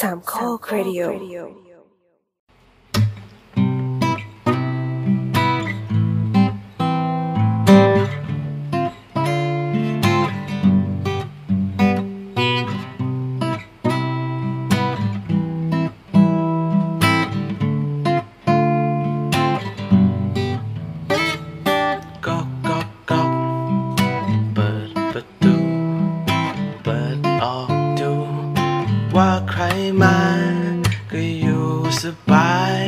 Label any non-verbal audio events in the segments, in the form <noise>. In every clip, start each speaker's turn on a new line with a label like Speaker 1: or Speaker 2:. Speaker 1: สามข้อครดิโอ
Speaker 2: ก๊อกก๊อกก๊อกเปิดประตูเปิดออกดู ว่าใครมา ก็อยู่สบาย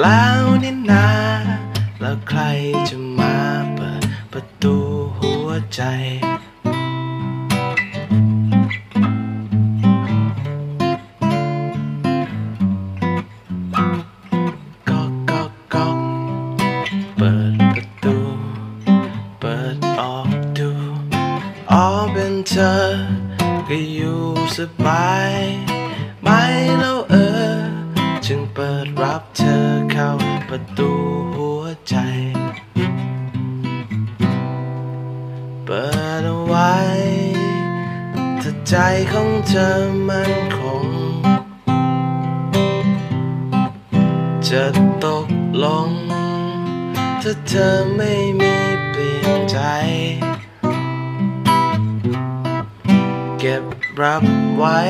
Speaker 2: แล้วนี่นา แล้วใครจะมาเปิดประตูหัวใจ ก๊อกก๊อกก๊อก เปิดประตู เปิดออกดูอ๋อเป็นเธอ ก็อยู่สบายไหม่แล้วเออ จึงเปิดรับเธอเข้าประตูหัวใจ เปิดเอาไว้ถ้าใจของเธอมันคง จะตกลง ถ้าเธอไม่มีเปลี่ยนใจ เก็บรับไว้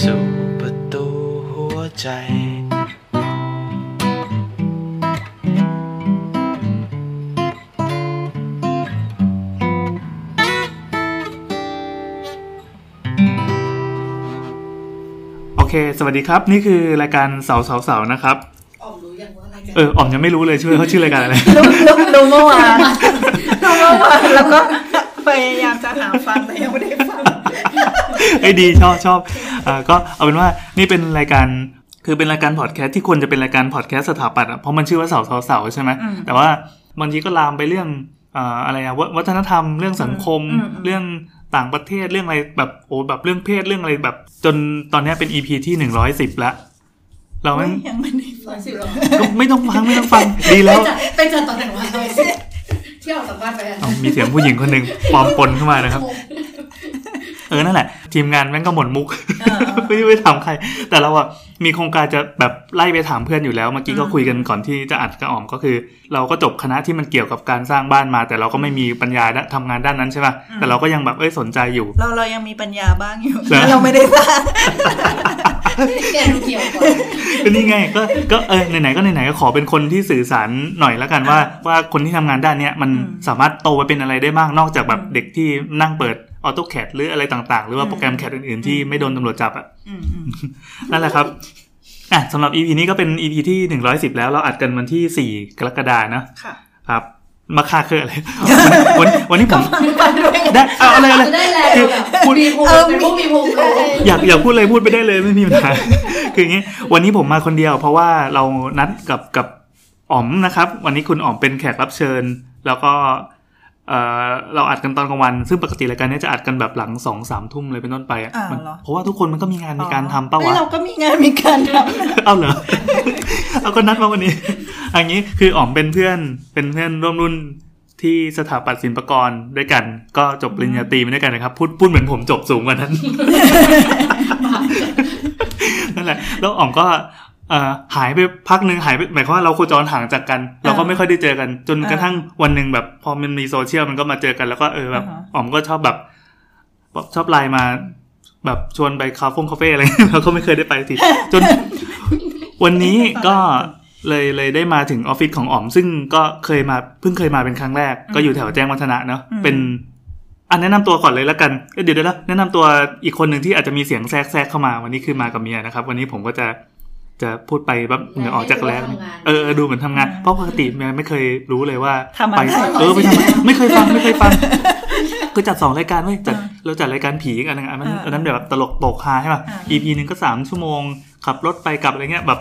Speaker 2: สู่ประตูหัวใจ
Speaker 3: โอเค สวัสดีครับ นี่คือรายการเสาเสาเสานะครับ
Speaker 4: ออมรู้ยังว่ารายการ
Speaker 3: เออออมยังไม่รู้เลยชื่อเขาชื่อรายการ
Speaker 4: <laughs>
Speaker 3: อะไร
Speaker 5: ลุกลุกดูเมื่อวานดูเมื่อวานแล้วก็
Speaker 4: พยายามจะหาฟังแต่ยังไม่ได้ฟัง
Speaker 3: ไอ้ยดีชอบชอบอ่าก็เอาเป็นว่านี่เป็นรายการคือเป็นรายการพอดแคสต์ที่ควรจะเป็นรายการพอดแคสต์สถาปัตย์อะเพราะมันชื่อว่าเสาเสาเสาใช่ไหมแต่ว่าบางทีก็ลามไปเรื่องอ่าอะไรอะวะวัฒนธรรมเรื่องสังคม เรื่องต่างประเทศเรื่องอะไรแบบโอ้แบบเรื่องเพศเรื่องอะไรแบบ จนตอนเนี้ยเป็น EP ที่หนึ่งร้อยสิบละเราไม่
Speaker 4: ยังไม่ได้ฟังสิหรอ
Speaker 3: ก็ <laughs> ไม่ต้องฟังไม่ต้องฟังดีแล้ว
Speaker 4: เป็นจากตอนไหนวะเที่ยวสัมภาษณ์ไปอะ
Speaker 3: เอามีเสียงผู้หญิงคน
Speaker 4: <laughs>
Speaker 3: หนึ่งปลอมปนเข้ามานะครับ เออนั่นแหละ ทีมงานแม่งก็หมดมุกไม่ได้ไปถามใคร แต่เราอะมีโครงการจะแบบไล่ไปถามเพื่อนอยู่แล้ว เมื่อกี้ก็คุยกันก่อนที่จะอัดกระออมก็คือ เราก็จบคณะที่มันเกี่ยวกับการสร้างบ้านมา แต่เราก็ไม่มีปัญญาด้านทำงานด้านนั้นใช่ป่ะแต่เราก็ยังแบบเอ้ยสนใจอยู่
Speaker 5: เราเรายังมีปัญญาบ้างอยู่
Speaker 3: นะ
Speaker 5: เราไม่ได้สร้าง
Speaker 4: แกดูเกี่ยวก่อน
Speaker 3: ก็นี่ไงก็ก็เออไหนๆก็ไหนๆก็ขอเป็นคนที่สื่อสารหน่อยละกันว่า ว่าคนที่ทำงานด้านเนี้ยมันสามารถโตไปเป็นอะไรได้บ้างนอกจากแบบเด็กที่นั่งเปิดออโต้แคดหรืออะไรต่างๆ หรือว่าโปรแกรมแคดอื่นๆที่ไม่โดนตำรวจจับอ่ะนั่นแหละครับอ่ะสำหรับ EP นี้ก็เป็น EP ที่ 110 แล้วเราอัดกันวันที่ 4 กรกฎานะ
Speaker 5: ค่ะ
Speaker 3: ครับมาค่าคืออะไร วันวันนี้ผม
Speaker 5: ฟังด้วย
Speaker 3: ได้เอาอะไรอะไร
Speaker 4: จะได้แรง
Speaker 3: คือ
Speaker 4: แบบ
Speaker 3: พูด
Speaker 4: มีภูมิเป็นพวกมีภูมิเลย
Speaker 3: <laughs> อยากอยากพูดอะไรพูดไปได้เลยไม่มีปัญหา <laughs> คืออย่างนี้วันนี้ผมมาคนเดียว เพราะว่าเรานัดกับกับอ๋อมนะครับ วันนี้คุณอ๋อมเป็นแขกรับเชิญ แล้วก็เออเราอัดกันตอนกลางวัน ซึ่งปกติรายการเนี้ยจะอัดกันแบบหลังสองสามทุ่มเลยเป็นต้นไปอะ
Speaker 5: าว
Speaker 3: มัน
Speaker 5: เหรอ
Speaker 3: เพราะว่าทุกคนมันก็มีงานมีการทำ
Speaker 5: เฮ้ยว
Speaker 3: ปะะ
Speaker 5: เราก็มีงานมีการท
Speaker 3: เอาเหรอ เอาก็นัดมาวันนี้ <laughs> อันนี้คืออ๋อมเป็นเพื่อนเป็นเพื่อนร่วมรุ่นที่สถาปัตย์ศิลปากรด้วยกัน ก็จบปริญญาตรีมาด้วยกันนะครับพูดพูดเหมือนผมจบสูงกว่านั้น <laughs> นั่นแหละ แล้วอ๋อมก็เอ่อหายไปพักหนึ่งหายไปหมายความว่าเราโคจรห่างจากกัน เราก็ไม่ค่อยได้เจอกัน จนกระทั่งวันหนึ่งแบบพอมันมีโซเชียลมันก็มาเจอกันแล้วก็เออแบบอ๋อมก็ชอบแบบ ชอบไลน์มา แบบชวนไปคาเฟ่คาเฟ่อะไรเงี้ย <laughs> เราก็ไม่เคยได้ไป <laughs> ทีจน วันนี้ก็เลยเลยได้มาถึงออฟฟิศของอ๋อม ซึ่งก็เคยมาเพิ่งเคยมาเป็นครั้งแรก ก็อยู่แถวแจ้งวัฒนะเนาะเป็นอันแนะนำตัวก่อนเลยละกันเอ้ยเดี๋ยวเดี๋ยวเดี๋ยวแนะนำตัวอีกคนหนึ่งที่อาจจะมีเสียงแทรกแทรกเข้ามาวันนี้คือมากับเมียนะครับ วันนี้ผมก็จะจะพูดไปแบบเหงื่อออกจากแรงเออเออดูเหมือนทำงาน เพราะปกติเมียไม่เคยรู้เลยว่า
Speaker 5: ำทำอะ
Speaker 3: ไป
Speaker 5: ไร
Speaker 3: เออไปทำอะไรไม่เคยฟังไม่เคย <laughs> ฟัง คือจัดสองรายการเว้ยจัดเราจัดรายการผีอีกอันหนึงอันนั้นอันนั้นแบบตลกโปกฮาใช่ป่ะ EP หนึ่งก็สามชั่วโมง ขับรถไปกลับอะไรเงี้ยแบบ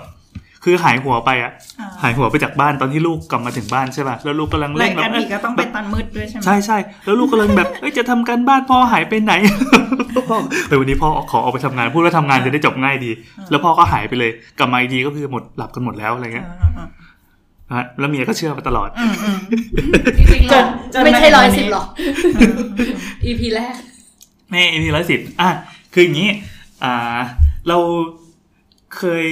Speaker 3: คือหายหัวไปอะ
Speaker 5: อ่า
Speaker 3: หายหัวไปจากบ้านตอนที่ลูกกลับมาถึงบ้านใช่ป่ะแล้วลูกกำลัง
Speaker 5: รา
Speaker 3: เล่
Speaker 5: ย
Speaker 3: นแบ
Speaker 5: การ
Speaker 3: บ
Speaker 5: ผีก็ต้องไปตอนมืดด้วยใช่ไหม
Speaker 3: ใช่ใช่แล้วลูกกำลังแบบเอ้ยจะทำการบ้านพ่อหายไป
Speaker 5: <laughs>
Speaker 3: ไหน พ่อเฮ้ยวันนี้พ่อขอออกไปทำงานพูดว่าทำงานจะได้จบง่ายดี แล้วพ่อก็หายไปเลยกลับมาอีกทีก็คือหมดหลับกันหมดแล้วอะไรเงี้ย
Speaker 5: อ่าอ่า
Speaker 3: นะฮะแล้วเมียก็เชื่อมาตลอด
Speaker 5: อืมอืม
Speaker 4: จริงๆหรอ
Speaker 5: จน
Speaker 4: ไม่ใช่ร้อยสิบหรอ EP แรก
Speaker 3: นี่ EP ร้อยสิบอ่ะ คืออย่างนี้ อ่า เราเคย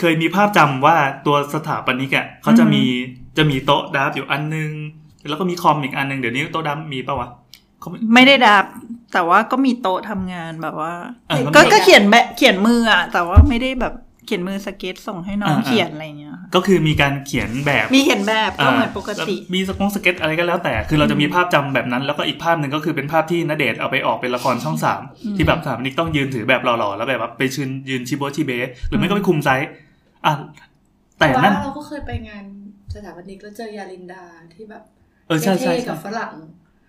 Speaker 3: เคยมีภาพจำว่าตัวสถาปนิกอ่ะเขาจะมีจะมีโต๊ะดับอยู่อันนึง แล้วก็มีคอมอีกอันนึงเดี๋ยวนี้โต๊ะดับมีปะวะเขาไม่
Speaker 6: ไม่ได้ดับ แต่ว่าก็มีโต๊ะทำงานแบบว่า
Speaker 3: อ่ะแล้ว
Speaker 6: ก็
Speaker 3: มี
Speaker 6: ก็เขียนแบบเขียนมืออะแต่ว่าไม่ได้แบบเขียนมือสเก็ตส่งให้น้อง
Speaker 3: อ่า
Speaker 6: เขียนอะไรเงี้ยค่ะ
Speaker 3: ก็คือมีการเขียนแบบ
Speaker 6: มีเขียนแบบก็เหมือนปกติ
Speaker 3: อ่ามีสกงสเก็ตอะไรก็แล้วแต่ คือเราจะมีภาพจำแบบนั้น แล้วก็อีกภาพหนึ่งก็คือเป็นภาพที่ณเดชน์เอาไปออกเป็นละครช่องสามที่แบบสถามนิกต้องยืนถือแบบหล่อๆ แล้วแบบว่าไปชืนยืนชิโบะชิเบะหรือไม่ก็ไปคุมไซส์อ่ะแต่นั่น
Speaker 4: เราก็เคยไปงานสถาปนิกแล้วเจอยาลินดาที่แบบ
Speaker 3: เออใช่ใช่
Speaker 4: เท่ๆ
Speaker 3: ใช่
Speaker 4: กับฝรั่ง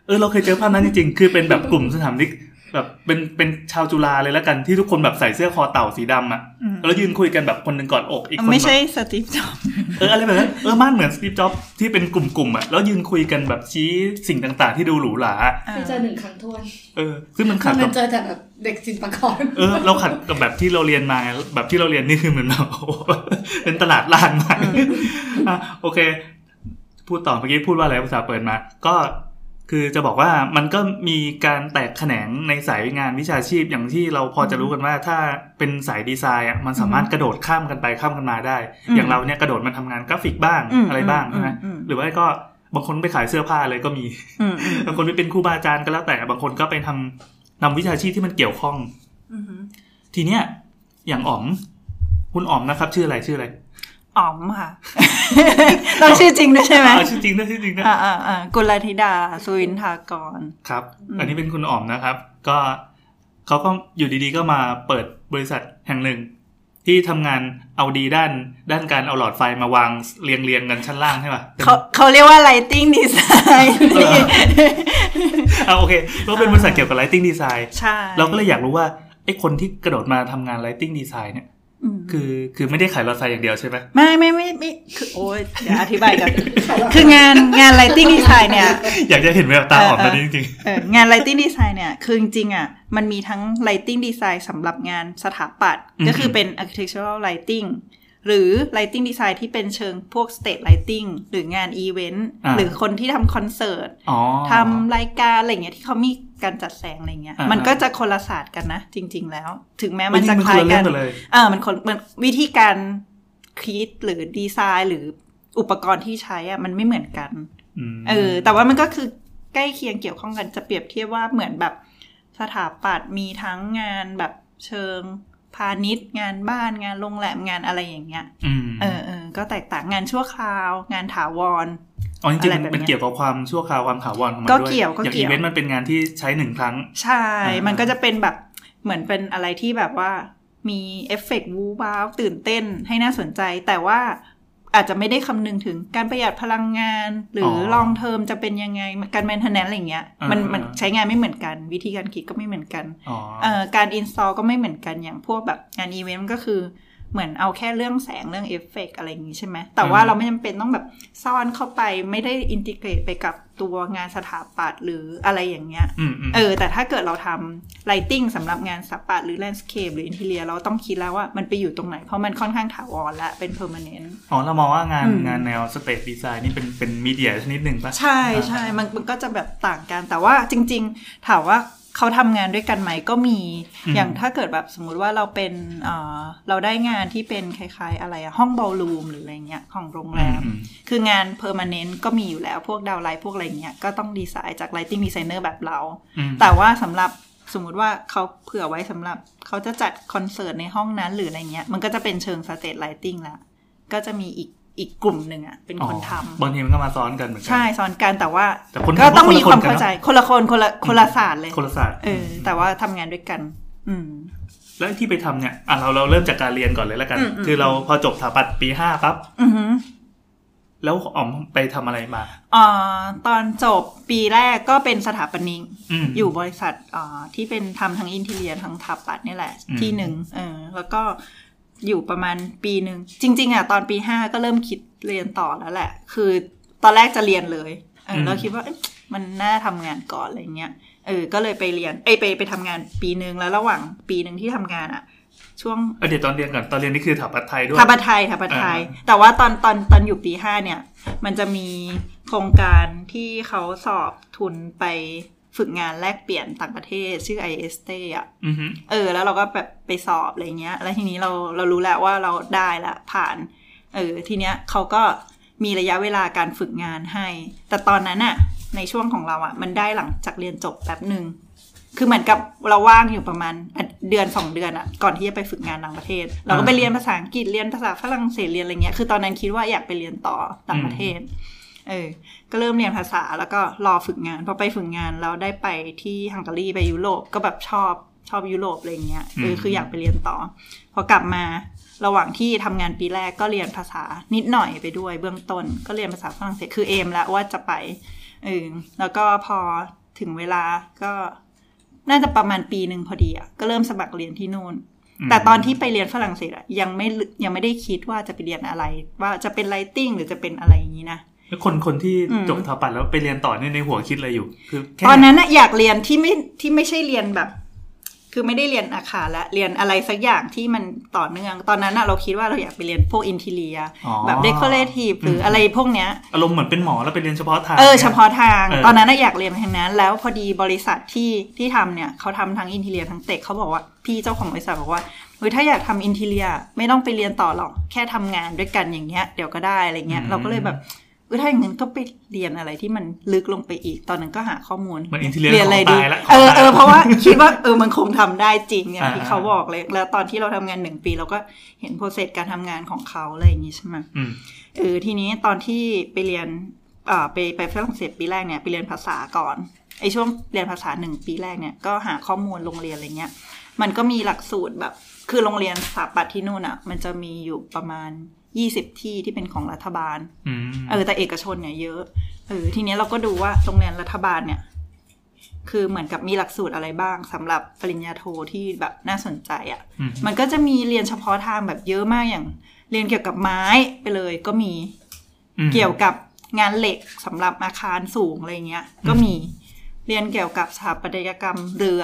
Speaker 3: เออเราเคยเจอภาพนั้นจริงๆ คือเป็นแบบกลุ่มสถามนิกแบบเป็นเป็นชาวจุฬาเลยแล้วกันที่ทุกคนแบบใส่เสื้อคอเต่าสีดำอ่ะ
Speaker 6: อืม
Speaker 3: แล้วยืนคุยกันแบบคนหนึ่งกอดอกอีกคน
Speaker 6: ไม่
Speaker 3: แบบ
Speaker 6: ใช่สตีฟจ็อบส์
Speaker 3: เอออะไรแบบนั้นเออมันเหมือนสตีฟจ็อบที่เป็นกลุ่มๆอ่ะแล้วยืนคุยกันแบบชี้สิ่งต่างๆ ที่ดูหรูหรา
Speaker 4: ไปเจอหนึ่งครั้งทวน
Speaker 3: เออซึ่งมันขั
Speaker 4: มั
Speaker 3: ด
Speaker 4: น
Speaker 3: กับ
Speaker 4: เจอแต่แบบเด็กศิลปากร
Speaker 3: เออเราขัดกับแบบที่เราเรียนมาไงแบบที่เราเรียนนี่คือเหมือนแบบ <laughs> โอ้โหเป็นตลาดล่างใหม่ <laughs> อ่ะโอเค พูดต่อเมื่อกี้พูดว่าอะไรภาษาเปิดมา ก็คือจะบอกว่ามันก็มีการแตกแขนงในสายงานวิชาชีพอย่างที่เราพอจะรู้กันว่าถ้าเป็นสายดีไซน์อ่ะมันสามารถกระโดดข้ามกันไปข้ามกันมาได้
Speaker 6: อืม
Speaker 3: อย่างเราเนี่ยกระโดดมาทำงานกราฟิกบ้าง
Speaker 6: อืม
Speaker 3: อะไรบ้างใช่ไหม
Speaker 6: อืมอืม
Speaker 3: หรือว่าก็บางคนไปขายเสื้อผ้าเลยก็มี <laughs>
Speaker 6: อืมอืม
Speaker 3: บางคนไปเป็นครูบาอาจารย์ก็แล้วแต่บางคนก็ไปทำนำวิชาชีพที่มันเกี่ยวข้อง
Speaker 6: อืม
Speaker 3: ทีเนี้ยอย่างอ๋อม คุณอ๋อมนะครับ ชื่ออะไรชื่ออะไร
Speaker 6: อ๋อม <laughs> ค่ะ เราชื่อจริงด้วยใช่ไหม
Speaker 3: อ่าชื่อจริงนะชื่อจริงนะ
Speaker 6: อ่าอ่าอ่ากุลธิดา สุวินทากร
Speaker 3: ครับ
Speaker 6: อืม
Speaker 3: อันนี้เป็นคุณอ๋อมนะครับ ก็เขาก็อยู่ดีๆ ก็มาเปิดบริษัทแห่งหนึ่ง ที่ทำงานเอาดีด้าน ด้านการเอาหลอดไฟมาวางเรียงเรียงๆกันชั้นล่างใช่ป่ะ
Speaker 6: เขาเขาเรียกว่า lighting
Speaker 3: <laughs>
Speaker 6: design
Speaker 3: อ่าโอเคก็เป็นบริษัทเกี่ยวกับ lighting design
Speaker 6: ใช่
Speaker 3: เราก็เลยอยากรู้ว่าไอ้คนที่กระโดดมาทำงาน lighting design เนี่ย
Speaker 6: ม
Speaker 3: คือคือไม่ได้ขายหลอดไฟอย่างเดียวใช่ไหม
Speaker 6: ไม่ไม่ไม่ไม่คือโอ้ยเดี๋ยวอธิบาย
Speaker 3: <laughs>
Speaker 6: กัน คืองานงานไลติ้งดีไซน์เนี่ย
Speaker 3: อยากจะเห็นแววตาอ๋อมตอนนี้จริง
Speaker 6: เอองานไลติ้งดีไซน์เนี่ย คือจริงๆอ่ะ มันมีทั้งไลติ้งดีไซน์สำหรับงานสถาปัตย์ก็คือเป็น architectural lighting หรือ lighting design ที่เป็นเชิงพวก stage lighting หรืองานอีเวนต์หรือคนที่ทำคอนเสิร์ต
Speaker 3: ๆอ๋อ
Speaker 6: ทำรายการอะไรเงี้ยที่เขามีการจัดแสงอะไรเงี้ย
Speaker 3: อ่ามั
Speaker 6: มันก็จะคนละศาสตร์กันนะ จริง ๆ แล้ว ถึงแม้
Speaker 3: มั
Speaker 6: มัน น
Speaker 3: จะ
Speaker 6: จะ
Speaker 3: ค
Speaker 6: ค
Speaker 3: ล้า
Speaker 6: ล้าย ย
Speaker 3: กั
Speaker 6: กัน น
Speaker 3: เลย
Speaker 6: เอ่ามันคนมันวิธีการคิดหรือดีไซน์หรืออุปกรณ์ที่ใช้อ่ะมันไม่เหมือนกัน
Speaker 3: ม
Speaker 6: เออแต่ว่ามันก็คือใกล้เคียงเกี่ยวข้องกันจะเปรียบเทียบว่าเหมือนแบบสถาปัตย์มีทั้งงานแบบเชิงพาณิชย์ งานบ้านงานโรงแรมงานอะไรอย่างเงี้ย
Speaker 3: ม
Speaker 6: เออเออก็แตกต่างงานชั่วคราว งานถาวร
Speaker 3: อ๋อจริ
Speaker 6: อะ
Speaker 3: งๆมัน
Speaker 6: ไรแบบเนี้ย
Speaker 3: เป็นเกี่ยวกับความชั่วคราวความถาวรของมัน
Speaker 6: ก็
Speaker 3: ด้วย
Speaker 6: เกี่ยวก็
Speaker 3: อย่าง
Speaker 6: เกี่
Speaker 3: อี
Speaker 6: ยว
Speaker 3: เวนต์มันเป็นงานที่ใช้หนึ่งครั้ง
Speaker 6: ใช่
Speaker 3: อ่ามั
Speaker 6: มันก็จะเป็นแบบเหมือนเป็นอะไรที่แบบว่ามีเอฟเฟกต์วูบ้าวตื่นเต้นให้น่าสนใจ แต่ว่าอาจจะไม่ได้คำนึงถึงการประหยัดพลังงาน หรืออ
Speaker 3: อ
Speaker 6: ลองเทอมจะเป็นยังไงการแมนเทนแนนอะไรอย่างเงี้ยมัน
Speaker 3: อ่ามั
Speaker 6: มันใช้งานไม่เหมือนกัน วิธีการคิดก็ไม่เหมือนกัน
Speaker 3: อ๋อ
Speaker 6: เอ่อการอินสตอลก็ไม่เหมือนกันอย่างพวกแบบงานอีเวนต์มันก็คือเหมือนเอาแค่เรื่องแสงเรื่องเอฟเฟกต์อะไรอย่างงี้ใช่ไหมแต่ว่าเราไม่จำเป็นต้องแบบซ่อนเข้าไปไม่ได้อินทิเกรตไปกับตัวงานสถาปัตย์หรืออะไรอย่างเงี้ย
Speaker 3: อืมอืม
Speaker 6: เออ แต่ถ้าเกิดเราทำ lighting สำหรับงานสถาปัตย์หรือ landscape หรือ interior เราต้องคิดแล้วว่ามันไปอยู่ตรงไหน เพราะมันค่อนข้างถาวรและเป็น permanent
Speaker 3: อ๋อเรามองว่างาน
Speaker 6: อืม
Speaker 3: งานแนวสเตทดีไซน์นี่เป็นเป็นมีเดียชนิดหนึ่งปะ
Speaker 6: ใช่ใช่มันมันก็จะแบบต่างกัน แต่ว่าจริง ๆ ถามว่าเขาทำงานด้วยกันไหมก็มี อย่างถ้าเกิดแบบสมมุติว่าเราเป็นเอ่อเราได้งานที่เป็นคล้ายๆ อะไรอะห้องบอลลูมหรืออะไรเงี้ยของโรงแรม
Speaker 3: อืมอืม
Speaker 6: คืองาน permanent ก็มีอยู่แล้วพวกดาวไลท์พวกอะไรเงี้ยก็ต้องดีไซน์จาก lighting designer แบบเรา
Speaker 3: อืม
Speaker 6: แต่ว่าสำหรับสมมุติว่าเขาเผื่อไว้สำหรับเขาจะจัดคอนเสิร์ตในห้องนั้นหรืออะไรเงี้ย มันก็จะเป็นเชิงสเตจไลติงละ ก็จะมีอีกอีกกลุ่มหนึ่งอะเป็นคนทำ
Speaker 3: บางทีมันก็มาซ้อนกันเหมือนกั
Speaker 6: ใช่สอนการแต่ว่า
Speaker 3: แต่คนทำ
Speaker 6: ก็ต้องมี
Speaker 3: ก็
Speaker 6: ความ
Speaker 3: คนละคนกัน
Speaker 6: เข้า
Speaker 3: เนอะ
Speaker 6: ใจ คนละคนคนละคนละศาสตร์เลย
Speaker 3: คนละศาสตร์
Speaker 6: เออแต่ว่าทำงานด้วยกัน อืม
Speaker 3: แล้วที่ไปทำเนี่ยอ่ะเราเราเริ่มจากการเรียนก่อนเลยแล้วกัน
Speaker 6: อืมอืม
Speaker 3: คือเราพอจบสถาปัตย์ปีห้าปั๊บ
Speaker 6: อือหือ
Speaker 3: แล้วอ๋อมไปทำอะไรมา
Speaker 6: เอ่อตอนจบปีแรกก็เป็นสถาปนิก
Speaker 3: อืม
Speaker 6: อยู่บริษัทเอ่อที่เป็นทำทั้งอินเทเรียทั้งสถาปัตย์นี่แหละ
Speaker 3: อืม
Speaker 6: ที่หนึ่งเออแล้วก็อยู่ประมาณปีหนึ่งจริง ๆอ่ะตอนปีห้าก็เริ่มคิดเรียนต่อแล้วแหละ คือตอนแรกจะเรียนเลยเออแล้วคิดว่าเอ๊ะมันน่าทำงานก่อนอะไรเงี้ยเออก็เลยไปเรียนเอยไปไปทำงานปีหนึ่งแล้วระหว่างปีหนึ่งที่ทำงานอ่ะ ช่วง
Speaker 3: เออเดี๋ยวตอนเรียนก่อนตอนเรียนนี่คือสถาปัตย์ไทยด้วย
Speaker 6: ทาบะไทยทาบะไทย แต่ว่าตอนตอนตอนอยู่ปีห้าเนี่ย มันจะมีโครงการที่เขาสอบทุนไป ฝึกงานแลกเปลี่ยนต่างประเทศ ชื่อ i อเอสเตอ่ะ
Speaker 3: อือฮึ
Speaker 6: เออแล้วเราก็แบบไปสอบอะไรเงี้ย แล้วทีนี้เราเรารู้แล้วว่าเราได้ละผ่าน เออทีเนี้ยเขาก็มีระยะเวลาการฝึกงานให้ แต่ตอนนั้นอะในช่วงของเราอะมันได้หลังจากเรียนจบแป๊บหนึ่งคือเหมือนกับเราว่างอยู่ประมาณอ่ะเดือนสองเดือนอะก่อนที่จะไปฝึกงานต่างประเทศ เราก็ไปเรียนภาษาอังกฤษเรียนภาษาฝรั่งเศสเรียนอะไรเงี้ยคือตอนนั้นคิดว่าอยากไปเรียนต่อต่างประเทศ เออ ก็เริ่มเรียนภาษาแล้วก็รอฝึกงานพอไปฝึกงานเราได้ไปที่ฮังการีไปยุโรปก็แบบชอบชอบยุโรปอะไรเงี้ยเออคืออยากไปเรียนต่อ พอกลับมาระหว่างที่ทำงานปีแรกก็เรียนภาษานิดหน่อยไปด้วยเบื้องต้น ก็เรียนภาษาฝรั่งเศสคือเอมแล้วว่าจะไปเออแล้วก็พอถึงเวลาก็น่าจะประมาณปีหนึ่งพอดีอะก็เริ่มสมัครเรียนที่นู่น
Speaker 3: ม
Speaker 6: แต่ตอนที่ไปเรียนฝรั่งเศสอะยังไม่ยังไม่ได้คิดว่าจะไปเรียนอะไร ว่าจะเป็นไลติ้งหรือจะเป็นอะไรอย่างนี้นะ
Speaker 3: แล้วคนคนที่
Speaker 6: อืม
Speaker 3: จบสถาปัตย์แล้วไปเรียนต่อเนี่ยในหัวคิดอะไรอยู่ คือแค่
Speaker 6: ตอนนั้นอะอยากเรียนที่ไม่ที่ไม่ใช่เรียนแบบ คือไม่ได้เรียนอาคารละเรียนอะไรสักอย่างที่มันต่อเนื่อง ตอนนั้นอะเราคิดว่าเราอยากไปเรียนพวกอินทีเลีย
Speaker 3: อ๋อ
Speaker 6: แบบเดคอเรทีฟหรือ
Speaker 3: ม
Speaker 6: อะไรพวกเนี้ย
Speaker 3: อารมณ์เหมือนเป็นหมอแล้วไปเรียนเฉพาะทาง
Speaker 6: เออเฉพาะทาง
Speaker 3: เออ
Speaker 6: ตอนนั้นน่ะอยากเรียนทางนั้น แล้วพอดีบริษัทที่ที่ทำเนี่ยเขาทำทั้งอินเทียทั้งเตกเขาบอกว่าพี่เจ้าของบริษัทบอกว่าเฮ้ยถ้าอยากทำอินเทียไม่ต้องไปเรียนต่อหรอกแค่ทำงานด้วยกันอย่างเงี้ยเดี๋ยวก็ได้อะไรเงี้ยเราก็เลยแบบเออถ้าอย่างนั้นก็ไปเรียนอะไรที่มันลึกลงไปอีก ตอนนั้นก็หาข้อมูล
Speaker 3: เหมือน interior
Speaker 6: เรียนอะไร
Speaker 3: ข
Speaker 6: ดี
Speaker 3: องตายละ
Speaker 6: เออ
Speaker 3: ของตาย
Speaker 6: เออเพราะ <laughs> ว่าคิดว่าเออมันคงทำได้จริงอย่าง
Speaker 3: อ่า
Speaker 6: ที่เขาบอกเลยแล้วตอนที่เราทำงานหนึ่งปีเราก็เห็นโปรเซสการทำงานของเขาอะไรอย่างงี้ใช่ไหม
Speaker 3: อืม
Speaker 6: เออทีนี้ตอนที่ไปเรียนเอ่อไปไปฝรั่งเศสปีแรกเนี่ยไปเรียนภาษาก่อนไอช่วงเรียนภาษาหนึ่งปีแรกเนี่ยก็หาข้อมูลโรงเรียนอะไรเงี้ยมันก็มีหลักสูตรแบบ คือโรงเรียนสถาปัตย์ที่นู่นอะ่ะ มันจะมีอยู่ประมาณ 20 ที่ที่เป็นของรัฐบาล
Speaker 3: อืม
Speaker 6: เออแต่เอกชนเนี่ยเยอะเออทีเนี้ยเราก็ดูว่าโรงเรียนรัฐบาลเนี่ย คือเหมือนกับมีหลักสูตรอะไรบ้างสำหรับปริญญาโทที่แบบน่าสนใจอะ่ะ
Speaker 3: อืม
Speaker 6: มันก็จะมีเรียนเฉพาะทางแบบเยอะมากอย่าง เรียนเกี่ยวกับไม้ไปเลยก็มี
Speaker 3: ม
Speaker 6: เกี่ยวกับงานเหล็กสำหรับอาคารสูงอะไรเงี้ย ก็มีเรียนเกี่ยวกับสถาปัตยกรรมเรือ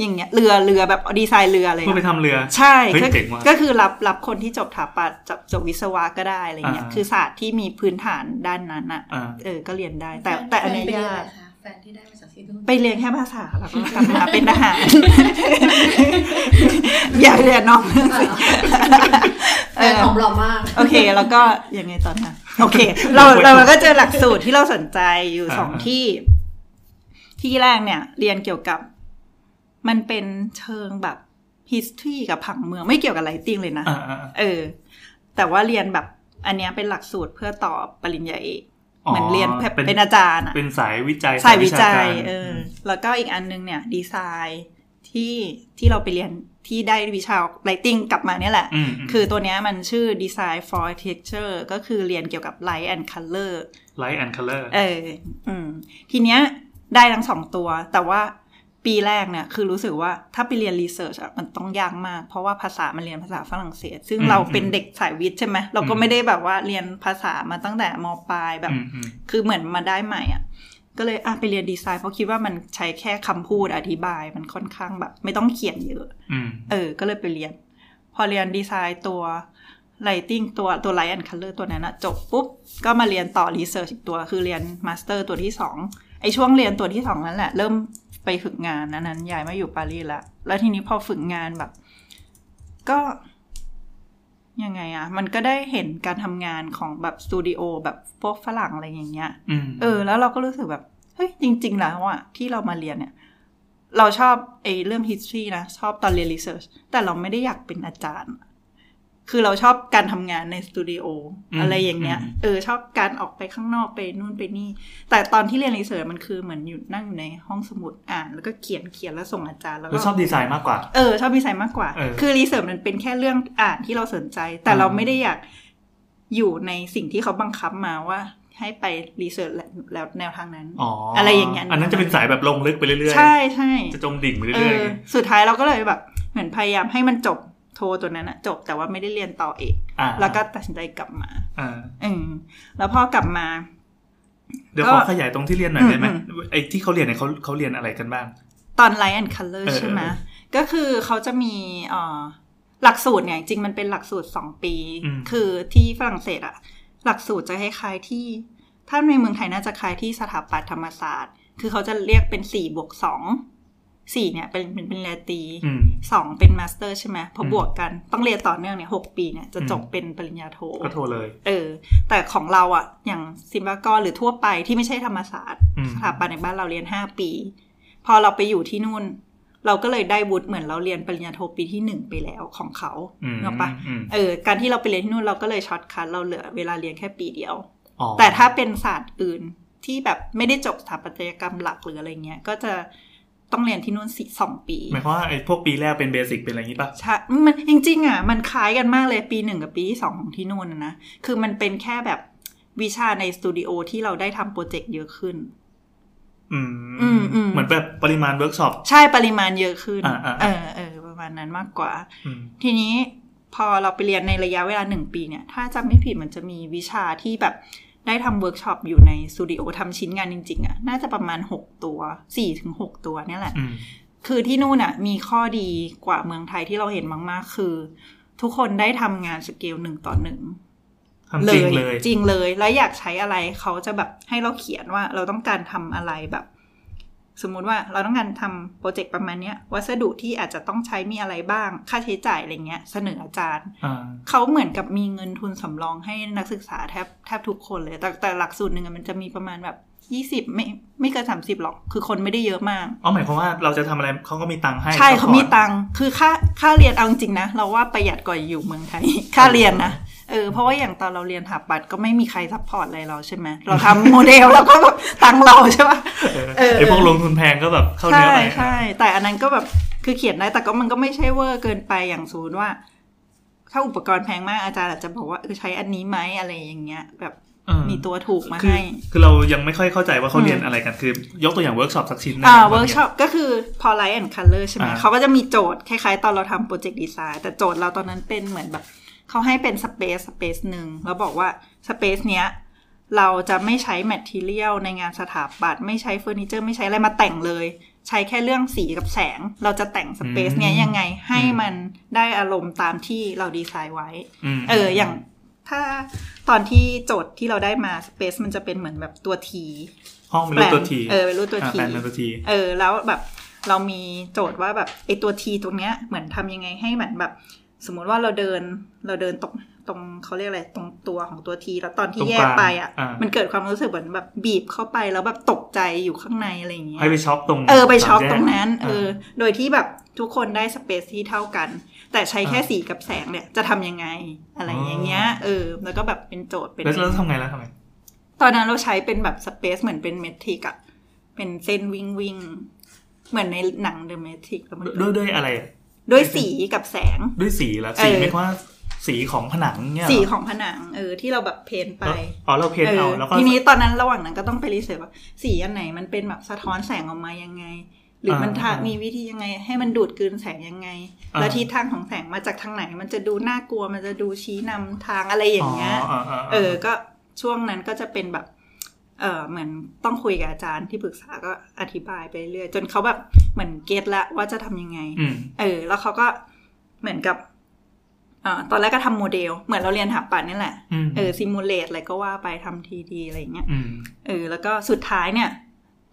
Speaker 6: อย่างเงี้ยเรือเรือแบบดีไซน์เรืออะไร
Speaker 3: เพื่อไป
Speaker 6: อะ
Speaker 3: ทำเรือ
Speaker 6: ใช่
Speaker 3: เฮ้ย
Speaker 6: ก็
Speaker 3: เจ๋งว่ะ
Speaker 6: ก็คือรับรับคนที่จบสถาปัตย์จบจบวิศวะก็ได้อะไรเงี้ย
Speaker 3: อ่า
Speaker 6: คือศาสตร์ที่มีพื้นฐานด้านนั้นอะ
Speaker 3: อ่า
Speaker 6: เออก็เรียนได้ แต่แต่อันเนี้ย
Speaker 4: แฟเป็
Speaker 6: ยาก
Speaker 4: งไงคะแฟนที่ได้มาจากที่นู่น
Speaker 6: ไปเรียนแค่ภาษาแล้วก็กลับมาเป็นทหาร <laughs> อย่าเรียนนอกเรื่องสิ
Speaker 5: แฟนของเรามาก
Speaker 6: โอเค แล้วก็ยังไงตอนนะโอ <laughs> เค เราเราก็เจอหลักสูตรที่เราสนใจอยู่
Speaker 3: อ่า
Speaker 6: สองที่ ที่แรกเนี่ย เรียนเกี่ยวกับ มันเป็นเชิงแบบ history กับผังเมืองไม่เกี่ยวกับไลติ้งเลยนะ
Speaker 3: อ่าอ่า
Speaker 6: เออ แต่ว่าเรียนแบบอันเนี้ยเป็นหลักสูตรเพื่อต่อปริญญาเอก
Speaker 3: อ๋อ
Speaker 6: เหมือนเรียนแบบเป็นอาจารย์อะ
Speaker 3: เป็นสายวิจัย
Speaker 6: สายวิจั
Speaker 3: ก
Speaker 6: ย
Speaker 3: ร
Speaker 6: เออ แล้วก็อีกอันนึงเนี่ย ดีไซน์ที่ที่เราไปเรียนที่ได้วิชา Lighting กลับมาเนี่ยแหละ
Speaker 3: ม
Speaker 6: คือตัวเนี้ยมันชื่อ Design for Architecture ก็คือเรียนเกี่ยวกับ Light and Color
Speaker 3: ไลท์แอนด์คัลเลอร์
Speaker 6: เอออืมทีเนี้ยได้ทั้งสองตัว แต่ว่าปีแรกเนี่ย คือรู้สึกว่าถ้าไปเรียนรีเสิร์ชอะมันต้องยากมาก เพราะว่าภาษามันเรียนภาษาฝรั่งเศส ซึ่ง
Speaker 3: อืม
Speaker 6: เราเป็นเด็กสายวิทย์ใช่ไหม เราก็
Speaker 3: อืม
Speaker 6: ไม่ได้แบบว่าเรียนภาษามาตั้งแต่มปลายแบบ
Speaker 3: อืมอืม
Speaker 6: คือเหมือนมาได้ใหม่อ่ะ ก็เลยอ่ะไปเรียนดีไซน์เพราะคิดว่ามันใช้แค่คำพูดอธิบายมันค่อนข้างแบบ ไม่ต้องเขียนเยอะ
Speaker 3: อืม
Speaker 6: เออ ก็เลยไปเรียน พอเรียนดีไซน์ตัว Lighting ตัวตัว Light and Color ตัวนั้นอะจบปุ๊บ ก็มาเรียนต่อ Research อีกตัว คือเรียน Master ตัวที่ 2 ไอช่วงเรียนตัวที่ 2 นั่นแหละ เริ่มไปฝึกงานนั้นนั้นย้ายมาอยู่ปารีสละแล้วทีนี้พอฝึกงานแบบ ก็ ยังไงอะมันก็ได้เห็นการทำงานของแบบสตูดิโอแบบพวกฝรั่งอะไรอย่างเงี้ย
Speaker 3: อืม
Speaker 6: เออแล้วเราก็รู้สึกแบบเฮ้ยจริง ๆ แล้วอะที่เรามาเรียนเนี่ย เราชอบไอ้เรื่อง history นะ ชอบตอนเรียน research แต่เราไม่ได้อยากเป็นอาจารย์ คือเราชอบการทำงานในสตูดิโอ
Speaker 3: อืม
Speaker 6: อะไรอย่างเงี้ย
Speaker 3: อืม
Speaker 6: เออชอบการออกไปข้างนอกไปนู่นไปนี่ แต่ตอนที่เรียน research มันคือเหมือนอยู่นั่งอยู่ในห้องสมุดอ่าน แล้วก็เขียนเขียนแล้วส่งอาจารย์แล้ว
Speaker 3: เรา
Speaker 6: ก็
Speaker 3: ชอบดีไซน์มากกว่า
Speaker 6: เออชอบดีไซน์มากกว่า
Speaker 3: เออ
Speaker 6: คือรีเสิร์ชมันเป็นแค่เรื่องอ่านที่เราสนใจ แต่
Speaker 3: อ่า
Speaker 6: เราไม่ได้อยากอยู่ในสิ่งที่เขาบังคับมาว่า ให้ไปรีเสิร์ชแล้วแล้วแนวทางนั้น
Speaker 3: อ๋ออะไร
Speaker 6: อย่างเงี้ย
Speaker 3: อันนั้นจะเป็นสายแบบลงลึกไปเรื่อย
Speaker 6: ใช่ใช่
Speaker 3: จะจมดิ่งไป
Speaker 6: เอ
Speaker 3: เรื่อย
Speaker 6: อสุดท้ายเราก็เลยแบบ เหมือนพยายามให้มันจบโทรตัวนั้นอะจบแต่ว่าไม่ได้เรียนต่อเอก
Speaker 3: ๆอ่า
Speaker 6: แล้วก็ตัดสินใจกลับมา
Speaker 3: อ่า
Speaker 6: อืมแล้วพอกลับมา
Speaker 3: เดี๋ยว
Speaker 6: ก็
Speaker 3: ขอขยายตรงที่เรียนหน่อยได้ไหม
Speaker 6: อืม
Speaker 3: ไอ้ที่เขาเรียนเนี่ยเขาเขาเรียนอะไรกันบ้าง
Speaker 6: ตอน Light and Color
Speaker 3: เออ
Speaker 6: ใช่ไหม
Speaker 3: เออ
Speaker 6: ก็คือเขาจะมีเอ่อหลักสูตรเนี่ย จริงๆมันเป็นหลักสูตรสองปี
Speaker 3: อืม
Speaker 6: คือที่ฝรั่งเศสอะหลักสูตรจะคล้ายๆที่ ถ้าในเมืองไทยน่าจะคล้ายที่สถาปัตยธรรมศาสตร์ คือเขาจะเรียกเป็นสี่บวกสองสี่เนี่ยเป็นเป็นเป็นแลตรี
Speaker 3: อืม
Speaker 6: สองเป็นมาสเตอร์ใช่ไหมพออ
Speaker 3: ม
Speaker 6: บวกกันต้องเรียนต่อเนื่องเนี่ยหกปีเนี่ยจะ
Speaker 3: อืม
Speaker 6: จบเป็นปริญญาโท
Speaker 3: ก็โทรเลย
Speaker 6: เออ แต่ของเราอะอย่างซิมบากอหรือทั่วไปที่ไม่ใช่ธรรมศาสตร์
Speaker 3: อืม
Speaker 6: สถาปัตย์ในบ้านเราเรียนห้าปี พอเราไปอยู่ที่นู่น เราก็เลยได้วุฒิเหมือนเราเรียนปริญญาโทปีที่หนึ่งไปแล้วของเขา
Speaker 3: อืม
Speaker 6: เนาะปะ
Speaker 3: อืม
Speaker 6: เออ การที่เราไปเรียนที่นู่นเราก็เลยช็อตคัทเราเหลือเวลาเรียนแค่ปีเดียว
Speaker 3: อ๋อ
Speaker 6: แต่ถ้าเป็นศาสตร์อื่นที่แบบไม่ได้จบสถาปัตยกรรมหลักหรืออะไรเงี้ย ก็จะต้องเรียนที่นู่นสี่สองปี
Speaker 3: หมายความว่าไอ้พวกปีแรกเป็นเบสิกเป็นอะไรอย่างนี้ปะ
Speaker 6: ใช่มันจริงๆอ่ะ มันคล้ายกันมากเลยปีหนึ่งกับปีที่สองของที่นู่นนะนะ คือมันเป็นแค่แบบวิชาในสตูดิโอที่เราได้ทำโปรเจกต์เยอะขึ้น
Speaker 3: อืม
Speaker 6: อืมอืม
Speaker 3: เหมือนแบบปริมาณเวิร์กช็อป
Speaker 6: ใช่ปริมาณเยอะขึ้น
Speaker 3: อ่าอ่า
Speaker 6: เออเออประมาณนั้นมากกว่า
Speaker 3: อืม
Speaker 6: ทีนี้พอเราไปเรียนในระยะเวลาหนึ่งปีเนี่ย ถ้าจำไม่ผิดมันจะมีวิชาที่แบบได้ทำเวิร์กช็อปอยู่ในสตูดิโอทำชิ้นงานจริงๆอะ่ะ น่าจะประมาณ 6 ตัว 4-6 ตัวเนี่ยแหละ
Speaker 3: อืม
Speaker 6: คือที่นู่นน่ะมีข้อดีกว่าเมืองไทยที่เราเห็นมาก ๆ คือ ทุกคนได้ทำงานสเกลหนึ่งต่อหนึ่ง
Speaker 3: ทำจริงเลย
Speaker 6: จริงเลยแล้วอยากใช้อะไรเขาจะแบบให้เราเขียนว่าเราต้องการทำอะไรแบบ สมมุติว่าเราต้องการทำโปรเจกต์ประมาณเนี้ย วัสดุที่อาจจะต้องใช้มีอะไรบ้าง ค่าใช้จ่ายอะไรเงี้ย เสนออาจารย์
Speaker 3: อ่า
Speaker 6: เขาเหมือนกับมีเงินทุนสำรองให้นักศึกษาแทบแทบทุกคนเลย แต่แต่หลักสูตรหนึ่งอะมันจะมีประมาณแบบยี่สิบไม่ไม่เกินสามสิบหรอก คือคนไม่ได้เยอะมาก
Speaker 3: อ๋อหมายความว่าเราจะทำอะไรเขาก็มีตังค์ให้
Speaker 6: ใช่
Speaker 3: ซัพพอร์ต
Speaker 6: เขามีตังค์คือค่าค่าเรียนเอาจริงๆนะ เราว่าประหยัดกว่าอยู่เมือง
Speaker 3: <laughs>
Speaker 6: ไทย ค่าเรียนนะเออเพราะว่าอย่างตอนเราเรียนหาปัดก็ไม่มีใครซัพพอร์ตอะไรเราใช่ไหม <laughs> เราทำโมเดลเราก็แบบตังค์เราใช่ปะ
Speaker 3: เออ
Speaker 6: เออ
Speaker 3: ไอพวกลงทุนแพงก็แบบ <laughs> เข้าเนื้
Speaker 6: ใช่
Speaker 3: อไป
Speaker 6: ใช่แต่อันนั้นก็แบบคือเขียนได้แต่ก็มันก็ไม่ใช่เวอร์เกินไปอย่างสมมติว่า ถ้าอุปกรณ์แพงมากอาจารย์อาจจะบอกว่าเออใช้อันนี้ไหมอะไรอย่างเงี้ย แบบ
Speaker 3: เออ
Speaker 6: มีตัวถูกมา
Speaker 3: คือ
Speaker 6: ให้
Speaker 3: คือเรายังไม่ค่อยเข้าใจว่าเขา
Speaker 6: อืม
Speaker 3: เรียนอะไรกัน คือ ยกตัวอย่างเวิร์กช็อปสักชิ้นหนึ่ง
Speaker 6: อ่า
Speaker 3: ว่า
Speaker 6: เวิร์กช็อปก็คือพอไลท์แอนด์คัลเลอร์ใช่ไหม
Speaker 3: อ่า
Speaker 6: เขาก็จะมีโจทย์คล้ายๆ ตอนเราทำโปรเจกต์ดีไซน์แต่โจทย์เราตอนนั้นเป็นเหมือนแบบ เขาให้เป็นสเปซสเปซหนึ่งแล้วบอกว่าสเปซเนี้ย เราจะไม่ใช้แมทเทียลในงานสถาปัตย์ไม่ใช้เฟอร์นิเจอร์ ไม่ใช้อะไรมาแต่งเลย ใช้แค่เรื่องสีกับแสง เราจะแต่งสเปซเนี้ย
Speaker 3: อืม
Speaker 6: ยังไงให้มันได้อารมณ์ตามที่เราดีไซน์ไว้
Speaker 3: ม
Speaker 6: เอออย่างถ้าตอนที่โจทย์ที่เราได้มาสเปซมันจะเป็นเหมือนแบบตัวที
Speaker 3: ห้องเป็นรูปตัวที
Speaker 6: เออเป็นรูปตัว
Speaker 3: อ่า
Speaker 6: ที
Speaker 3: แปลงเป็นตัวที
Speaker 6: เออแล้วแบบเรามีโจทย์ว่าแบบไอตัวทีตรงเนี้ยเหมือนทำยังไงให้เหมือนแบบ สมมุติว่าเราเดินเราเดินตรงตรงเขาเรียกอะไรตรงตัวของตัวทีแล้วตอนที่
Speaker 3: ตรงกลาง
Speaker 6: แยกไปอ่ะ
Speaker 3: อ่ามั
Speaker 6: มันเกิดความรู้สึกเหมือนแบบบีบเข้าไปแล้วแบบตกใจอยู่ข้างในอะไรอย่างเงี้ย
Speaker 3: ให้ไปช็อปตรง
Speaker 6: เออไปช็อป
Speaker 3: สามแยก
Speaker 6: ตรงนั้นเอออา โดยที่แบบทุกคนได้สเปซที่เท่ากัน แต่ใช้แค่สีกับแสงเนี่ยจะทำยังไงอะไรอย่างเงี้ยเออแล้วก็แบบเป็นโจทย์เป็น
Speaker 3: แล้วแล้วทำไงแล้วทำไง
Speaker 6: ตอนนั้นเราใช้เป็นแบบสเปซเหมือนเป็นเมทริกอะเป็นเส้นวิ่งวิ่งเหมือนในหนังเดอะเมทริกแล้วมันก็
Speaker 3: ด้วยด้วยอะไรอะ
Speaker 6: ด้วยสีกับแสง
Speaker 3: ด้วยสีละสี
Speaker 6: เออ
Speaker 3: ไม่ว่าสีของผนังเนี่ยเหร
Speaker 6: สีของผนังเออที่เราแบบเพนไป
Speaker 3: แล้วอ๋อเราเพนเอาแล้วก็
Speaker 6: ทีนี้ตอนนั้นระหว่างนั้นก็ต้องไปรีเสิร์ชว่าสีอันไหนมันเป็นแบบสะท้อนแสงออกมายังไง หรือมันทะ
Speaker 3: อ่ามี
Speaker 6: มีวิธียังไง ให้มันดูดกลืนแสงยังไง
Speaker 3: อ่า
Speaker 6: แล้วทิศทางของแสงมาจากทางไหน มันจะดูน่ากลัวมันจะดูชี้นำทางอะไรอย่างเงี้ย
Speaker 3: อาๆๆ
Speaker 6: เออ ก็ช่วงนั้นก็จะเป็นแบบ เออเหมือนต้องคุยกับอาจารย์ที่ปรึกษาก็อธิบายไปเรื่อยจนเขาแบบเหมือนเก็ตละว่าจะทำยังไง
Speaker 3: อืม
Speaker 6: เออ แล้วเขาก็เหมือนกับเอ่อตอนแรกก็ทำโมเดล เหมือนเราเรียนหาปัดนี่แหละ
Speaker 3: อืม
Speaker 6: เออซิมูเลตอะไรก็ว่าไปทำทีดีอะไรอย่างเงี้ย
Speaker 3: อืม
Speaker 6: เออ แล้วก็สุดท้ายเนี่ย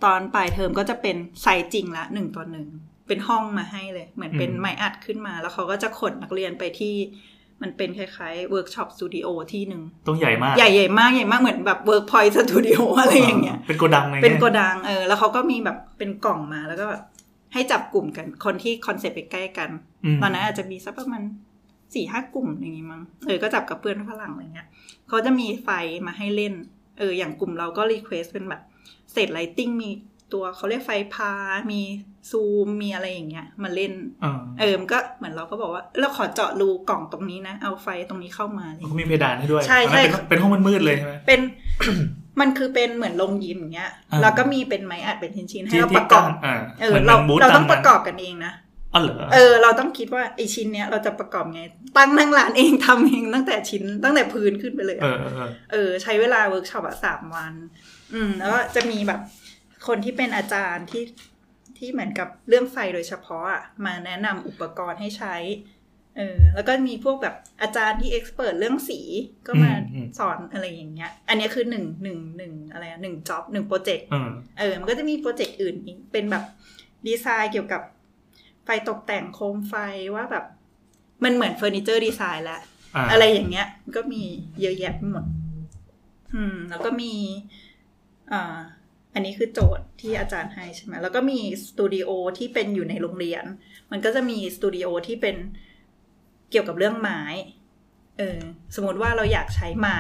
Speaker 6: ตอนปลายเทอมก็จะเป็นไซต์จริงละหนึ่งต่อหนึ่ง เป็นห้องมาให้เลย เหมือนเป็นไม้อัดขึ้นมา แล้วเขาก็จะขนนักเรียนไปที่ มันเป็นคล้ายๆเวิร์กช็อปสตูดิโอที่หนึ่ง
Speaker 3: ต้องใหญ่มาก
Speaker 6: ใหญ่ใหญ่มากใหญ่มากเหมือนแบบ Workpoint Studio อะไรอย่างเงี้ย
Speaker 3: เป็นโกดังอะไร
Speaker 6: เป็น
Speaker 3: งี้ย
Speaker 6: โกดังเออ แล้วเขาก็มีแบบเป็นกล่องมาแล้วก็แบบให้จับกลุ่มกันคนที่คอนเซ็ปต์ใกล้ๆกัน
Speaker 3: ม
Speaker 6: ตอนนั้นอาจจะมีสักประมาณสี่ห้ากลุ่มอย่างงี้มั้งเออก็จับกับเพื่อนฝรั่งอะไรเงี้ยเขาจะมีไฟมาให้เล่น เออ อย่างกลุ่มเราก็รีเควสเป็นแบบเศษไลติ้งมีตัวเขาเรียกไฟพา มีซูมมีอะไรอย่างเงี้ย มาเล่น
Speaker 3: เออ
Speaker 6: เออมันก็เหมือนเราก็บอกว่า เราขอเจาะรูกล่องตรงนี้นะเอาไฟตรงนี้เข้ามาอะไร
Speaker 3: มัน
Speaker 6: เงี้ย
Speaker 3: ก็มีเพดานให้ด้วย
Speaker 6: ใช่ใช่
Speaker 3: ตอนนั้นเป็นเป็นห้องมืดๆเลยใช่ไหม
Speaker 6: เป็น มันคือเป็นเหมือนโรงยิมอย่างเงี้ย
Speaker 3: อ่า
Speaker 6: แล้วก็มีเป็นไม้อัดเป็นชิ้นๆให้
Speaker 3: ที่
Speaker 6: เรา
Speaker 3: ที่
Speaker 6: ประกอบ
Speaker 3: า
Speaker 6: เออ
Speaker 3: หมืน
Speaker 6: เรา
Speaker 3: หมืนบูธ
Speaker 6: เราต้อง
Speaker 3: ม
Speaker 6: ป
Speaker 3: นั้
Speaker 6: ระ
Speaker 3: น
Speaker 6: กอบกันเองนะ
Speaker 3: อ๋อเหรอ
Speaker 6: เออ เราต้องคิดว่าไอชิ้นเนี้ยเราจะประกอบไง ตั้งนั่งร้านเอง <laughs> ทำเองตั้งแต่ชิ้นตั้งแต่พื้นขึ้นไปเลยอะ
Speaker 3: เออเออเออ
Speaker 6: เออใช้เวลาเวิร์กช็อปอะสามวัน อืม แล้วก็จะมีแบบคนที่เป็นอาจารย์ที่ที่เหมือนกับเรื่องไฟโดยเฉพาะอะมาแนะนำอุปกรณ์ให้ใช้ เออแล้วก็มีพวกแบบอาจารย์ที่เอ็กซ์เพรสเรื่องสีก็มา
Speaker 3: อืมอืม
Speaker 6: สอนอะไรอย่างเงี้ย อันเนี้ยคือหนึ่งหนึ่งหนึ่งอะไรอะหนึ่งจ็อบหนึ่งโปรเจกต์
Speaker 3: เออ
Speaker 6: เออ มันก็จะมีโปรเจกต์อื่นอีกเป็นแบบดีไซน์เกี่ยวกับไฟตกแต่งโคมไฟว่าแบบ มันเหมือนเฟอร์นิเจอร์ดีไซน์แหละ
Speaker 3: อ่า
Speaker 6: อะไรอย่างเงี้ยมันก็มีเยอะแยะไปหมด อืม แล้วก็มีอ่าอันนี้คือโจทย์ที่อาจารย์ให้ใช่ไหมแล้วก็มีสตูดิโอที่เป็นอยู่ในโรงเรียน มันก็จะมีสตูดิโอที่เป็นเกี่ยวกับเรื่องไม้ เออ สมมติว่าเราอยากใช้ไม้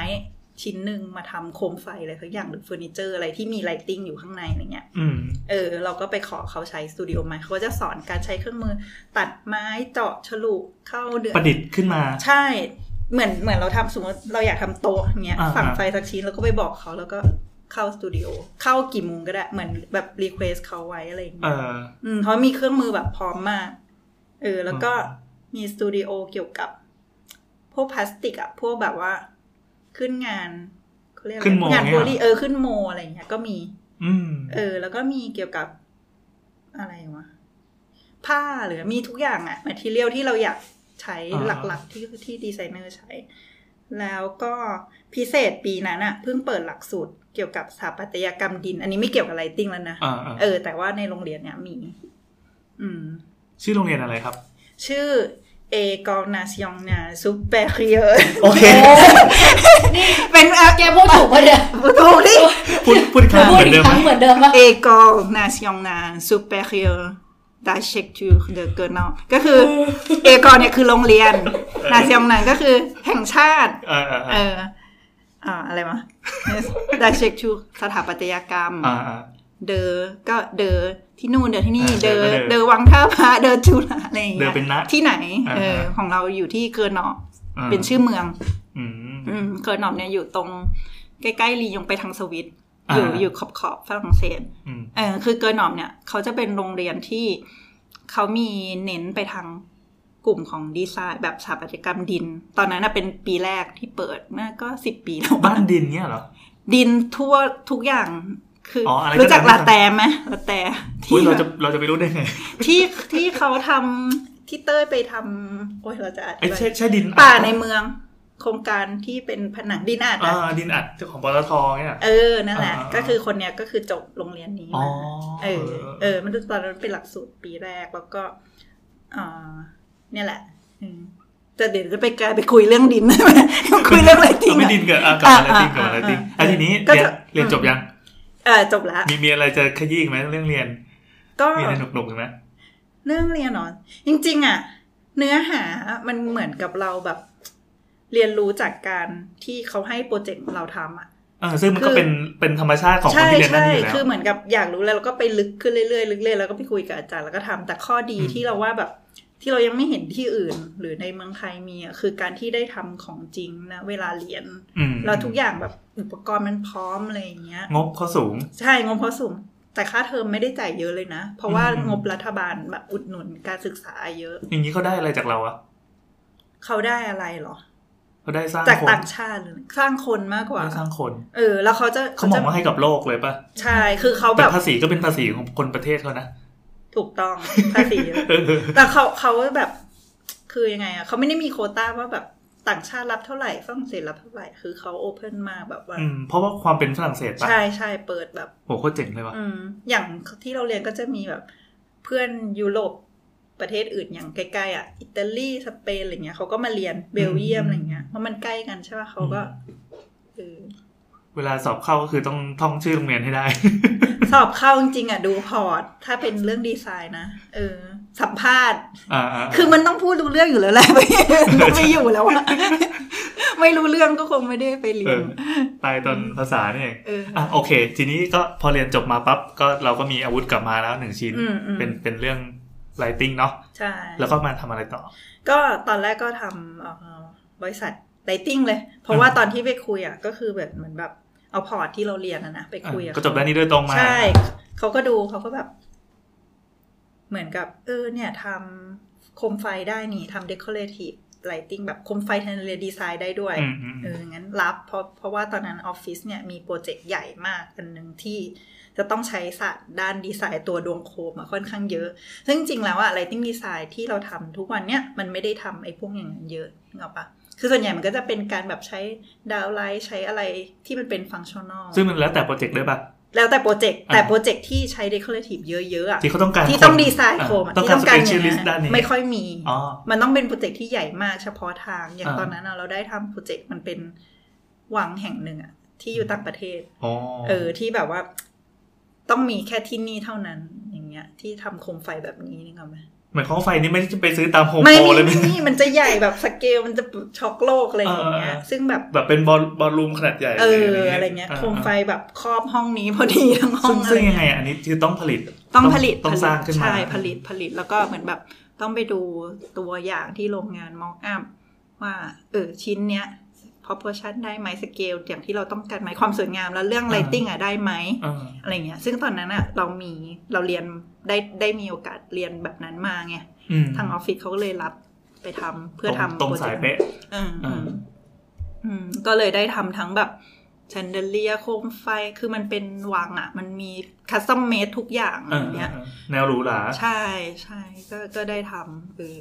Speaker 6: ชิ้นหนึ่งมาทำโคมไฟอะไรสักอย่างหรือเฟอร์นิเจอร์อะไรที่มีไลติงอยู่ข้างในอะไรเงี้ย
Speaker 3: อืม
Speaker 6: เออเราก็ไปขอเขาใช้สตูดิโอไม้เขาก็จะสอนการใช้เครื่องมือ ตัดไม้เจาะฉลุเข้าเดือ
Speaker 3: ป
Speaker 6: น
Speaker 3: ระดิษฐ์ขึ้นมา
Speaker 6: ใช่ เหมือนเหมือนเราทำสมมติเราอยากทำโต๊ะอย่างเงี้ย
Speaker 3: อ่าฮะ
Speaker 6: สั่งไฟสักชิ้นแล้วก็ไปบอกเขาแล้วก็เข้าสตูดิโอเข้ากี่โมงก็ได้ เหมือนแบบรีเควสเขาไว้อะไรอย่าง
Speaker 3: เอ
Speaker 6: เงี้ย
Speaker 3: อ
Speaker 6: อืมเขามีเครื่องมือแบบพร้อมมาก เออ แล้วก็มีสตูดิโอเกี่ยวกับ พวกพลาสติกอะพวกแบบว่า ขึ้นงานเขาเรียกอะไร
Speaker 3: ขึ้นโม
Speaker 6: งาน
Speaker 3: เนี่ย
Speaker 6: โพลีเออขึ้นโมอะไรอย่างเงี้ยก็มี
Speaker 3: อืม
Speaker 6: เออ แล้วก็มีเกี่ยวกับอะไรวะผ้าหรือมีทุกอย่างอะแมทเทียลที่เราอยากใช้
Speaker 3: อ่า
Speaker 6: หลักๆที่ที่ดีไซเนอร์ใช้ แล้วก็พิเศษปีนั้นอะเพิ่งเปิดหลักสูตรเกี่ยวกับสถาปัตยกรรมดิน อันนี้ไม่เกี่ยวกับไลติงแล้วนะ
Speaker 3: อ่าอ่า
Speaker 6: เออ แต่ว่าในโรงเรียนเนี่ยมี อืม
Speaker 3: ชื่อโรงเรียนอะไรครับ
Speaker 6: ชื่อเอกอนาซิองนาซูเปอร์เรีย
Speaker 3: โอเค
Speaker 6: เป็นอะ <laughs>
Speaker 5: แกพูดถูกปะเนี่ย
Speaker 6: ถูกดิ
Speaker 3: พูดพูดคำ
Speaker 5: พู
Speaker 3: เห
Speaker 5: ดอีก
Speaker 3: มือนเดิม
Speaker 5: ครั้ง
Speaker 3: นะ
Speaker 5: เหมือนเดิมปะ
Speaker 6: École nationale supérieure d'architecture de Grenoble ก็
Speaker 3: <laughs>
Speaker 6: คือ เอกอเนี่ยคือโรงเรียน นาซีองนันก็คือแห่งชาติ
Speaker 3: เออเออเอ
Speaker 6: เอ
Speaker 3: อ
Speaker 6: อ อ่าอะไรวะ d'architecture สถาปัตยกรรม
Speaker 3: อ่าอ่า
Speaker 6: เดอก็เดอที่นู่นเดอที่นี่
Speaker 3: อ่า
Speaker 6: เดอ
Speaker 3: เดอ
Speaker 6: เดอ
Speaker 3: ก็เดอ
Speaker 6: วังท่า <laughs> พระเดอจุฬาอะไรอย่างเงี้ย
Speaker 3: เดอเป็นณ
Speaker 6: ที่ไหน
Speaker 3: อ่า
Speaker 6: เออ
Speaker 3: ฮะ
Speaker 6: ของเราอยู่ที่เกอร์นอล์
Speaker 3: อ่า
Speaker 6: เป็นชื่อเมือง
Speaker 3: อืม
Speaker 6: อืมเกอร์นอล์เนี่ยอยู่ตรงใกล้ๆลียงไปทางสวิตอยู่
Speaker 3: อ่า
Speaker 6: อยู่ขอบขอบๆฝรั่งเศส
Speaker 3: อืม
Speaker 6: เออคือเกิร์นอมเนี่ยเขาจะเป็นโรงเรียนที่เขามีเน้นไปทางกลุ่มของดีไซน์แบบสถาปัตยกรรมดิน ตอนนั้นนะเป็นปีแรกที่เปิดน่าก็สิบปีแล้ว
Speaker 3: บ้านดินเนี้ยเหรอ
Speaker 6: ดินทั่วทุกอย่างคืออ
Speaker 3: ออะไรก็
Speaker 6: รู้จัก
Speaker 3: ได้
Speaker 6: ลาแตไหมลาแต
Speaker 3: อุ้ย
Speaker 6: ที่
Speaker 3: เราจะเราจะไปรู้ได้ไง
Speaker 6: ที่ที่เขาทำที่เต้ยไปทำโอ้ยเราจะอ่าน
Speaker 3: ไอ้ใช่ใช่ดินอัด
Speaker 6: ป่าในเมือง โครงการที่เป็นผนังดินอาด
Speaker 3: อ่า
Speaker 6: อะ
Speaker 3: ดินอัดของปตทเนี่ย
Speaker 6: เออนั่นแหละ
Speaker 3: อ่า
Speaker 6: ก็คือคนเนี้ยก็คือจบโรงเรียนนี้
Speaker 3: อ๋อ
Speaker 6: มา เออ เอ
Speaker 3: เออ
Speaker 6: อ มันตอนนั้นเป็นหลักสูตรปีแรกแล้วก็เอ่อเนี่ยแหละ อืมแต่เดี๋ยวจะไปกลายไปคุยเรื่องดิน <laughs> คุยเรื่องอะไรทิ้ง
Speaker 3: เอาไม่ดินกับอ่ะกับอะไรติงกับอะไรติงอ่ะทีนี้
Speaker 6: ก็
Speaker 3: เรียน
Speaker 6: จะ
Speaker 3: เรียนจบยัง
Speaker 6: เออจบละ
Speaker 3: มีมีอะไรจะขยี้อีกไหมเรื่องเรียน
Speaker 6: ก็
Speaker 3: มีอะไรหนุกหนุกๆอีกไหม
Speaker 6: เรื่องเรียนเนอะจริง ๆ อ่ะ เนื้อหามันเหมือนกับเราแบบ เรียนรู้จากการที่เขาให้โปรเจกต์เราทำอ่ะ
Speaker 3: เออซึ่งมันก็
Speaker 6: คือ
Speaker 3: เป็นเป็นธรรมชาติของคน
Speaker 6: ใช่
Speaker 3: ที่เรียนด้าน
Speaker 6: ใช่
Speaker 3: นี้อยู่แล้ว
Speaker 6: คือเหมือนกับอยากรู้แล้วเราก็ไปลึกขึ้นเรื่อยๆลึกเรื่อยๆแล้วก็ไปคุยกับอาจารย์แล้วก็ทำแต่ข้อดี
Speaker 3: อืม
Speaker 6: ที่เราว่าแบบที่เรายังไม่เห็นที่อื่น หรือในเมืองไทยมีอ่ะคือการที่ได้ทำของจริงนะเวลาเรียน
Speaker 3: ม
Speaker 6: แล้วทุกอย่างแบบอุปกรณ์มันพร้อมอะไรอย่างเงี้ย
Speaker 3: งบเขาสูง
Speaker 6: ใช่งบเพราะสูงแต่ค่าเทอมไม่ได้จ่ายเยอะเลยนะ เพราะว่า
Speaker 3: อืม
Speaker 6: งบรัฐบาลแบบอุดหนุนการศึกษาเยอะ
Speaker 3: อย่างนี้เขาได้อะไรจากเราอะ
Speaker 6: เขาได้อะไรเหรอ
Speaker 3: เขาได้สร้าง
Speaker 6: จาก
Speaker 3: คน
Speaker 6: ต่างชาติหรือสร้างคนมากกว่า
Speaker 3: ได้สร้างคน
Speaker 6: เออ แล้วเขาจะ
Speaker 3: เขามอง
Speaker 6: จะ
Speaker 3: ว่าให้กับโลกเลยปะ
Speaker 6: ใช่คือเขา
Speaker 3: แต่
Speaker 6: แบบ
Speaker 3: ภาษีก็เป็นภาษีของคนประเทศเขา
Speaker 6: <laughs>
Speaker 3: นะ
Speaker 6: ถูกต้องภาษี
Speaker 3: เออ
Speaker 6: แต่เขาเขาแบบ คือยังไงอะเขาไม่ได้มีโควต้าว่าแบบต่างชาติรับเท่าไหร่ฝรั่งเศสรับเท่าไหร่ คือเขาโอเพนมากแบบว่า
Speaker 3: อืมเพราะว่าความเป็นฝรั่งเศสปะ
Speaker 6: ใช่ใช่เปิดแบบ
Speaker 3: โหโคตรเจ๋งเลยว่ะ
Speaker 6: อืม อย่างที่เราเรียนก็จะมีแบบ เพื่อนยุโรปประเทศอื่นอย่างใกล้ๆอ่ะอิตาลีสเปนอะไรเงี้ยเขาก็มาเรียนเบลเยียม
Speaker 3: อืม
Speaker 6: อะไรเงี้ยเพราะมันใกล้กันใช่ป่ะเขาก็เออ
Speaker 3: เวลาสอบเข้าก็คือต้องท่องชื่อโรงเรียนให้ <laughs> ได้
Speaker 6: สอบเข้าจริงๆอ่ะดูพอร์ต ถ้าเป็นเรื่องดีไซน์นะเออ สัมภาษณ์
Speaker 3: อ่าอ่า
Speaker 6: คือมันต้องพูดรู้เรื่องอยู่แล้วแหละ <laughs> ไม่ไม่อยู่แล้วอะ <laughs> ไม่รู้เรื่องก็คงไม่ได้ไปเรี
Speaker 3: เอย
Speaker 6: น
Speaker 3: อตายตอนภาษาเนี่ยเอง
Speaker 6: เออ
Speaker 3: อ่ะโอเค ทีนี้ก็พอเรียนจบมาปั๊บก็เราก็มีอาวุธกลับมาแล้วหนึ่งชิ้น
Speaker 6: อืมอืม
Speaker 3: เป็นเป็นเรื่องไลติงเนาะ
Speaker 6: ใช่
Speaker 3: แล้วก็มาทำอะไรต่อ
Speaker 6: ก็ตอนแรกก็ทำเอ่อบริษัทไลติ้งเลย เพราะว่าตอนที่ไปคุยอ่ะก็คือแบบเหมือนแบบเอาพอร์ตที่เราเรียนอะนะไปคุย
Speaker 3: อ่ะ
Speaker 6: อ่ะ
Speaker 3: ก็จบด้านนี้โดยตรงมา
Speaker 6: ใช่เขาก็ดูเขาก็แบบ เหมือนกับ เออ เนี่ยทำโคมไฟได้นี่ทำเดคอเรทีฟไลติ้งแบบโคมไฟทันเรดีไซน์ได้ด้วย
Speaker 3: อืมอืม
Speaker 6: เออ งั้นรับเพราะเพราะว่าตอนนั้นออฟฟิศเนี่ยมีโปรเจกต์ใหญ่มากอันหนึ่งที่ จะต้องใช้ศาสตร์ด้านดีไซน์ตัวดวงโคมอะค่อนข้างเยอะ ซึ่งจริงแล้วอะ lighting design ที่เราทำทุกวันเนี้ยมันไม่ได้ทำไอ้พวกอย่างนั้นเยอะนึกออกปะคือส่วนใหญ่มันก็จะเป็นการแบบใช้ดาวไลท์ใช้อะไรที่มันเป็นฟังชั่นอล
Speaker 3: ซึ่งมันแล้วแต่โปรเจกต์ด้วยป่ะ
Speaker 6: แล้วแต่โปรเจกต์แต่
Speaker 3: อ่า
Speaker 6: โปรเจกต์ที่ใช้ decorative เยอะๆอะ
Speaker 3: ที่เขาต้องการ
Speaker 6: ที่ต้อง
Speaker 3: คน
Speaker 6: ดีไซน์โคมอะ
Speaker 3: ต้อง
Speaker 6: ที่
Speaker 3: การ
Speaker 6: ต้อง
Speaker 3: สเป
Speaker 6: การ
Speaker 3: เชียลิส
Speaker 6: เนี้
Speaker 3: ต์ด้านนี้
Speaker 6: ไม่ค่อยมี
Speaker 3: อ๋อ
Speaker 6: มันต้องเป็นโปรเจกต์ที่ใหญ่มากเฉพาะทาง อย่าง
Speaker 3: อ่า
Speaker 6: ตอนนั้นอะเราได้ทำโปรเจกต์มันเป็นวังแห่งหนึ่งอะที่อยู่ต่างประเทศ
Speaker 3: อ๋อ
Speaker 6: เออที่แบบว่า ต้องมีแค่ที่นี่เท่านั้น อย่างเงี้ย ที่ทำโคมไฟแบบนี้นึกออกไหม
Speaker 3: หมายความว่าไฟนี่ไม่ได้จะไปซื้อตามโฮม
Speaker 6: ไม่
Speaker 3: โปร
Speaker 6: มี
Speaker 3: เลย
Speaker 6: <laughs> ไม่มีมันจะใหญ่แบบสเกลมันจะช็อกโลกอะไรอย่างเงี้ย
Speaker 3: เออเออ
Speaker 6: ซึ่งแบบ
Speaker 3: แบบเป็นบอลบอลรูมขนาดใหญ่
Speaker 6: เอ
Speaker 3: ลย
Speaker 6: ออะไรเงี้ยโคมไฟ
Speaker 3: อ่า
Speaker 6: แบบครอบห้องนี้พอดีทั้งห้อ
Speaker 3: ซึ่
Speaker 6: งอะไร
Speaker 3: งซึ่ง
Speaker 6: เงี้ย
Speaker 3: ยังไงอันนี้คือต้องผลิต
Speaker 6: ต้องผลิต
Speaker 3: ต้องสร้างขึ้นมา
Speaker 6: ใช่ ผลิตผลิตแล้วก็เหมือนแบบต้องไปดูตัวอย่างที่โรงงานมอกอัพว่าเออชิ้นเนี้ย proportion ได้ไหมสเกลอย่างที่เราต้องการไหมความสวยงามแล้วเรื่อง lighting อ่ะได้ไหม
Speaker 3: อ่า
Speaker 6: อะไรเงี้ย ซึ่งตอนนั้นอ่ะเรามีเราเรียนได้ได้มีโอกาสเรียนแบบนั้นมาไง
Speaker 3: อืม
Speaker 6: ทางออฟฟิศเขาก็เลยรับไปทำเพื่อทำ
Speaker 3: ตรง
Speaker 6: โปจ
Speaker 3: สาย
Speaker 6: กต์
Speaker 3: เป๊ะ
Speaker 6: อืม
Speaker 3: อ่า
Speaker 6: อืมก็เลยได้ทำทั้งแบบแชนเด l เลียโคมไฟคือมันเป็นวังอ่ะ มันมีคัสตอมเมดทุกอย่าง
Speaker 3: เอ
Speaker 6: อะ
Speaker 3: อ
Speaker 6: ไรเงี้ย
Speaker 3: แนวหรูหรา
Speaker 6: ใช่ใช่ก็ก็ได้ทำคือ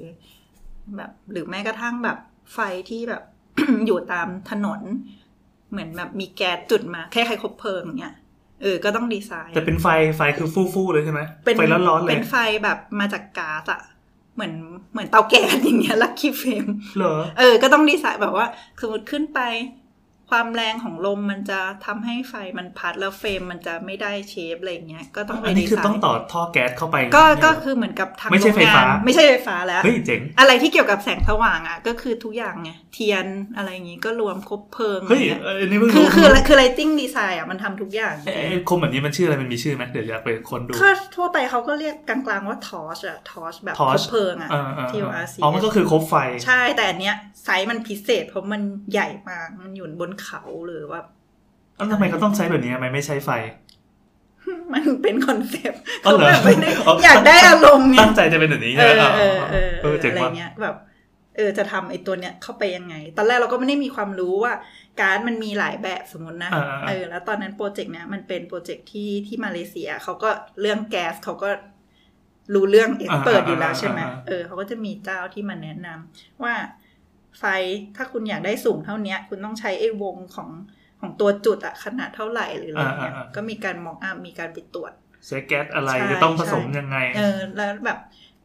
Speaker 6: แบบหรือแม้กระทั่งแบบไฟที่แบบ <coughs> อยู่ตามถนน เหมือนแบบมีแก๊สจุดมาแค่ใครคบเพลิงอย่างเงี้ยเออก็ต้องดีไซน์
Speaker 3: แต่เป็นไฟไฟคือฟู่ฟู่ๆเลยใช่ไหม
Speaker 6: เป็น
Speaker 3: ไฟร้อนๆเลย
Speaker 6: เป็นไฟแบบมาจากก๊าซอะเหมือนเหมือนเตาแก๊สอย่างเงี้ยลักคีเฟม
Speaker 3: เหรอ
Speaker 6: เออ ก็ต้องดีไซน์แบบว่าสมมติขึ้นไป ความแรงของลมมันจะทำให้ไฟมันพัดแล้วเฟรมมันจะไม่ได้เชฟอะไรอย่างเงี้ย ก็ต้องไป
Speaker 3: อัน
Speaker 6: ดี
Speaker 3: นี้คือ
Speaker 6: ไซ
Speaker 3: ต้อง
Speaker 6: น์
Speaker 3: ต่อท่อแก๊สเข้าไป
Speaker 6: ก็ก็คือเหมือนกับทาง
Speaker 3: ไม่ใช่ไฟฟ้า
Speaker 6: โรงงนไม่ใช่ไฟฟ้าแล้ว
Speaker 3: เฮ้ยเจ๋ง
Speaker 6: อะไรที่เกี่ยวกับแสงสว่างอ่ะ ก็คือทุกอย่างไงเทียนอะไรอย่างงี้ก็รวมครบเพลิง
Speaker 3: เฮ้ย
Speaker 6: อะไรเงี้ย
Speaker 3: อันนี้เพิ่ง
Speaker 6: คือ
Speaker 3: รู้
Speaker 6: คือคือ lighting design อ่ะมันทำทุกอย่าง
Speaker 3: ไอ้ไอ้คมแบบนี้มันชื่ออะไรมันมีชื่อไหมเดี๋ยวอยากไปค้นดู
Speaker 6: ก็ทั่วไปเขาก็เรียกกลางๆว่าทอชอะทอชแบบครบ
Speaker 3: torch
Speaker 6: เพลิงอะ
Speaker 3: เออเออ
Speaker 6: T O R C
Speaker 3: อ๋อมันก็คือคบไฟ
Speaker 6: ใช่ แต่อันเนี้ยไซส์มันพิเศษ เพราะมันใหญ่มากมันอยู่บนเขาหรือว่า <laughs>
Speaker 3: แล้วทำไมเขาต้องใช้แบบนี้ทำไมไม่ใช้ไฟ
Speaker 6: มันเป็นคอนเซปต์
Speaker 3: อ๋อ
Speaker 6: เขา
Speaker 3: เหรอ
Speaker 6: แบบไม่ได้
Speaker 3: อ๋อ
Speaker 6: อ
Speaker 3: อ
Speaker 6: ยากได้อารมณ์ไง
Speaker 3: ตั้งใจจะเป็นแบบนี้
Speaker 6: เอ
Speaker 3: ใช่ไหม
Speaker 6: อเออเออ
Speaker 3: เออเออ
Speaker 6: อะ
Speaker 3: เจ๋ง
Speaker 6: ไร
Speaker 3: ว่ะ
Speaker 6: เงี้ยแบบเออจะทำไอ้ตัวเนี้ยเข้าไปยังไง ตอนแรกเราก็ไม่ได้มีความรู้ว่าการดมันมีหลายแบบสมมตินะเออแล้วตอนนั้นโปรเจกต์เนี้ยมันเป็นโปรเจกต์ที่ที่มาเลเซียเขาก็เรื่องแก๊สเขาก็รู้เรื่องเอ็กซ์เปิดอยู่แล้วใช่ไหมเออเขาก็จะมีเจ้าที่มาแนะนำว่าไฟถ้าคุณอยากได้สูงเท่าเนี้ย คุณต้องใช้ไอ้วงของของตัวจุดอะขนาดเท่าไหร่หรืออะไรเงี้ยก็มีการมองอัพมีการไปตรวจ
Speaker 3: ใช้แก๊สอะไร
Speaker 6: ใช่
Speaker 3: จะต้องผสมยังไง
Speaker 6: เออแล้วแบบ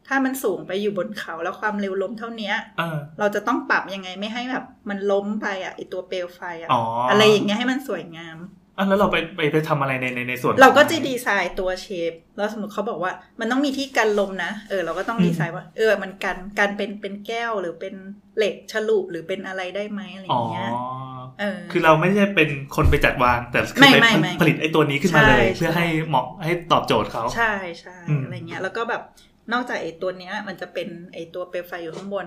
Speaker 6: ถ้ามันสูงไปอยู่บนเขาแล้วความเร็วลมเท่าเนี้ย
Speaker 3: เออ
Speaker 6: เราจะต้องปรับยังไงไม่ให้แบบ มันล้มไปอ่ะไอตัวเปลวไฟอ่ะ
Speaker 3: อ๋ออ
Speaker 6: ไรอย่างเงี้ยให้มันสวยงาม
Speaker 3: อ่ะแล้วเราไปไปไปทำอะไรในในในส่วน
Speaker 6: เราก็จะดีไซน์ตัวเชฟแล้วสมมติเขาบอกว่ามันต้องมีที่กันลมนะเออเราก็ต้อง
Speaker 3: อืม
Speaker 6: ดีไซน์ว่า เออมันกันกันเป็นเป็นแก้วหรือเป็นเหล็กฉลุหรือเป็นอะไรได้ไหมอะไรอ
Speaker 3: อ๋อ
Speaker 6: ย่างเงี้ยเออ
Speaker 3: คือเราไม่ได้เป็นคนไปจัดวาง แต่คือ
Speaker 6: ไม่
Speaker 3: ไป
Speaker 6: ไม่ไม่
Speaker 3: ผลิตไอ้ตัวนี้ขึ้นมาเลย
Speaker 6: ใช่
Speaker 3: เพื่อให้เหมาะให้ตอบโจทย์เขา
Speaker 6: ใช่ใช่
Speaker 3: อืม
Speaker 6: อะไรเงี้ย แล้วก็แบบนอกจากไอ้ตัวเนี้ย มันจะเป็นไอ้ตัวเปลวไฟอยู่ข้างบน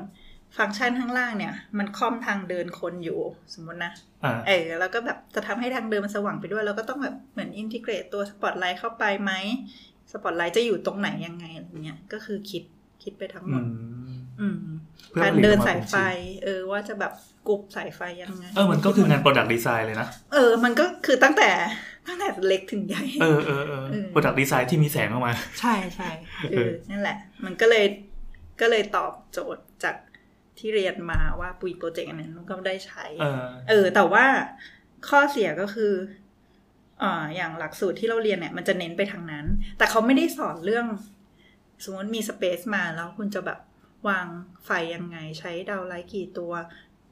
Speaker 6: ฟังก์ชันข้างล่างเนี่ย มันคล่อมทางเดินคนอยู่สมมตินะ
Speaker 3: อ่า
Speaker 6: เออแล้วก็แบบจะทำให้ทางเดินมันสว่างไปด้วย แล้วก็ต้องแบบเหมือนอินทิเกรตตัวสปอตไลท์เข้าไปไหมสปอตไลท์จะอยู่ตรงไหนยังไงอะไรเงี้ยก็คือคิดคิดไปทั้งหม
Speaker 3: อื
Speaker 6: ด
Speaker 3: ม
Speaker 6: อืม
Speaker 3: เพื่อผ
Speaker 6: กา
Speaker 3: ลิต
Speaker 6: ร
Speaker 3: ออกมาเป็นชิ้น
Speaker 6: เดินสายไฟ เออว่าจะแบบกรุบสายไฟยังไง
Speaker 3: เออมันก็คืองาน Product Design เลยนะ
Speaker 6: เออ มันก็คือตั้งแต่ตั้งแต่เล็กถึงใหญ่
Speaker 3: เออเออเออ
Speaker 6: เออ
Speaker 3: Product Design ที่มีแสงออกมา
Speaker 6: ใช่ใช่เอ
Speaker 3: เออ
Speaker 6: อนั่นแหละ มันก็เลยก็เลยตอบโจทย์จากที่เรียนมาว่าปุ๋ยโปรเจกต์อันนั้นมันก็ได้ใช้
Speaker 3: เออ
Speaker 6: เออ แต่ว่าข้อเสียก็คืออ่าอย่างหลักสูตรที่เราเรียนเนี่ย มันจะเน้นไปทางนั้น แต่เขาไม่ได้สอนเรื่อง สมมติมีสเปซมาแล้วคุณจะแบบวางไฟยังไง ใช้ดาวไลท์กี่ตัว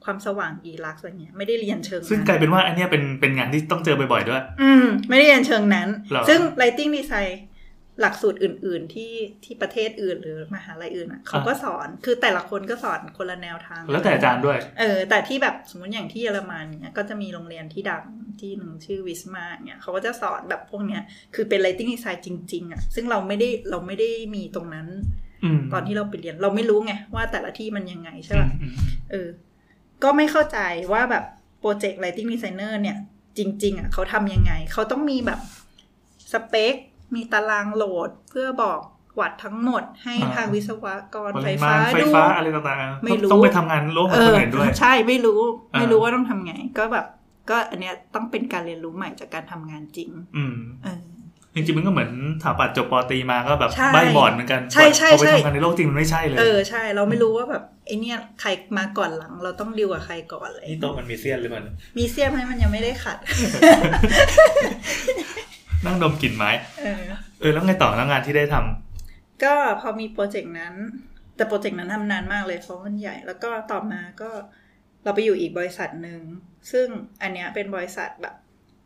Speaker 6: ความสว่างกี่ลักอะไรเงี้ยไม่ได้เรียนเชิง
Speaker 3: ซึ่ง
Speaker 6: นั้น
Speaker 3: กลายเป็นว่าอันเนี้ยเป็นเป็นงานที่ต้องเจอบ่อยๆด้วย
Speaker 6: อืม ไม่ได้เรียนเชิงนั้น
Speaker 3: หรอ
Speaker 6: ซึ่ง lighting design หลักสูตรอื่น ๆ ที่ที่ประเทศอื่นหรือมหาลัยอื่นอ่ะเขาก็
Speaker 3: อ่ะ
Speaker 6: สอนคือแต่ละคนก็สอนคนละแนวทาง
Speaker 3: แล้วแต่อาจารย์ด้วย
Speaker 6: เออ แต่ที่แบบสมมติอย่างที่เยอรมันเนี่ยก็จะมีโรงเรียนที่ดังที่หนึ่งชื่อวิสมาเนี่ยเขาก็จะสอนแบบพวกเนี้ยคือเป็น lighting design จริง ๆ อ่ะ ซึ่งเราไม่ได้เราไม่ได้มีตรงนั้น
Speaker 3: อืม
Speaker 6: ตอนที่เราไปเรียนเราไม่รู้ไงว่าแต่ละที่มันยังไงใช่
Speaker 3: อื
Speaker 6: ป่ะ
Speaker 3: มอืม
Speaker 6: เออ ก็ไม่เข้าใจว่าแบบโปรเจกต์ lighting designer เนี่ย จริง ๆ อ่ะเขาทำยังไง เขาต้องมีแบบสเปค มีตารางโหลดเพื่อบอกวัดทั้งหมดให้ทางวิศวกร
Speaker 3: ป
Speaker 6: ไฟ
Speaker 3: ริ
Speaker 6: ฟ้า
Speaker 3: มาณไฟ
Speaker 6: ดู
Speaker 3: ฟ้าอะไรต่างๆ
Speaker 6: ไม่
Speaker 3: ต้อง
Speaker 6: รู้
Speaker 3: ต้องไปทำงานร่วมกับคนอื่นด้วย
Speaker 6: ใช่ไม่รู้
Speaker 3: อ่า
Speaker 6: ไม่รู้ว่าต้องทำไง ก็แบบ ก็อันเนี้ยต้องเป็นการเรียนรู้ใหม่จากการทำงานจริง
Speaker 3: อืม
Speaker 6: เออ
Speaker 3: จริงๆมันก็เหมือนถาปัดจบปอตรีมาก็แบบ
Speaker 6: ใช่
Speaker 3: ใบบอร์ดเหมือนกัน
Speaker 6: ใช่ใช่
Speaker 3: พอไป
Speaker 6: ใช่
Speaker 3: ทำงานในโลกจริงมันไม่ใช่เลย
Speaker 6: เออใช่ เราไม่รู้ว่าแบบไอเนี่ยใครมาก่อนหลัง เราต้องดีลกับใครก่อนอะไรอย่างเล
Speaker 3: นี่
Speaker 6: ย
Speaker 3: โต๊ะมันมีเสี้ยนหรือเปล่า
Speaker 6: มีเสียมให้มันยังไม่ได้ขัด
Speaker 3: นั่งดมกลิ่นไม้
Speaker 6: เออ
Speaker 3: เออแล้วไงต่อแล้วงานที่ได้ทำ
Speaker 6: ก็พอมีโปรเจกต์นั้น แต่โปรเจกต์นั้นทำนานมากเลยเพราะมันใหญ่แล้วก็ต่อมาก็เราไปอยู่อีกบริษัทหนึ่ง ซึ่งอันเนี้ยเป็นบริษัทแบบ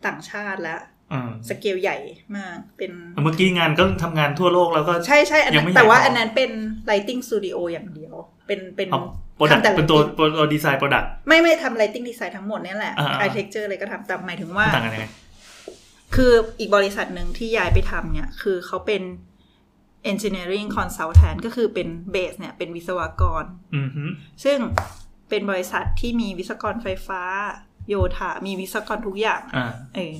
Speaker 6: ต่างชาติแล้ว
Speaker 3: อืม
Speaker 6: สเกลใหญ่มากเป็น
Speaker 3: เมื่อกี้งานก็ทำงานทั่วโลกแล้วก็
Speaker 6: ใช่ใช่อัน
Speaker 3: ยั
Speaker 6: นั้
Speaker 3: งไม่
Speaker 6: น
Speaker 3: ใหญ่
Speaker 6: แต่ว่า
Speaker 3: พออั
Speaker 6: อันนั้นเป็น lighting studio อย่างเดียว เป็นเป็น
Speaker 3: เอาโปรดัก
Speaker 6: ทำแต่
Speaker 3: เป็นตัว
Speaker 6: lighting
Speaker 3: ตัวดีไซน์โปรดัก
Speaker 6: ไม่ไม่ทำ lighting design ทั้งหมดเนี่ยแหละ
Speaker 3: อ่าๆ
Speaker 6: architecture อะไรก็ทำแต่หมายถึงว่า
Speaker 3: ต่างกันยังไง
Speaker 6: คืออีกบริษัทหนึ่งที่ย้ายไปทำเนี่ย คือเขาเป็น engineering consultant ก็คือเป็นเบสเนี่ย เป็นวิศวกร
Speaker 3: อืมฮึ
Speaker 6: ซึ่งเป็นบริษัทที่มีวิศวกรไฟฟ้า โยธา มีวิศวกรทุกอย่าง
Speaker 3: อ่า
Speaker 6: เออ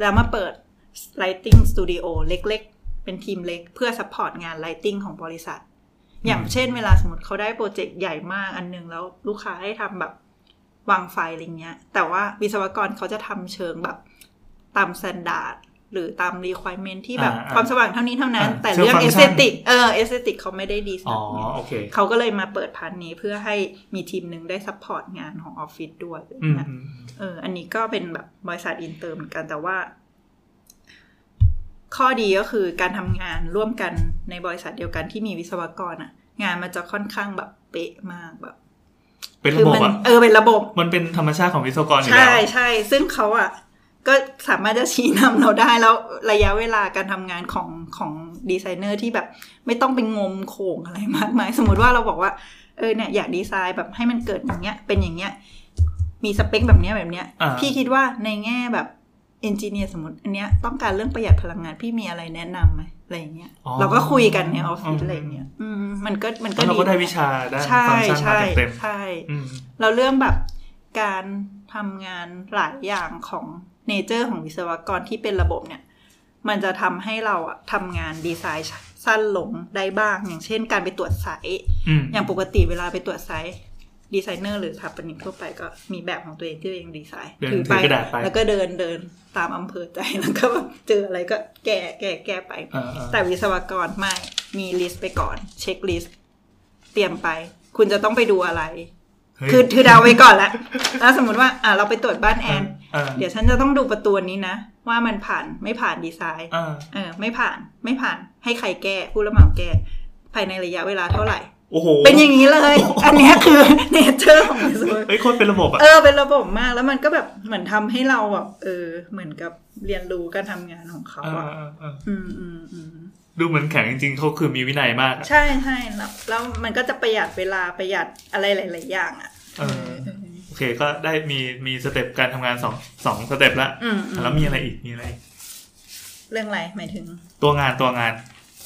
Speaker 6: แล้วมาเปิด lighting studio เล็กๆ เป็นทีมเล็กเพื่อ support งาน lighting ของบริษัท อย่างเช่นเวลาสมมติเขาได้โปรเจกต์ใหญ่มากอันหนึงแล้วลูกค้าให้ทำแบบวางไฟอะไรเงี้ย แต่ว่าวิศวกรเขาจะทำเชิงแบบตามสแตนดาร์ดหรือตาม requirement ที่แบบ
Speaker 3: อ่าอ่า
Speaker 6: ความสว่างเท่านี้เท่านั้น
Speaker 3: อ่า
Speaker 6: แต่เรื่อง
Speaker 3: เชิ
Speaker 6: เอง ส
Speaker 3: ฟั
Speaker 6: เต
Speaker 3: งก์ชัน
Speaker 6: ติกเออเอสเตติกเขาไม่ได้ดีสั
Speaker 3: อ๋
Speaker 6: ก
Speaker 3: อ
Speaker 6: เ
Speaker 3: โอเค
Speaker 6: เขาก็เลยมาเปิดพาร์ทนี้เพื่อให้มีทีมหนึ่งได้ support งานของออฟฟิศด้วยอะไร
Speaker 3: อืม
Speaker 6: เงี้ย
Speaker 3: อืม
Speaker 6: เออ อันนี้ก็เป็นแบบบริษัทอินเตอร์เหมือนกันแต่ว่า ข้อดีก็คือการทำงานร่วมกันในบริษัทเดียวกันที่มีวิศวกรอะงานมันจะค่อนข้างแบบเป๊ะมากแบบ
Speaker 3: เป็น
Speaker 6: คื
Speaker 3: ระบบ
Speaker 6: มั
Speaker 3: อ่ะ
Speaker 6: เออเป็นระบบ
Speaker 3: มันเป็นธรรมชาติของวิศวกรอยู่แล้
Speaker 6: ใช่
Speaker 3: ว
Speaker 6: ใช่ซึ่งเขาอะก็สามารถจะชี้นำเราได้แล้วระยะเวลาการทำงานของของดีไซเนอร์ที่แบบไม่ต้องไปงมโขงอะไรมากมายสมมติว่าเราบอกว่าเออเนี่ยอยากดีไซน์แบบให้มันเกิดอย่างเงี้ย เป็นอย่างเงี้ย มีสเปคแบบเนี้ยแบบเนี้ย
Speaker 3: อ่า
Speaker 6: พี่คิดว่าในแง่แบบเอนจิเนียร์สมมติอันเนี้ยต้องการเรื่องประหยัดพลังงานพี่มีอะไรแนะนำไหมอะไรอย่างเงี้ย
Speaker 3: อ๋อ
Speaker 6: เราก็คุยกันในออฟฟิศอะไรอย่างเงี้ยอืมมันก็มันก็
Speaker 3: แล้วเราก็ได้วิชาด้าน
Speaker 6: ใช่
Speaker 3: ฟังก์ชันมา
Speaker 6: ใช่
Speaker 3: เต็ม
Speaker 6: ใช่
Speaker 3: ๆอืม
Speaker 6: เราเรื่องแบบการทำงานหลายอย่างของเนเจอร์ของวิศวกรที่เป็นระบบเนี่ย มันจะทำให้เราอะทำงานดีไซน์สั้นลงได้บ้าง อย่างเช่นการไปตรวจไซต์
Speaker 3: อืม
Speaker 6: อย่างปกติเวลาไปตรวจไซต์ดีไซเนอร์หรือสถาปนิกทั่วไปก็มีแบบของตัวเองที่ตัวเองดีไซน์
Speaker 3: เดินถือกระดาษไป
Speaker 6: แล้วก็เดินเดินตามอำเภอใจแล้วก็แบบเจออะไรก็แก้แก้แก้ไป
Speaker 3: เออเออ
Speaker 6: แต่วิศวกรไม่มีลิสต์ไปก่อน เช็คลิสต์เตรียมไป คุณจะต้องไปดูอะไร
Speaker 3: เฮ้ย
Speaker 6: คือคือเดาไว้ก่อนละแล้วสมมติว่า อ่ะเราไปตรวจบ้านแอน
Speaker 3: เออ
Speaker 6: เดี๋ยวฉันจะต้องดูประตูนี้นะ ว่ามันผ่านไม่ผ่านดีไซน์
Speaker 3: เออ
Speaker 6: เออ ไม่ผ่านไม่ผ่าน ให้ใครแก้ผู้รับเหมาแก้ ภายในระยะเวลาเท่าไหร่
Speaker 3: โอ้โห
Speaker 6: เป็นอย่างนี้เลย อันเนี้ยคือเนเจอร์ของวิศวกร
Speaker 3: เฮ้ยโคตรเป็นระบบอ่ะ
Speaker 6: เออเป็นระบบมากแล้วมันก็แบบเหมือนทำให้เราแบบเออ เหมือนกับเรียนรู้การทำงานของเขา
Speaker 3: เออ
Speaker 6: อ่ะ
Speaker 3: เออเออ
Speaker 6: อืมอืมอืม
Speaker 3: ดูเหมือนแข็งจริงๆเขาคือมีวินัยมากอะ
Speaker 6: ใช่ใช่แล้วแล้วมันก็จะประหยัดเวลาประหยัดอะไรหลาย ๆ อย่างอ่ะ
Speaker 3: เออ โอเคก็ได้มีมีสเต็ปการทำงานสองสองสเต็ปละ
Speaker 6: อืมอืม
Speaker 3: แล้วมีอะไรอีกมีอะไรอีก
Speaker 6: เรื่องอะไรหมายถึง
Speaker 3: ตัวงานตัวงาน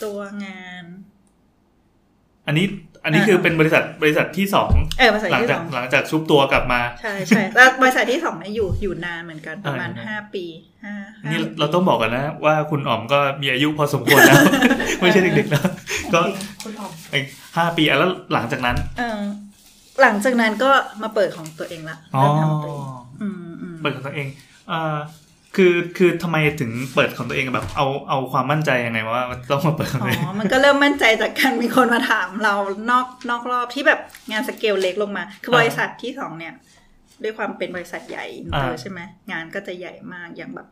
Speaker 6: ตัวงาน
Speaker 3: อันนี้อันนี้
Speaker 6: อ่า
Speaker 3: คือเป็นบริษัทบริษัทที่สอง
Speaker 6: เออบริษัท
Speaker 3: หลัง
Speaker 6: ที่
Speaker 3: จา
Speaker 6: ส
Speaker 3: ก
Speaker 6: อง
Speaker 3: หลังจากชุบตัวกลับมา
Speaker 6: ใช่ใช่
Speaker 3: <laughs>
Speaker 6: แล้วบริษัทที่สองเนี่ยอยู่อยู่นานเหมือนกันประมาณ
Speaker 3: เออ
Speaker 6: ห้าปีห้าห้
Speaker 3: นี่
Speaker 6: ปี
Speaker 3: เราต้องบอกกันนะ ว่าคุณอ๋อมก็มีอายุพอสมควร <laughs> แล้ว ไม่ใช่เด็กๆแล้วก็
Speaker 6: โอเค
Speaker 4: คุณออก
Speaker 3: ไอ้ห้าปีอ่ะแล้วหลังจากนั้น
Speaker 6: เออหลังจากนั้นก็มาเปิดของตัวเองละ
Speaker 3: อ๋อ
Speaker 6: เริ่มทำตัวเองอืมอืม
Speaker 3: เปิดของตัวเองอ่าคือคือทำไมถึงเปิดของตัวเองแบบเอาเอาความมั่นใจยังไงว่ามันต้องมาเปิดของ
Speaker 6: อ๋
Speaker 3: ตัวเอง
Speaker 6: อมันก็เริ่มมั่นใจจากการมีคนมาถามเรานอกนอกรอบที่แบบงานสเกลเล็กลงมา คือบริษัทที่สองเนี่ย ด้วยความเป็นบริษัทใหญ่อินเตอร์ใช่ไหมงานก็จะใหญ่มากอย่างแบบ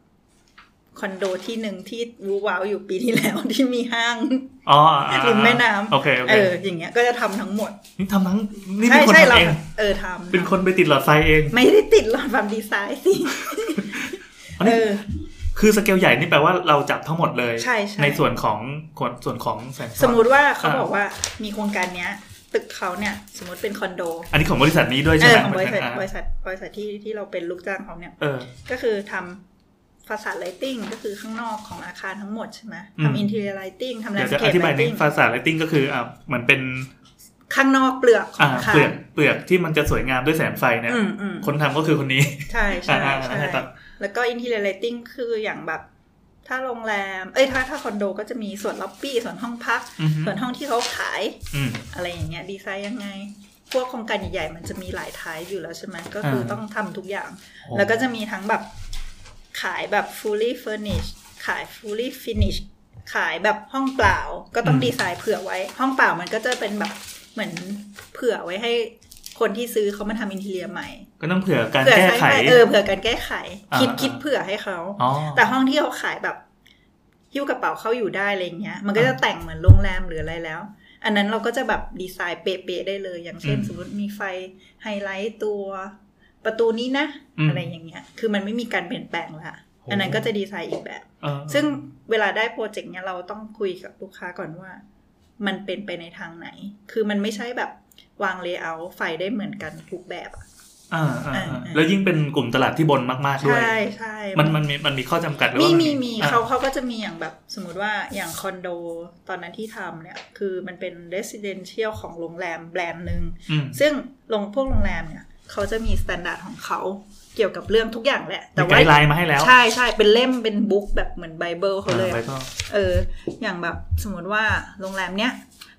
Speaker 6: คอนโดที่หนึ่งที่วูว้าวอยู่ปีที่แล้ว <laughs> ที่มีห้าง
Speaker 3: อ๋ออ่าอ่า
Speaker 6: ริมแม่น้ำ
Speaker 3: โอเคโอเค
Speaker 6: ออย่างเงี้ยก็จะทำทั้งหมด
Speaker 3: นี่ทำทั้งนี่เป็
Speaker 6: ใช่
Speaker 3: นค
Speaker 6: ใช่
Speaker 3: นทำ
Speaker 6: เรา
Speaker 3: เอง
Speaker 6: เออทำ
Speaker 3: เป็นคนไปติดหลอดไฟเอง
Speaker 6: ไม่ได้ติดหรอกความดีไซน์สิ
Speaker 3: <laughs> อันนี้
Speaker 6: เออ
Speaker 3: คือสเกลใหญ่นี่แปลว่าเราจับทั้งหมดเลย
Speaker 6: ใช่ใช่
Speaker 3: ส่วนของส่วนของแสง
Speaker 6: สมมุติว่าเขา
Speaker 3: ะ
Speaker 6: บอกว่ามีโครงการเนี้ย ตึกเขาเนี่ย สมมติเป็นคอนโด
Speaker 3: อันนี้ของบริษัทนี้ด้วย
Speaker 6: เอ
Speaker 3: ใช่ไห
Speaker 6: อ
Speaker 3: ม
Speaker 6: ของบริษัท
Speaker 3: อ่ะ
Speaker 6: บริษัทบริษัทที่ที่เราเป็นลูกจ้างเขาเนี่ย
Speaker 3: เออ
Speaker 6: ก็คือทำฟา a าดไลติ้งก็คือข้างนอกของอาคารทั้งหมดใช่ไหม
Speaker 3: อืม
Speaker 6: ทำอินเท i ร์ไลติ้งทำแล
Speaker 3: เดี๋ย
Speaker 6: น
Speaker 3: ว
Speaker 6: ด์
Speaker 3: จะ
Speaker 6: สเค
Speaker 3: อ
Speaker 6: ป
Speaker 3: ธิ
Speaker 6: ไล
Speaker 3: บายใน
Speaker 6: ติ้ง
Speaker 3: ฟาสาไลติ้งก็คืออ่ะเหมือนเป็น
Speaker 6: ข้างนอกเปลือกขอ
Speaker 3: อ่าง
Speaker 6: อาคา
Speaker 3: เปลือ
Speaker 6: ร
Speaker 3: กเปลือกที่มันจะสวยงามด้วยแสงไฟเนี่ย
Speaker 6: อืมอืม
Speaker 3: คนทำก็คือคนนี้
Speaker 6: ใช่ใช่
Speaker 3: อ่าๆ
Speaker 6: ใช่
Speaker 3: ให้ต่อ
Speaker 6: แล้วก็อินเท i ร์ไลติ้งคืออย่างแบบ ถ้าโรงแรม เอ้ยถ้าถ้าคอนโดก็จะมีส่วนล็อบบี้ส่วนห้องพัก
Speaker 3: อือฮึ
Speaker 6: ส่วนห้องที่เขาขาย
Speaker 3: อืม
Speaker 6: อะไรอย่างเงี้ยดีไซน์ยังไง พวกโครงการใหญ่ๆมันจะมีหลายท้ายอยู่แล้วใช่ไหมก็คืออาต้องทำทุกอย่าง
Speaker 3: โอ้
Speaker 6: แล้วก็จะมีทั้งแบบขายแบบ fully furnished ขาย fully finish ขายแบบห้องเปล่าก็ต้อง
Speaker 3: อืม
Speaker 6: ดีไซน์เผื่อไว้ ห้องเปล่ามันก็จะเป็นแบบเหมือนเผื่อไว้ให้คนที่ซื้อเขามาทำอินเทีเรียใหม่
Speaker 3: ก็ต้องเผื่อการ
Speaker 6: เผื่อ
Speaker 3: แก้
Speaker 6: ใช้
Speaker 3: ไข
Speaker 6: ไปเออเผื่อการแก้ไข
Speaker 3: อ่า
Speaker 6: คิด
Speaker 3: อ่า
Speaker 6: คิดเผื่อให้เขา
Speaker 3: อ๋อ
Speaker 6: แต่ห้องที่เขาขายแบบหิ้วกระเป๋าเข้าอยู่ได้อะไรเงี้ย มันก็จะแต่งเหมือนโรงแรมหรืออะไรแล้ว อันนั้นเราก็จะแบบดีไซน์เป๊ะๆได้เลย อย่างเช่น
Speaker 3: อืม
Speaker 6: สมมติมีไฟไฮไลท์ตัวประตูนี้นะ
Speaker 3: อืม
Speaker 6: อะไรอย่างเงี้ย คือมันไม่มีการเปลี่ยนแปลงละ
Speaker 3: โห
Speaker 6: อันนั้นก็จะดีไซน์อีกแบบ
Speaker 3: เออ
Speaker 6: ซึ่งเวลาได้โปรเจกต์เนี้ยเราต้องคุยกับลูกค้าก่อนว่า มันเป็นไปในทางไหน คือมันไม่ใช่แบบวางเลเยอร์ไฟได้เหมือนกันทุกแบบอะ
Speaker 3: อ่าอ่าอ่า
Speaker 6: อ่า
Speaker 3: แล้วยิ่งเป็นกลุ่มตลาดที่บนมาก ๆด้วย
Speaker 6: ใช่ใช่
Speaker 3: มันมันมีมันมีข้อจำกัดหรือ
Speaker 6: มี
Speaker 3: ว่า
Speaker 6: มี
Speaker 3: น
Speaker 6: มี
Speaker 3: อ่ะ
Speaker 6: เขาเขาก็จะมีอย่างแบบสมมติว่าอย่างคอนโดตอนนั้นที่ทำเนี่ย คือมันเป็นเรส i ิเดนเชียลของโรงแรมแบรนด์หนึ่ง
Speaker 3: อืม
Speaker 6: ซึ่งโรงพวกโรงแรมเนี่ยเขาจะมีสแตนดาร์ดของเขาเกี่ยวกับเรื่องทุกอย่างแหละ แต่ว่า
Speaker 3: ไกด์ไลน์มาให้แล้ว
Speaker 6: ใช่ใช่เป็นเล่มเป็นบุ๊กแบบเหมือนไบเบิลเขาเลย
Speaker 3: อ่า
Speaker 6: อะ
Speaker 3: ไปก็
Speaker 6: เออ อย่างแบบสมมติว่าโรงแรมเนี้ย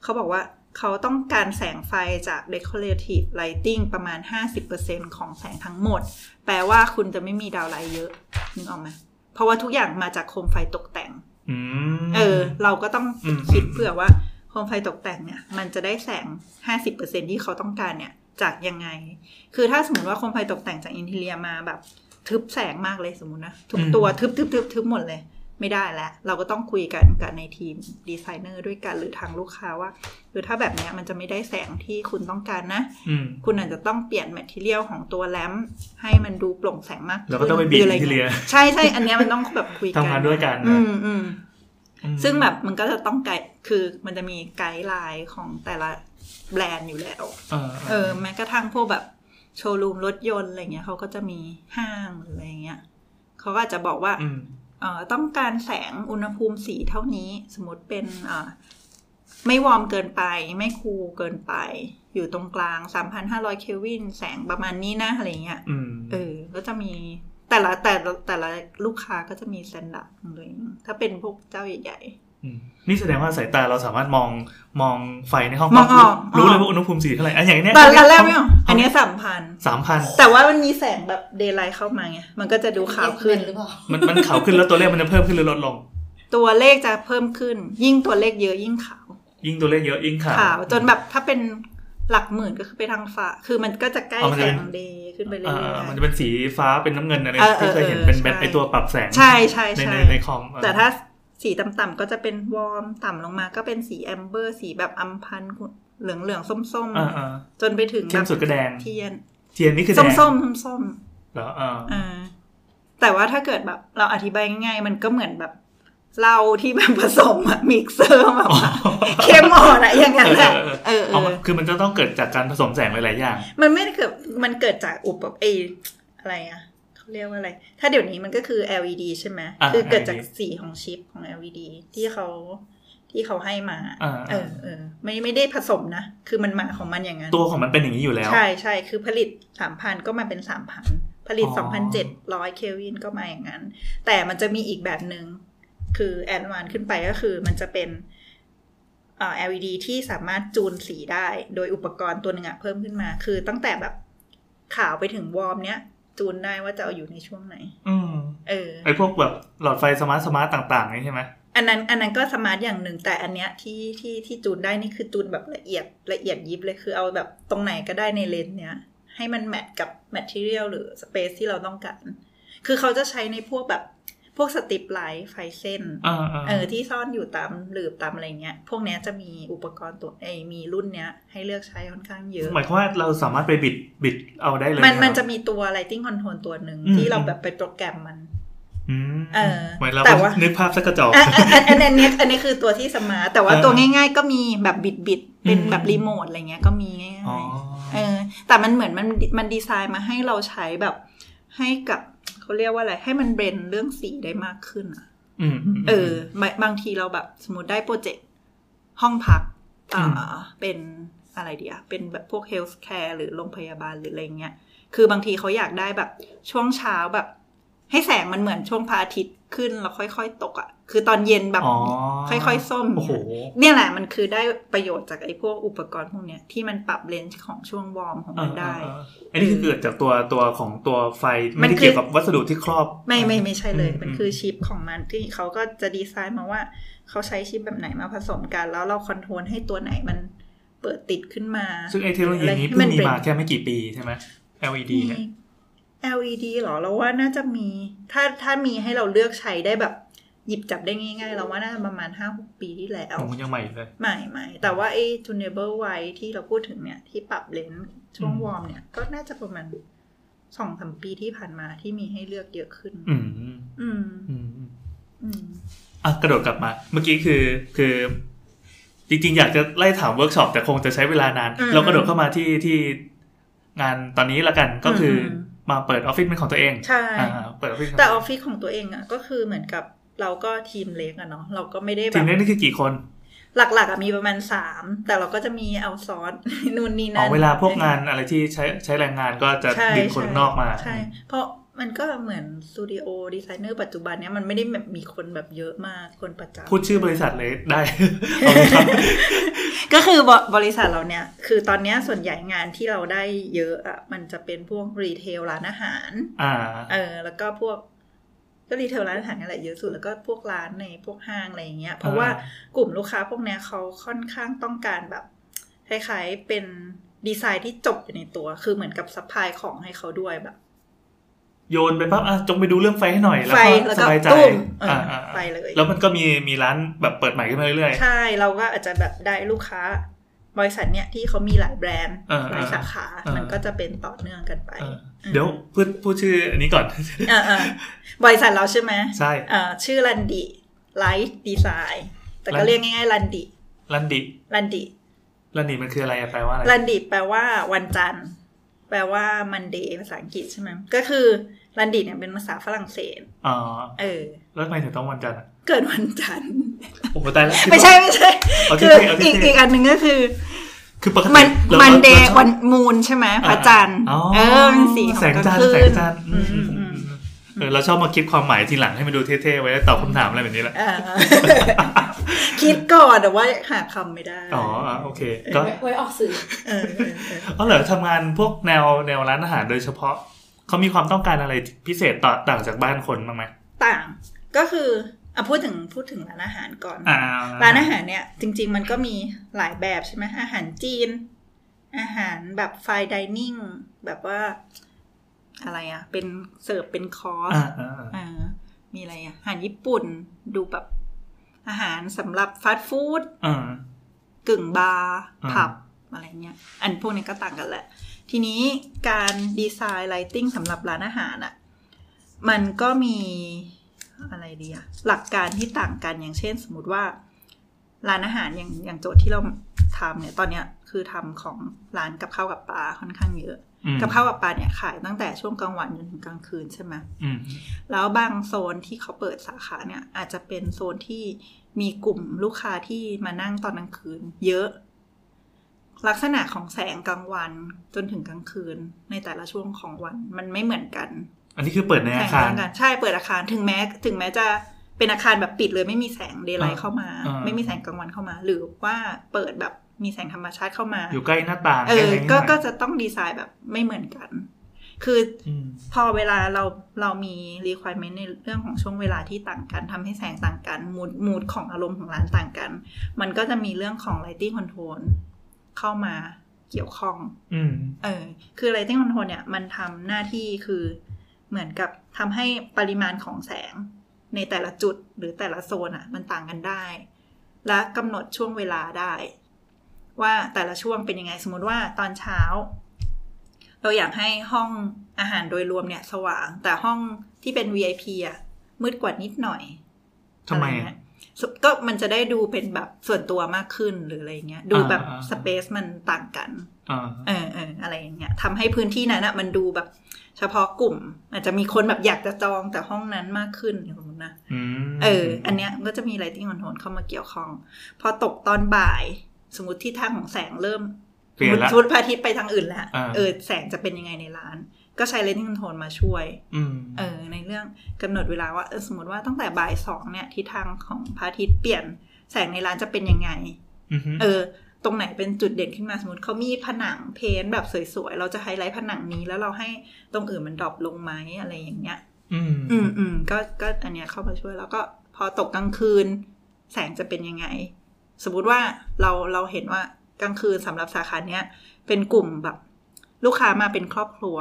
Speaker 6: เขาบอกว่าเขาต้องการแสงไฟจาก decorative lighting ประมาณ 50%ของแสงทั้งหมด แปลว่าคุณจะไม่มีดาวไลท์เยอะ นึกออกไหมเพราะว่าทุกอย่างมาจากโคมไฟตกแต่ง
Speaker 3: อืม
Speaker 6: เออ เราก็ต้อง
Speaker 3: อืม
Speaker 6: คิดเผื่อว่าโคมไฟตกแต่งเนี่ย มันจะได้แสง 50%ที่เขาต้องการเนี่ยจากยังไง คือถ้าสมมติว่าโคมไฟตกแต่งจากอินเทเรียมาแบบ ทึบแสงมากเลยสมมตินะ ทุกตัวทึบทึบทึบทึบหมดเลย ไม่ได้แล้ว เราก็ต้องคุยกันกับในทีมดีไซเนอร์ด้วยกันหรือทางลูกค้าว่าคือถ้าแบบเนี้ยมันจะไม่ได้แสงที่คุณต้องการนะ
Speaker 3: อืม
Speaker 6: คุณอาจจะต้องเปลี่ยนแมทเทียลของตัวแรมป์ให้มันดูโปร่งแสงมากขึ้น
Speaker 3: เราก็ต้องไปบีบ
Speaker 6: หะร
Speaker 3: อินทีเรีย
Speaker 6: ใช่ใช่อันเนี้ยมันต้องแบบคุยกัน
Speaker 3: ทำงานด้วยกันนะ
Speaker 6: อืมอืม
Speaker 3: อืม
Speaker 6: ซึ่งแบบมันก็จะต้องไกด์คือมันจะมีไกด์ไลน์ของแต่ละแบรนด์อยู่แล้ว
Speaker 3: เออ
Speaker 6: เออแม้กระทั่งพวกแบบโชว์รูมรถยนต์อะไรเงี้ยเขาก็จะมีห้างหรืออะไรเงี้ยเขาก็อาจจะบอกว่า
Speaker 3: ม
Speaker 6: เออต้องการแสงอุณหภูมิสีเท่านี้ สมมติเป็นเออไม่วอร์มเกินไป ไม่คูลเกินไป อยู่ตรงกลาง 3,500 เคลวิน แสงประมาณนี้นะอะไรเงี้ย
Speaker 3: อืม
Speaker 6: เออ ก็จะมีแต่ละแต่ละแต่ละลูกค้าก็จะมีสแตนดาร์ดของตัวเองถ้าเป็นพวกเจ้าใหญ่ ๆ
Speaker 3: มนี่แสดงว่าสายตาเราสามารถมองมองไฟในห้อง
Speaker 6: มองออก
Speaker 3: รู้
Speaker 6: ออก
Speaker 3: รู้เลยว่าอุณหภูมิสีเท่าไหร่อันอย่างเนี้ย
Speaker 6: ตอนแรกไม่ออกอันเนี้ยสามพัน
Speaker 3: สามพัน
Speaker 6: แต่ว่ามันมีแสงแบบเดย์ไลท์เข้ามาไง มันก็จะดูขาวขึ้น
Speaker 5: หรือเปล่า
Speaker 3: มันมันขาวขึ้นแล้วตัวเลขมันจะเพิ่มขึ้นหรือลดลง
Speaker 6: ตัวเลขจะเพิ่มขึ้น ยิ่งตัวเลขเยอะยิ่งขาว
Speaker 3: ยิ่งตัวเลขเยอะยิ่งขาว
Speaker 6: ขาว จนแบบถ้าเป็นหลักหมื่นก็คือไปทางฟ้า คือมันก็จะใกล้
Speaker 3: อ๋อมัน
Speaker 6: แส
Speaker 3: จะเป็
Speaker 6: ง
Speaker 3: น
Speaker 6: เดย์ขึ้นไปเรื่อ
Speaker 3: อ่าย มันจะ
Speaker 6: ๆ
Speaker 3: เป็นสีฟ้าเป็นน้ำเงินอะไร
Speaker 6: เออเอ
Speaker 3: ที่
Speaker 6: อ
Speaker 3: เคยเห็น
Speaker 6: เออ
Speaker 3: เป็นเป็น
Speaker 6: ใช่
Speaker 3: ไอตัวปรับแสง
Speaker 6: ใช่ใช่
Speaker 3: ใน
Speaker 6: ใช่
Speaker 3: ในในคอมเออ
Speaker 6: แต่ถ้าสีต่ำๆก็จะเป็นวอร์มต่ำลงมา ก็เป็นสีแอมเบอร์ สีแบบอัมพันธ์เหลืองๆส้ม
Speaker 3: อ่าอ่า
Speaker 6: ๆ จนไปถึง
Speaker 3: เข้มสุดก็แดง
Speaker 6: เทียน
Speaker 3: เทียนนี่คือแด
Speaker 6: ส้ม
Speaker 3: ง
Speaker 6: ๆส้มๆ
Speaker 3: เหรออ่า
Speaker 6: อ่าแต่ว่าถ้าเกิดแบบเราอธิบายง่ายๆมันก็เหมือนแบบเราที่แบบผสมอะ <laughs> มิกเซอร์แบบว่าเข้มอ่อนอะอย่างนั้นแหละเออเอ
Speaker 3: เอามา
Speaker 6: อ
Speaker 3: คือมันจะต้องเกิดจากการผสมแสงหลายๆอย่าง
Speaker 6: มันไม่ได้เกิดมันเกิดจากอุปกรณ์ไออะไรอะเขาเรียกว่าอะไร ถ้าเดี๋ยวนี้มันก็คือ LED ใช่ไหม
Speaker 3: อ่า
Speaker 6: คือเกิดจาก
Speaker 3: LED
Speaker 6: สีของชิปของ LED ที่เขาที่เขาให้มา
Speaker 3: อ่า
Speaker 6: เออเออไม่ไม่ได้ผสมนะ คือมันมาของมันอย่างนั้น
Speaker 3: ตัวของมันเป็นอย่างนี้อยู่แล้ว
Speaker 6: ใช่ใช่คือผลิตสามพันก็มาเป็นสามพันผลิต
Speaker 3: อ๋
Speaker 6: สองพันเจ็ด
Speaker 3: อ
Speaker 6: ร้อยเคลวินก็มาอย่างนั้น แต่มันจะมีอีกแบบหนึง่งคือแอดวานขึ้นไปก็คือมันจะเป็นเอ่อ LED ที่สามารถจูนสีได้ โดยอุปกรณ์ตัวหนึ่งอะเพิ่มขึ้นมา คือตั้งแต่แบบขาวไปถึงวอร์มเนี้ย จูนได้ว่าจะเอาอยู่ในช่วงไหน
Speaker 3: อืม
Speaker 6: เออ
Speaker 3: ไอพวกแบบหลอดไฟสมาร์ทสมาร์ตต่างๆนี่ใช่ไหม
Speaker 6: อันนั้นอันนั้นก็สมาร์ทอย่างหนึ่งแต่อันเนี้ยที่ที่ที่จูนได้นี่คือจูนแบบละเอียดละเอียดยิบเลยคือเอาแบบตรงไหนก็ได้ในเลนส์เนี้ย ให้มันแมทกับแมทเทียลหรือสเปซที่เราต้องการ คือเขาจะใช้ในพวกแบบพวกสติปไลท์ไฟเส้น
Speaker 3: อ่าๆ
Speaker 6: เออที่ซ่อนอยู่ตามหลืบตามอะไรเงี้ย พวกเนี้ยจะมีอุปกรณ์ตัวไอยมีรุ่นเนี้ย ให้เลือกใช้ค่อนข้างเยอะ
Speaker 3: หมายความว่าเราสามารถไปบิดบิดเอาได้เลย
Speaker 6: มัน
Speaker 3: เหรอ
Speaker 6: มันจะมีตัว lighting control ตัวหนึ่ง
Speaker 3: อืม
Speaker 6: ที่เราแบบไปโปรแกรมมัน
Speaker 3: อืม
Speaker 6: เออ
Speaker 3: เหมือนเรา
Speaker 6: แต่ว่า
Speaker 3: นึกภาพสักกระจอก
Speaker 6: อะอันอันอันอันนี้อันนี้คือตัวที่สมาร์ทแต่ว่า
Speaker 3: เออ
Speaker 6: ตัวง่ายๆ ก็มีแบบบิดบิดๆเป็น
Speaker 3: อืม
Speaker 6: แบบรีโมทอะไรเงี้ยก็มีง่าย
Speaker 3: อ๋อ
Speaker 6: ๆเออ แต่มันเหมือนมันมันดีไซน์มาให้เราใช้แบบให้กับเขาเรียกว่าอะไร ให้มันเบรนเรื่องสีได้มากขึ้นอะ
Speaker 3: อืมม
Speaker 6: เออบางบางทีเราแบบสมมติได้โปรเจกต์ห้องพักอ่า
Speaker 3: อืม
Speaker 6: เป็นอะไรเดียเป็นแบบพวกเฮลท์แคร์หรือโรงพยาบาลหรืออะไรเงี้ยคือบางทีเขาอยากได้แบบช่วงเช้าแบบ ให้แสงมันเหมือนช่วงพระอาทิตย์ ขึ้นแล้วค่อย ๆ ตกอ่ะ คือตอนเย็นแบบ
Speaker 3: อ๋อ
Speaker 6: ค่อยๆส้ม
Speaker 3: โอ้โห
Speaker 6: เนี่ยแหละมันคือได้ประโยชน์จากไอ้พวกอุปกรณ์พวกเนี้ยที่มันปรับเลนส์ของช่วงวอร์มของมันได้
Speaker 3: เออเออเอออันนี้คือเกิดจากตัวตัวของตัวไฟ
Speaker 6: มั
Speaker 3: ไม่
Speaker 6: น
Speaker 3: ได้
Speaker 6: คือ
Speaker 3: เกี่ยวกับวัสดุที่ครอบ
Speaker 6: ไม่ไม่ไม่ใช่เลย
Speaker 3: อืม
Speaker 6: มันคือชิปของมันที่เขาก็จะดีไซน์มาว่า เขาใช้ชิปแบบไหนมาผสมกัน แล้วเราคอนโทรลให้ตัวไหนมันเปิดติดขึ้นมา
Speaker 3: ซึ่งไอเทคโนโลยีนี้
Speaker 6: ให้
Speaker 3: เพิ่งมี
Speaker 6: ป็
Speaker 3: มาแค่ไม่กี่ปีใช่ไหม LED เนี่ย
Speaker 6: มี LED เหรอเราว่าน่าจะมี ถ้าถ้ามีให้เราเลือกใช้ได้แบบ หยิบจับได้ง่ายๆ เราว่าน่าจะประมาณห้าหกปีที่แล้ว
Speaker 3: ผมยังใหม่อยู่เลย
Speaker 6: ใหม่ใหม่แต่ว่าไอ้ tunable white ที่เราพูดถึงเนี่ย ที่ปรับเลนส์ช่วง
Speaker 3: อืม
Speaker 6: วอร์มเนี่ย ก็น่าจะประมาณสองสามปีที่ผ่านมาที่มีให้เลือกเยอะขึ้น
Speaker 3: อืม
Speaker 6: อืม
Speaker 3: อืม
Speaker 6: อืม
Speaker 3: อ่ะกระโดดกลับมา เมื่อกี้คือคือ จริงๆ อยากจะไล่ถามเวิร์กช็อปแต่คงจะใช้เวลานาน
Speaker 6: อืม
Speaker 3: เรากระโดดเข้ามาที่ที่งานตอนนี้ละกันก็คืออ
Speaker 6: ม
Speaker 3: มาเปิดออฟฟิศเป็นของตัวเอง
Speaker 6: ใช่
Speaker 3: อ่าเปิดออฟฟิศของ
Speaker 6: แต่ออฟฟิศของตัวเองอะก็คือเหมือนกับเราก็ทีมเล็กอะเนาะเราก็ไม่ได้แบ
Speaker 3: ทีม
Speaker 6: บ
Speaker 3: เล่นนี่คือกี่คน
Speaker 6: หลักๆอะมีประมาณสามแต่เราก็จะมีเอาซอส <laughs> นู่นนี่
Speaker 3: อ๋อ
Speaker 6: นั่น
Speaker 3: เวลาพวกงานอะไรที่ใช้ใช้แรงงานก็จะ
Speaker 6: ใช่
Speaker 3: ดึงคน
Speaker 6: ใช่
Speaker 3: นอกมา
Speaker 6: ใช่ เพราะมันก็เหมือนสตูดิโอดีไซเนอร์ปัจจุบันเนี้ยมันไม่ได้แบบมีคนแบบเยอะมากคนประจำ
Speaker 3: พูดชื่อบริษัทเลยได้ <laughs> เอาเลยครับ
Speaker 6: ก็คือบอบริษัทเราเนี่ย คือตอนเนี้ยส่วนใหญ่งานที่เราได้เยอะอ่ะมันจะเป็นพวกรีเทลร้านอาหาร
Speaker 3: อ่า
Speaker 6: เออ แล้วก็พวกก็รีเทลร้านอาหารนั่นแหละเยอะสุดแล้วก็พวกร้านในพวกห้างอะไรอย่างเงี้ยเพราะ
Speaker 3: อ่า
Speaker 6: ว่ากลุ่มลูกค้าพวกเนี้ยเขาค่อนข้างต้องการแบบคล้ายๆเป็นดีไซน์ที่จบอยู่ในตัว คือเหมือนกับซัพพลายของให้เขาด้วยแบบ
Speaker 3: โยนไปปั๊บอ่ะจงไปดูเรื่องไฟให้หน่อยแล้ว
Speaker 6: ไฟ
Speaker 3: ก็
Speaker 6: แล้ว
Speaker 3: ส
Speaker 6: ก็
Speaker 3: บายใจ
Speaker 6: ตุ้มเออ
Speaker 3: อ่า
Speaker 6: อ่
Speaker 3: อ่า
Speaker 6: ไปเลย
Speaker 3: แล้วมันก็มีมีร้านแบบเปิดใหม่ขึ้นมาเรื่อย
Speaker 6: ใช่เราก็อาจจะแบบได้ลูกค้า บริษัทเนี่ยที่เขามีหลายแบรนด์
Speaker 3: เออ
Speaker 6: หลายสาขา
Speaker 3: เออ
Speaker 6: มันก็จะเป็นต่อเนื่องกันไป
Speaker 3: ๆเออเดี๋ยวพูดพูดชื่ออันนี้ก่อน <laughs>
Speaker 6: เออเออ บริษัทเราใช่ไหม
Speaker 3: ใช่
Speaker 6: เออชื่อรันดิไลท์ดีไซน์แต่ก็เรียกง่ายๆรันดิ
Speaker 3: รันดิ
Speaker 6: รันดิ
Speaker 3: รันดิมันคืออะไรอ่ะแปลว่าอะไร
Speaker 6: รันดิแปลว่าวันจันทร์ แปลว่ามันเดย์ภาษาอังกฤษใช่ไหมก็คือรันดิเนี่ยเป็นภาษาฝรั่งเศส
Speaker 3: อ๋อ
Speaker 6: เออ
Speaker 3: แล้วทำไมถึงต้องวันจันทร์อ่ะ
Speaker 6: เกิดวันจั
Speaker 3: <laughs>
Speaker 6: นทร์
Speaker 3: โอ้โหตายแล้ว
Speaker 6: ไม่ใช่ไม่ใช่
Speaker 3: เอาที่
Speaker 6: คือ
Speaker 3: เอาที่
Speaker 6: อีกอีกอันหนึ่งก็คือ
Speaker 3: คือปกติ
Speaker 6: มัน
Speaker 3: รา
Speaker 6: มันเด
Speaker 3: รา
Speaker 6: ย์
Speaker 3: ชอบ
Speaker 6: วันมูนใช่ไหมพระจันทร์
Speaker 3: อ๋อ
Speaker 6: เออเป็นสีของ
Speaker 3: แสงจั
Speaker 6: กลา
Speaker 3: นทร์
Speaker 6: คื
Speaker 3: แสงจันทร์
Speaker 6: อืมอืมอืม
Speaker 3: เออเราชอบมาคิดความหมายทีหลังให้มันดูเท่ๆไว้แล้วตอบคำถามอะไรแบบนี้แหละ
Speaker 6: เอ <laughs> อคิดก่อนแต่ว่าหาคำไม่ได้
Speaker 3: อ๋ออ่ะโอเคก็
Speaker 4: ไว้ไว้ออกสื่อ
Speaker 6: เออเออเออ
Speaker 3: เขาเหรอทำงานพวกแนวแนวร้านอาหารโดยเฉพาะ เขามีความต้องการอะไรพิเศษต่อต่างจากบ้านคนบ้างไหม
Speaker 6: ต่างก็คืออ่ะพูดถึงพูดถึงร้านอาหารก่อน
Speaker 3: อ่า
Speaker 6: ร้านอาหารเนี่ย จริง ๆ มันก็มีหลายแบบใช่ไหมอาหารจีน อาหารแบบไฟดิเนิ่งแบบว่าอะไรอ่ะ เป็นเสิร์ฟเป็นคอร์ส
Speaker 3: อ่าอ่าอ่า
Speaker 6: อ่ามีอะไรอ่ะ อาหารญี่ปุ่นดูแบบอาหารสำหรับฟาสต์ฟู้ด
Speaker 3: อ่า
Speaker 6: กึ่งบาร์
Speaker 3: อ่า
Speaker 6: ผับ อะไรเงี้ย อันพวกนี้ก็ต่างกันแหละ ทีนี้การดีไซน์ไลติ้งสำหรับร้านอาหารอ่ะ มันก็มีอะไรดีอ่ะ หลักการที่ต่างกันอย่างเช่นสมมติว่า ร้านอาหารอย่างอย่างโจทย์ที่เราทำเนี่ย ตอนเนี้ยคือทำของร้านกับข้าวกับปลาค่อนข้างเยอะ
Speaker 3: อืม
Speaker 6: กับข้าวกับปลาเนี่ยขายตั้งแต่ช่วงกลางวันจนถึงกลางคืนใช่ไหม
Speaker 3: อืม
Speaker 6: แล้วบางโซนที่เขาเปิดสาขาเนี่ย อาจจะเป็นโซนที่มีกลุ่มลูกค้าที่มานั่งตอนกลางคืน เยอะ ลักษณะของแสงกลางวันจนถึงกลางคืนในแต่ละช่วงของวันมันไม่เหมือนกัน
Speaker 3: อันนี้คือเปิดใน
Speaker 6: แส
Speaker 3: อาง คาร
Speaker 6: ต่างกันใช่เปิดอาคารถึงแม้ ถึงแม้จะเป็นอาคารแบบปิดเลยไม่มีแสงเดย์ไลท์เข้ามา
Speaker 3: อ่า
Speaker 6: ไม่มีแสงกลางวันเข้ามา หรือว่าเปิดแบบมีแสงธรรมชาติเข้ามา
Speaker 3: อยู่ใกล้หน้าต่าง
Speaker 6: เออ
Speaker 3: ใกล้อะไรอย่าง
Speaker 6: ก็
Speaker 3: เงี้ย
Speaker 6: ก็จะต้องดีไซน์แบบไม่เหมือนกัน คือ
Speaker 3: อืม
Speaker 6: พอเวลาเราเรามี requirement ในเรื่องของช่วงเวลาที่ต่างกันทำให้แสงต่างกันมูดมูดของอารมณ์ของร้านต่างกัน มันก็จะมีเรื่องของ lighting control เข้ามาเกี่ยวข้อง
Speaker 3: อืม
Speaker 6: เออ คือ lighting control เนี่ย มันทำหน้าที่คือเหมือนกับทำให้ปริมาณของแสงในแต่ละจุดหรือแต่ละโซนอะ่ะ มันต่างกันได้ และกำหนดช่วงเวลาได้ ว่าแต่ละช่วงเป็นยังไง สมมติว่าตอนเช้า เราอยากให้ห้องอาหารโดยรวมเนี่ย สว่าง แต่ห้องที่เป็น VIP อะ่ะมืดกว่านิดหน่อย
Speaker 3: ทำไม
Speaker 6: อะไร
Speaker 3: อ่ะ
Speaker 6: เงี้ยสุก็มันจะได้ดูเป็นแบบส่วนตัวมากขึ้นหรืออะไรเงี้ย ดูแบบ
Speaker 3: อ่าอ่า
Speaker 6: สเปซมันต่างกัน
Speaker 3: อ่า
Speaker 6: เออเอออะไรอย่างเงี้ยทำให้พื้นที่นั้นอะมันดูแบบเฉพาะกลุ่ม อาจจะมีคนแบบอยากจะจองแต่ห้องนั้นมากขึ้นอย่างสมมตินะ
Speaker 3: อืม
Speaker 6: เออ อันเนี้ยก็จะมี lighting control เข้ามาเกี่ยวข้อง พอตกตอนบ่าย สมมติที่ทางของแสงเริ่ม
Speaker 3: เปลี่ยนละ
Speaker 6: สมมุติพระอาทิตย์ไปทางอื่นแล้ว
Speaker 3: อ่า
Speaker 6: เออแสงจะเป็นยังไงในร้าน ก็ใช้ learning control มาช่วย
Speaker 3: อืม
Speaker 6: เออในเรื่องกำหนดเวลาว่าเออสมมติว่าตั้งแต่บ่ายสองเนี่ยทิศทางของพระอาทิตย์เปลี่ยนแสงในร้านจะเป็นยังไง
Speaker 3: อือฮึ
Speaker 6: เออ ตรงไหนเป็นจุดเด่นขึ้นมาสมมติเขามีผนังเพ้นท์แบบสวยๆ เราจะไฮไลท์ผนังนี้แล้วเราให้ตรงอื่นมันดรอปลงไหมอะไรอย่างเงี้ย
Speaker 3: อืม
Speaker 6: อืมอืมก็ก็อันเนี้ยเข้ามาช่วยแล้วก็พอตกกลางคืน แสงจะเป็นยังไง สมมุติว่าเราเราเห็นว่ากลางคืนสำหรับสาขาเนี้ยเป็นกลุ่มแบบ ลูกค้ามาเป็นครอบครัว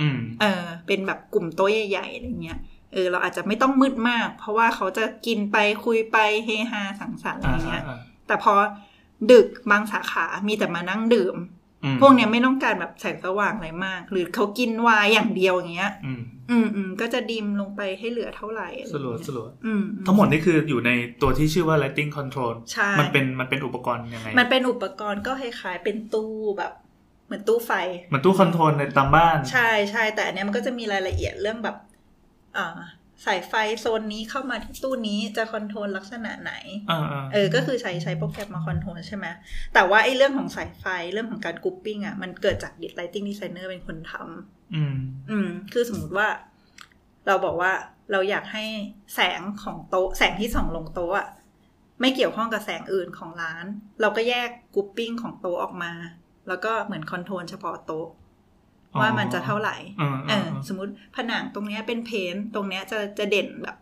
Speaker 3: อืม
Speaker 6: เออเป็นแบบกลุ่มโต๊ะใหญ่ๆอะไรเงี้ยเออเราอาจจะไม่ต้องมืดมาก เพราะว่าเขาจะกินไปคุยไปเฮฮาสังสรรค์อะไรเงี้ย แต่พอดึกบางสาขามีแต่มานั่งดื่ม พวกเนี้ยไม่ต้องการแบบแสงสว่างอะไรมาก หรือเขากินไวายอย่างเดียวอย่างเงี้ย
Speaker 3: อืม
Speaker 6: อืมอืมก็จะดิมลงไปให้เหลือเท่าไหร่อะไร
Speaker 3: สลัว
Speaker 6: เงี้ย
Speaker 3: สลัว
Speaker 6: อืมอืม
Speaker 3: ทั้งหมดนี่คืออยู่ในตัวที่ชื่อว่า lighting control
Speaker 6: ใช่
Speaker 3: มันเป็นมันเป็นอุปกรณ์ยังไง
Speaker 6: มันเป็นอุปกรณ์ก็คล้ายๆเป็นตู้แบบ เหมือนตู้ไฟ
Speaker 3: มันตู้คอนโทรลในตามบ้าน
Speaker 6: ใช่ใช่แต่อันเนี้ยมันก็จะมีรายละเอียดเรื่องแบบอ่าสายไฟโซนนี้เข้ามาที่ตู้นี้จะคอนโทรลลักษณะไหน
Speaker 3: อ่าๆ
Speaker 6: เออ ก็คือใช้ใช้โปรแกรมมาคอนโทรลใช่ไหม แต่ว่าไอ้เรื่องของสายไฟเรื่องของการกรุ๊ปปิ้งอ่ะ มันเกิดจากดิ l i g h t i n g designer เป็นคนทำ
Speaker 3: อืม
Speaker 6: อืม คือสมมติว่า เราบอกว่าเราอยากให้แสงของโต๊ะ แสงที่ส่องลงโต๊ะอะไม่เกี่ยวข้องกับแสงอื่นของร้าน เราก็แยกกรุ๊ปปิ้งของโต๊ะออกมา แล้วก็เหมือนคอนโทรลเฉพาะโต๊ะ
Speaker 3: อ๋อ
Speaker 6: ว่ามันจะเท่าไหร่
Speaker 3: อืม
Speaker 6: เออ
Speaker 3: ม
Speaker 6: สมมติผนังตรงเนี้ยเป็นเพนท์ตรงเนี้ยจะจะเด่นแบบ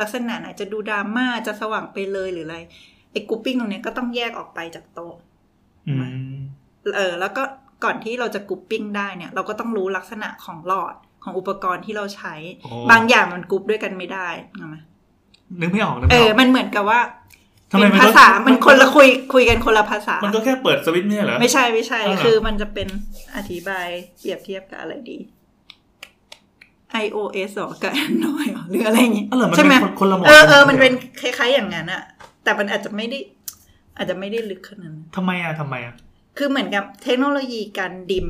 Speaker 6: ลักษณะไหนจะดูดราม่าจะสว่างไปเลยหรืออะไรไอ้กรุ๊ปปิ้งตรงเนี้ยก็ต้องแยกออกไปจากโต๊ะ
Speaker 3: อืม
Speaker 6: เออแล้วก็ก่อนที่เราจะกรุ๊ปปิ้งได้เนี่ย เราก็ต้องรู้ลักษณะของหลอดของอุปกรณ์ที่เราใช้
Speaker 3: โอ้
Speaker 6: บางอย่างมันกรุ๊ปด้วยกันไม่ได้เห็นไหม
Speaker 3: นึกไม่ออกนึก
Speaker 6: เอ
Speaker 3: ไม่อ
Speaker 6: อ
Speaker 3: อก
Speaker 6: มันเหมือนกับว่า
Speaker 3: ทำไม
Speaker 6: เป็น
Speaker 3: มัน
Speaker 6: ภา
Speaker 3: ก็
Speaker 6: ษามันคนละคุยคุยกันคนละภาษา
Speaker 3: มันก็แค่เปิดสวิตช์เนี่ยเหรอ
Speaker 6: ไม่ใช่ไม่ใช่
Speaker 3: เอาเหรอ
Speaker 6: คือมันจะเป็นอธิบายเปรียบเทียบกับอะไรดี iOS หรอกับ Android หรอหรืออะไรอย่างงี้
Speaker 3: อ๋อเหรอมัน
Speaker 6: ใช่ไหม
Speaker 3: เป็นคนคนละหมวด
Speaker 6: เออเออ
Speaker 3: กั
Speaker 6: มัน
Speaker 3: หร
Speaker 6: เป็นคล้ายๆอย่างนั้นอะแต่มันอาจจะไม่ได้ อาจจะไม่ได้ลึกขนาดนั้น
Speaker 3: ทำไมอ่ะทำไมอ่ะ
Speaker 6: คือเหมือนกับเทคโนโลยีการดิม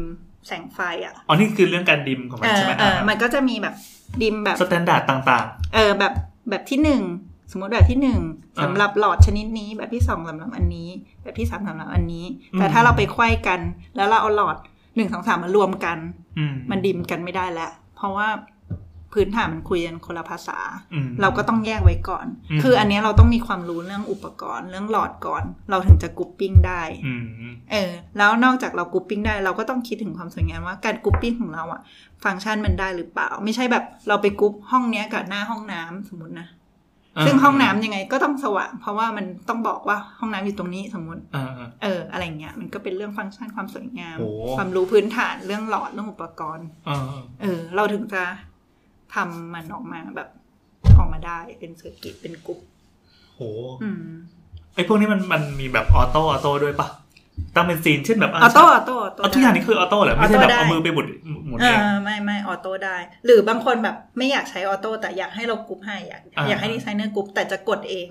Speaker 6: แสงไฟอ่ะ
Speaker 3: อ๋อ นี่คือเรื่องการดิมของมั
Speaker 6: เอนอ
Speaker 3: ใช่ไหม
Speaker 6: เออมันก็จะมีแบบดิมแบบ
Speaker 3: สแตนดาร์ดต่าง
Speaker 6: เออแบบแบบที่หนึ่งสมมติแบบที่หนึ่ง
Speaker 3: อ่า
Speaker 6: สำหรับหลอดชนิดนี้ แบบที่สองสำหรับอันนี้ แบบที่สามสำหรับอันนี้
Speaker 3: อืม
Speaker 6: แต่ถ้าเราไปไขว้กัน แล้วเราเอาหลอดหนึ่งสองสามมารวมกัน
Speaker 3: ๆ อืม
Speaker 6: มันดิมกันไม่ได้แล้ว เพราะว่าพื้นฐานมันคุยกันคนละภาษา
Speaker 3: อืม
Speaker 6: เราก็ต้องแยกไว้ก่อน
Speaker 3: อืม
Speaker 6: คืออันเนี้ยเราต้องมีความรู้เรื่องอุปกรณ์เรื่องหลอดก่อน เราถึงจะกรุ๊ปปิ้งได้
Speaker 3: อืม
Speaker 6: เออแล้วนอกจากเรากรุ๊ปปิ้งได้เราก็ต้องคิดถึงความสวยงามว่าการกรุ๊ปปิ้งของเราอะฟังก์ชันมันได้หรือเปล่า ไม่ใช่แบบเราไปกรุ๊ปห้องเนี้ยกับหน้าห้องน้ำสมมตินะ
Speaker 3: อ่า
Speaker 6: ซึ่งห้องน้ำยังไงก็ต้องสว่าง เพราะว่ามันต้องบอกว่าห้องน้ำอยู่ตรงนี้สมมติ
Speaker 3: อ่า
Speaker 6: เอออะไรเงี้ยมันก็เป็นเรื่องฟังก์ชันความสวยงาม
Speaker 3: โอ้
Speaker 6: ความรู้พื้นฐานเรื่องหลอดเรื่องอุปกรณ์
Speaker 3: ๆอ่า
Speaker 6: เออ เราถึงจะทำมันออกมาแบบออกมาได้เป็นเซอร์กิตเป็นกรุ๊ป
Speaker 3: ๆโห
Speaker 6: อืม
Speaker 3: ไอ้พวกนี้มันมันมีแบบออโต้ออโต้ด้วยปะตั้งเป็นซีนเช่นแบบะ
Speaker 6: ออโต้ออโต้ออโต้
Speaker 3: เอาทุกอย่างนี่คือออโต้เหรอไม่ใช่แบบ
Speaker 6: ออโต้ได้
Speaker 3: เอามือไปหมุนหมุน
Speaker 6: เอ
Speaker 3: เอง
Speaker 6: อไม่ไม่ออโต้ได้ หรือบางคนแบบไม่อยากใช้ออโต้แต่อยากให้เรากรุ๊ปให้อยาก
Speaker 3: อ่า
Speaker 6: อยากให้ดีไซเนอร์กรุ๊ปแต่จะกดเอง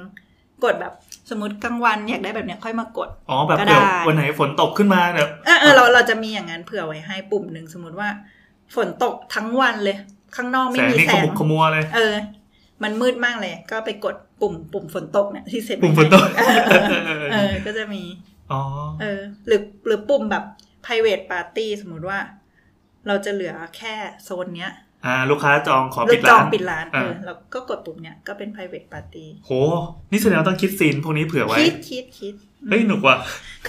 Speaker 6: กดแบบสมมติกลางวันอยากได้แบบเนี้ยค่อยมากด
Speaker 3: อ๋อแบบ
Speaker 6: ก็ได้
Speaker 3: เดี๋ยววันไหนฝนตกขึ้นมาเนี่ย
Speaker 6: เออเออเราเราจะมีอย่างนั้นเผื่อไว้ให้ปุ่มหนึ่งสมมติว่า ฝนตกทั้งวันเลย ข้างนอก
Speaker 3: แส
Speaker 6: ไม่
Speaker 3: ง
Speaker 6: มี
Speaker 3: นี่
Speaker 6: แส
Speaker 3: ข
Speaker 6: ง
Speaker 3: มุกขมัวเลย
Speaker 6: เออ มันมืดมากเลย ก็ไปกดปุ่มปุ่มฝนตกเนี่ยที่เสร็จ
Speaker 3: ปุ่มฝนตก
Speaker 6: เออเออ
Speaker 3: <laughs>
Speaker 6: เออเออก็จะมี
Speaker 3: อ๋อ
Speaker 6: เออหรือหรือปุ่มแบบ private party สมมติว่า เราจะเหลือแค่โซนเนี้ย
Speaker 3: อ่า ลูกค้าจองขอ
Speaker 6: ลู
Speaker 3: ปิ
Speaker 6: ก
Speaker 3: ด
Speaker 6: จอ
Speaker 3: ร้าง น
Speaker 6: ปิดร้าน
Speaker 3: อ่า
Speaker 6: เออแล้วก็กดปุ่มเนี่ยก็เป็น private party
Speaker 3: โห นี่แสดงว่าต้องคิดซีนพวกนี้เผื่อไว้
Speaker 6: คิดคิดคิด
Speaker 3: เฮ้ย หนุกว่ะ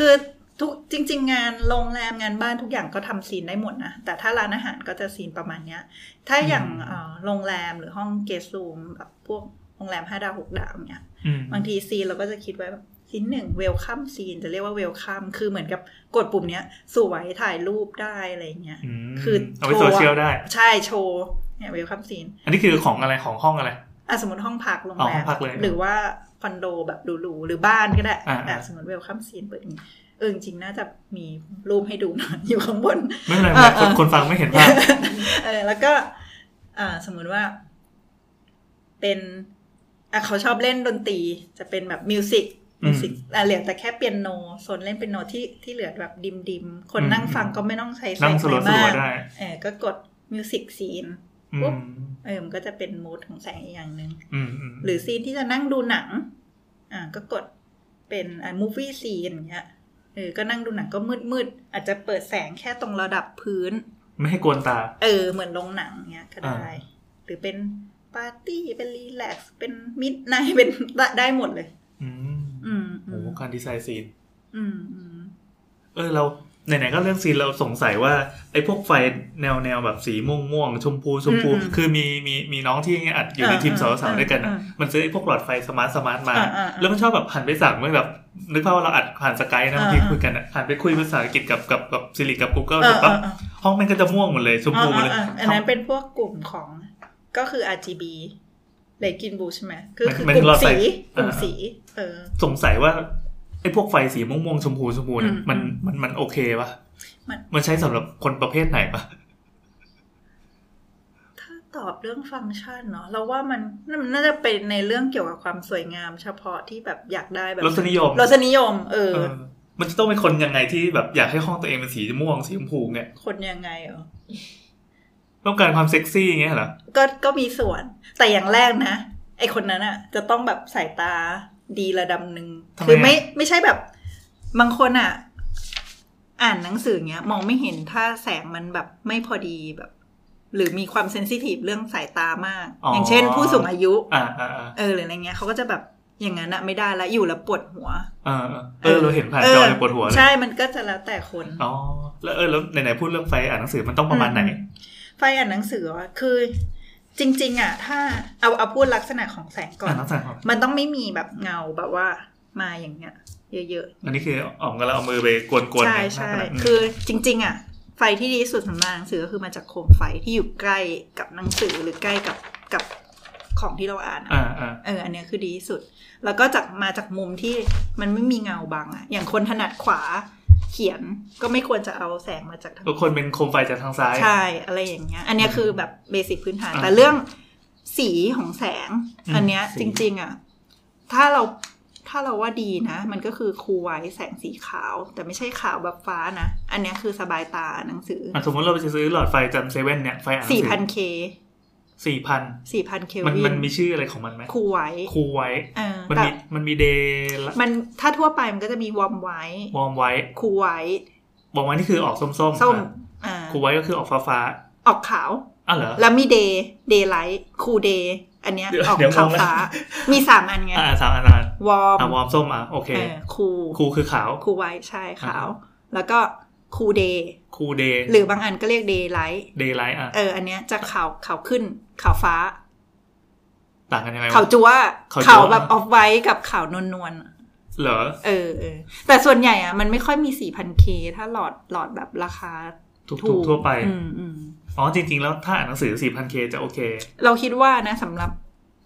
Speaker 6: คือทุกจริง ๆ งานโรงแรมงานบ้านทุกอย่างก็ทำซีนได้หมดนะ แต่ถ้าร้านอาหารก็จะซีนประมาณเนี้ย ถ้าอย่าง
Speaker 3: อืม
Speaker 6: เอ่อโรงแรมหรือห้องเกสต์รูมแบบพวกโรงแรมห้าดาวหกดาวเนี่ย
Speaker 3: อืม
Speaker 6: บางทีซีนเราก็จะคิดไว้แบบซีนหนึ่งเวลคัมซีนจะเรียกว่าเวลคัมคือเหมือนกับกดปุ่มเนี้ยสวยถ่ายรูปได้อะไรเงี้ย
Speaker 3: อืม
Speaker 6: คือ
Speaker 3: เอาไว้โซเชียลได้
Speaker 6: ใช่โชว์เนี่ยเวลคัมซีน
Speaker 3: อันนี้คือของอะไรของห้องอะไร
Speaker 6: อ่ะสมมติห้องพักโรง
Speaker 3: อ๋อ
Speaker 6: แร
Speaker 3: ห้อ
Speaker 6: ม
Speaker 3: งพักเลย
Speaker 6: หรือว่าคอนโดแบบหรูๆหรือบ้านก็ได้
Speaker 3: อ่า
Speaker 6: อ่ะสมมติเวลคัมซีนเปิดอย่างนี้เออจริงๆน่าจะมีรูปให้ดูหน่อย อยู่ข้างบน
Speaker 3: ไม่เป็นไรไม่เป็น
Speaker 6: เออเอ
Speaker 3: ไรคน
Speaker 6: อ
Speaker 3: คนฟังไม่เห็น
Speaker 6: <laughs>
Speaker 3: ภาพ
Speaker 6: เออแล้วก็ อ่า สมมุติว่า เป็นอ่ะเขาชอบเล่นดนตรี จะเป็นแบบมิวสิก
Speaker 3: อืม
Speaker 6: มิวสิกอ่ะเหลือแต่แค่เปียโนโซนเล่นเปียโนที่ที่เหลือแบบดิมๆ คนนั่ง
Speaker 3: อืม
Speaker 6: ฟังก็ไม่ต้องใช้แส
Speaker 3: นั่ง
Speaker 6: ง
Speaker 3: ส
Speaker 6: อะ
Speaker 3: ลั
Speaker 6: ไร
Speaker 3: วสลั
Speaker 6: มาว ก
Speaker 3: ได้
Speaker 6: เออก็กดมิวสิกซีน
Speaker 3: อื
Speaker 6: ปุ๊
Speaker 3: ม
Speaker 6: บ เออมันก็จะเป็นมูดของแสงอีกอย่างหนึ่ง
Speaker 3: อืมอืม
Speaker 6: หรือซีนที่จะนั่งดูหนัง อ่า ก็กดเป็นอ่า movie scene อย่างเงี้ย เออ ก็นั่งดูหนังก็มืดมืดๆอาจจะเปิดแสงแค่ตรงระดับพื้น
Speaker 3: ไม่ให้กวนตา
Speaker 6: เออ เหมือนโรงหนังเนี้ยก็ได้ หรือเป็นปาร์ตี้เป็นรีแลกซ์เป็นมิดไน <laughs> เป็นได้ได้หมดเลย
Speaker 3: อืม
Speaker 6: อืมอื
Speaker 3: โอ้
Speaker 6: ม
Speaker 3: การดีไซน์ซีน
Speaker 6: อืมอืม
Speaker 3: เออเราไหนๆก็เรื่องซีนเราสงสัยว่าไอ้พวกไฟแนวแนวแบบสีม่วงม่วงๆชมพูชมพู คือมีมีมีน้องที่อัดอยู่ในทีมสาวๆด้วยกันอะมันซื้อไอ้พวกหลอดไฟสมาร์ทสมาร์ทมา แล้วมันชอบแบบหันไปสั่งเมื่อแบบ นึกภาพว่าเราอัดผ่านสกายนะบางทีคุยกันอะหันไปคุยภาษาอังกฤษกับกับกับซิริกับกูเกิล
Speaker 6: เอ
Speaker 3: เสร็
Speaker 6: อ
Speaker 3: จ
Speaker 6: เอ
Speaker 3: ปั๊บ
Speaker 6: อเออ
Speaker 3: ห้องแม่งก็จะม่วงหมดเลยชม
Speaker 6: เอ
Speaker 3: พู
Speaker 6: อ
Speaker 3: หม
Speaker 6: เอ
Speaker 3: ด
Speaker 6: อ
Speaker 3: เลย
Speaker 6: เอออันนั้นเป็นพวกกลุ่มของก็คือ RGB เลกินบูใช่ไหมคือคือกลุ่มสีกลุ่มสี เออ
Speaker 3: สงสัยว่าไอ้พวกไฟสีม่วงม่วงๆชมพูชมพูเนี่ย
Speaker 6: อืม
Speaker 3: มันมันมันโอเคปะ
Speaker 6: มัน
Speaker 3: มันใช้สำหรับคนประเภทไหนปะ
Speaker 6: ถ้าตอบเรื่องฟังก์ชันเนาะเราว่ามันมันน่าจะเป็นในเรื่องเกี่ยวกับความสวยงาม เฉพาะที่แบบอยากได้แบบ
Speaker 3: รสนิยม
Speaker 6: รสนิยม เออ
Speaker 3: เออมันจะต้องเป็นคนยังไงที่แบบอยากให้ห้องตัวเองเป็นสีม่วงสีชมพูเนี่ย
Speaker 6: คนยังไงเหรอ
Speaker 3: ต้องการความเซ็กซี่อย่างเงี้ยเหรอ
Speaker 6: ก็ก็มีส่วน แต่อย่างแรกนะ ไอคนนั้นอะจะต้องแบบสายตาดีระดับหนึ่ง
Speaker 3: ทำ
Speaker 6: คือไม่
Speaker 3: ะ
Speaker 6: ไม่ใช่แบบบางคนอะอ่านหนังสือเงี้ย มองไม่เห็นถ้าแสงมันแบบไม่พอดีแบบ หรือมีความเซนซิทีฟเรื่องสายตามาก อย่างเช่น ผู้สูงอายุ
Speaker 3: อ่าอ่าอ่า
Speaker 6: เออหรืออะไรเงี้ยเขาก็จะแบบอย่างนั้นอะไม่ได้ละอยู่แล้วปวดหัว
Speaker 3: เออเออเราเห็นผ่านจอเนี่ยปวดหัวเลย
Speaker 6: ใช่ มันก็จะแล้วแต่คน
Speaker 3: อ๋อแล้วเออแล้วไหนๆพูดเรื่องไฟอ่านหนังสือมันต้องประมาณไหน
Speaker 6: อืม ไฟอ่านหนังสืออะคือจริง ๆ อ่ะ ถ้าเอาเอาพูดลักษณะของแสงก่อ
Speaker 3: อ่าน
Speaker 6: น
Speaker 3: หนังสือของ
Speaker 6: มันต้องไม่มีแบบเงาแบบว่ามาอย่างเงี้ย เยอะ
Speaker 3: อันนี้คืออ๋อมกำลังเอามือไปกวน
Speaker 6: ๆ
Speaker 3: ๆ
Speaker 6: ใช่
Speaker 3: เนี่ย
Speaker 6: ใช่
Speaker 3: หน้ากระดาษม
Speaker 6: คือจริง ๆ อ่ะ ไฟที่ดีที่สุดสำหรับหนังสือก็คือมาจากโคมไฟที่อยู่ใกล้กับหนังสือหรือใกล้กับกับของที่เราอ่านอะ
Speaker 3: อ่าอ่า
Speaker 6: เอออันเนี้ยคือดีที่สุด แล้วก็จากมาจากมุมที่มันไม่มีเงาบังอะอย่างคนถนัดขวาเขียนก็ไม่ควรจะเอาแสงมาจากทาง
Speaker 3: ก็คนเป็นโคมไฟจากทางซ้าย
Speaker 6: ใช่อะไรอย่างเงี้ย อันเนี้ยคือแบบเบสิกพื้นฐาน
Speaker 3: อ่า
Speaker 6: แต่เรื่องสีของแสง
Speaker 3: อืม
Speaker 6: อันเนี้ย
Speaker 3: สี
Speaker 6: จริง ๆอะถ้าเราถ้าเราว่าดีนะ มันก็คือคูไว้แสงสีขาว แต่ไม่ใช่ขาวแบบฟ้านะ อันเนี้ยคือสบายตาหนังสือ
Speaker 3: อ่ะสมมติเราไปซื้อหลอดไฟจำเซเว่นเนี่ยไฟอ่านหนังสื
Speaker 6: สี่
Speaker 3: อ
Speaker 6: พันเค
Speaker 3: สี่พัน
Speaker 6: สี่พันเค
Speaker 3: มัน
Speaker 6: วิ
Speaker 3: มัน
Speaker 6: น
Speaker 3: มีชื่ออะไรของมันไหม
Speaker 6: คูไว้
Speaker 3: คูไว้
Speaker 6: เออ
Speaker 3: มัน
Speaker 6: แต่
Speaker 3: มีมันมีเดย์
Speaker 6: มันถ้าทั่วไปมันก็จะมีวอมไว้
Speaker 3: วอร์มไว้
Speaker 6: คูไวท์
Speaker 3: วอร์มไว้นี่คือออกส้มๆ
Speaker 6: ส้ม
Speaker 3: อ่ะ
Speaker 6: อ่า
Speaker 3: คูไว้ก็คือออกฟ้าฟ้า
Speaker 6: ออกขาว
Speaker 3: ๆอ้าวเหรอ
Speaker 6: แล้วมีเดย์เดย์ไลท์คูเดย์อันเนี้ย
Speaker 3: เดี๋ยว
Speaker 6: ออก
Speaker 3: เดี๋ยว
Speaker 6: ขาว
Speaker 3: งงแล้ว
Speaker 6: ฟ้า มีสามอันไง
Speaker 3: อ่าสามอันอ่ะ
Speaker 6: วอร์ม
Speaker 3: อ่าวอร์มส้มอ่ะโอเค
Speaker 6: เออคู
Speaker 3: คูคือขาว
Speaker 6: คูไวท์ใช่ขาว
Speaker 3: อ่
Speaker 6: แล้วก็คูเดย์
Speaker 3: คูเดย์
Speaker 6: หรือบางอันก็เรียกเดย์ไลท์
Speaker 3: เดย์ไลท์อ่ะ
Speaker 6: เออ อันเนี้ยจะขาวขาวขึ้นขาวฟ้า
Speaker 3: ต่างกันยังไงวะ
Speaker 6: ขาวจัว
Speaker 3: ขาวจั๊ว
Speaker 6: ขาวแบบออฟไวท์กับขาวนวลนวลๆ
Speaker 3: เหรอ
Speaker 6: เออเออแต่ส่วนใหญ่อ่ะ มันไม่ค่อยมี 4,000K ถ้าหลอดหลอดแบบราคา
Speaker 3: ถูกๆทั่วไป
Speaker 6: อืมอืม
Speaker 3: อ๋อจริง ๆ แล้วถ้าอ่านหนังสือ 4,000K จะโอเค
Speaker 6: เราคิดว่านะสำหรับ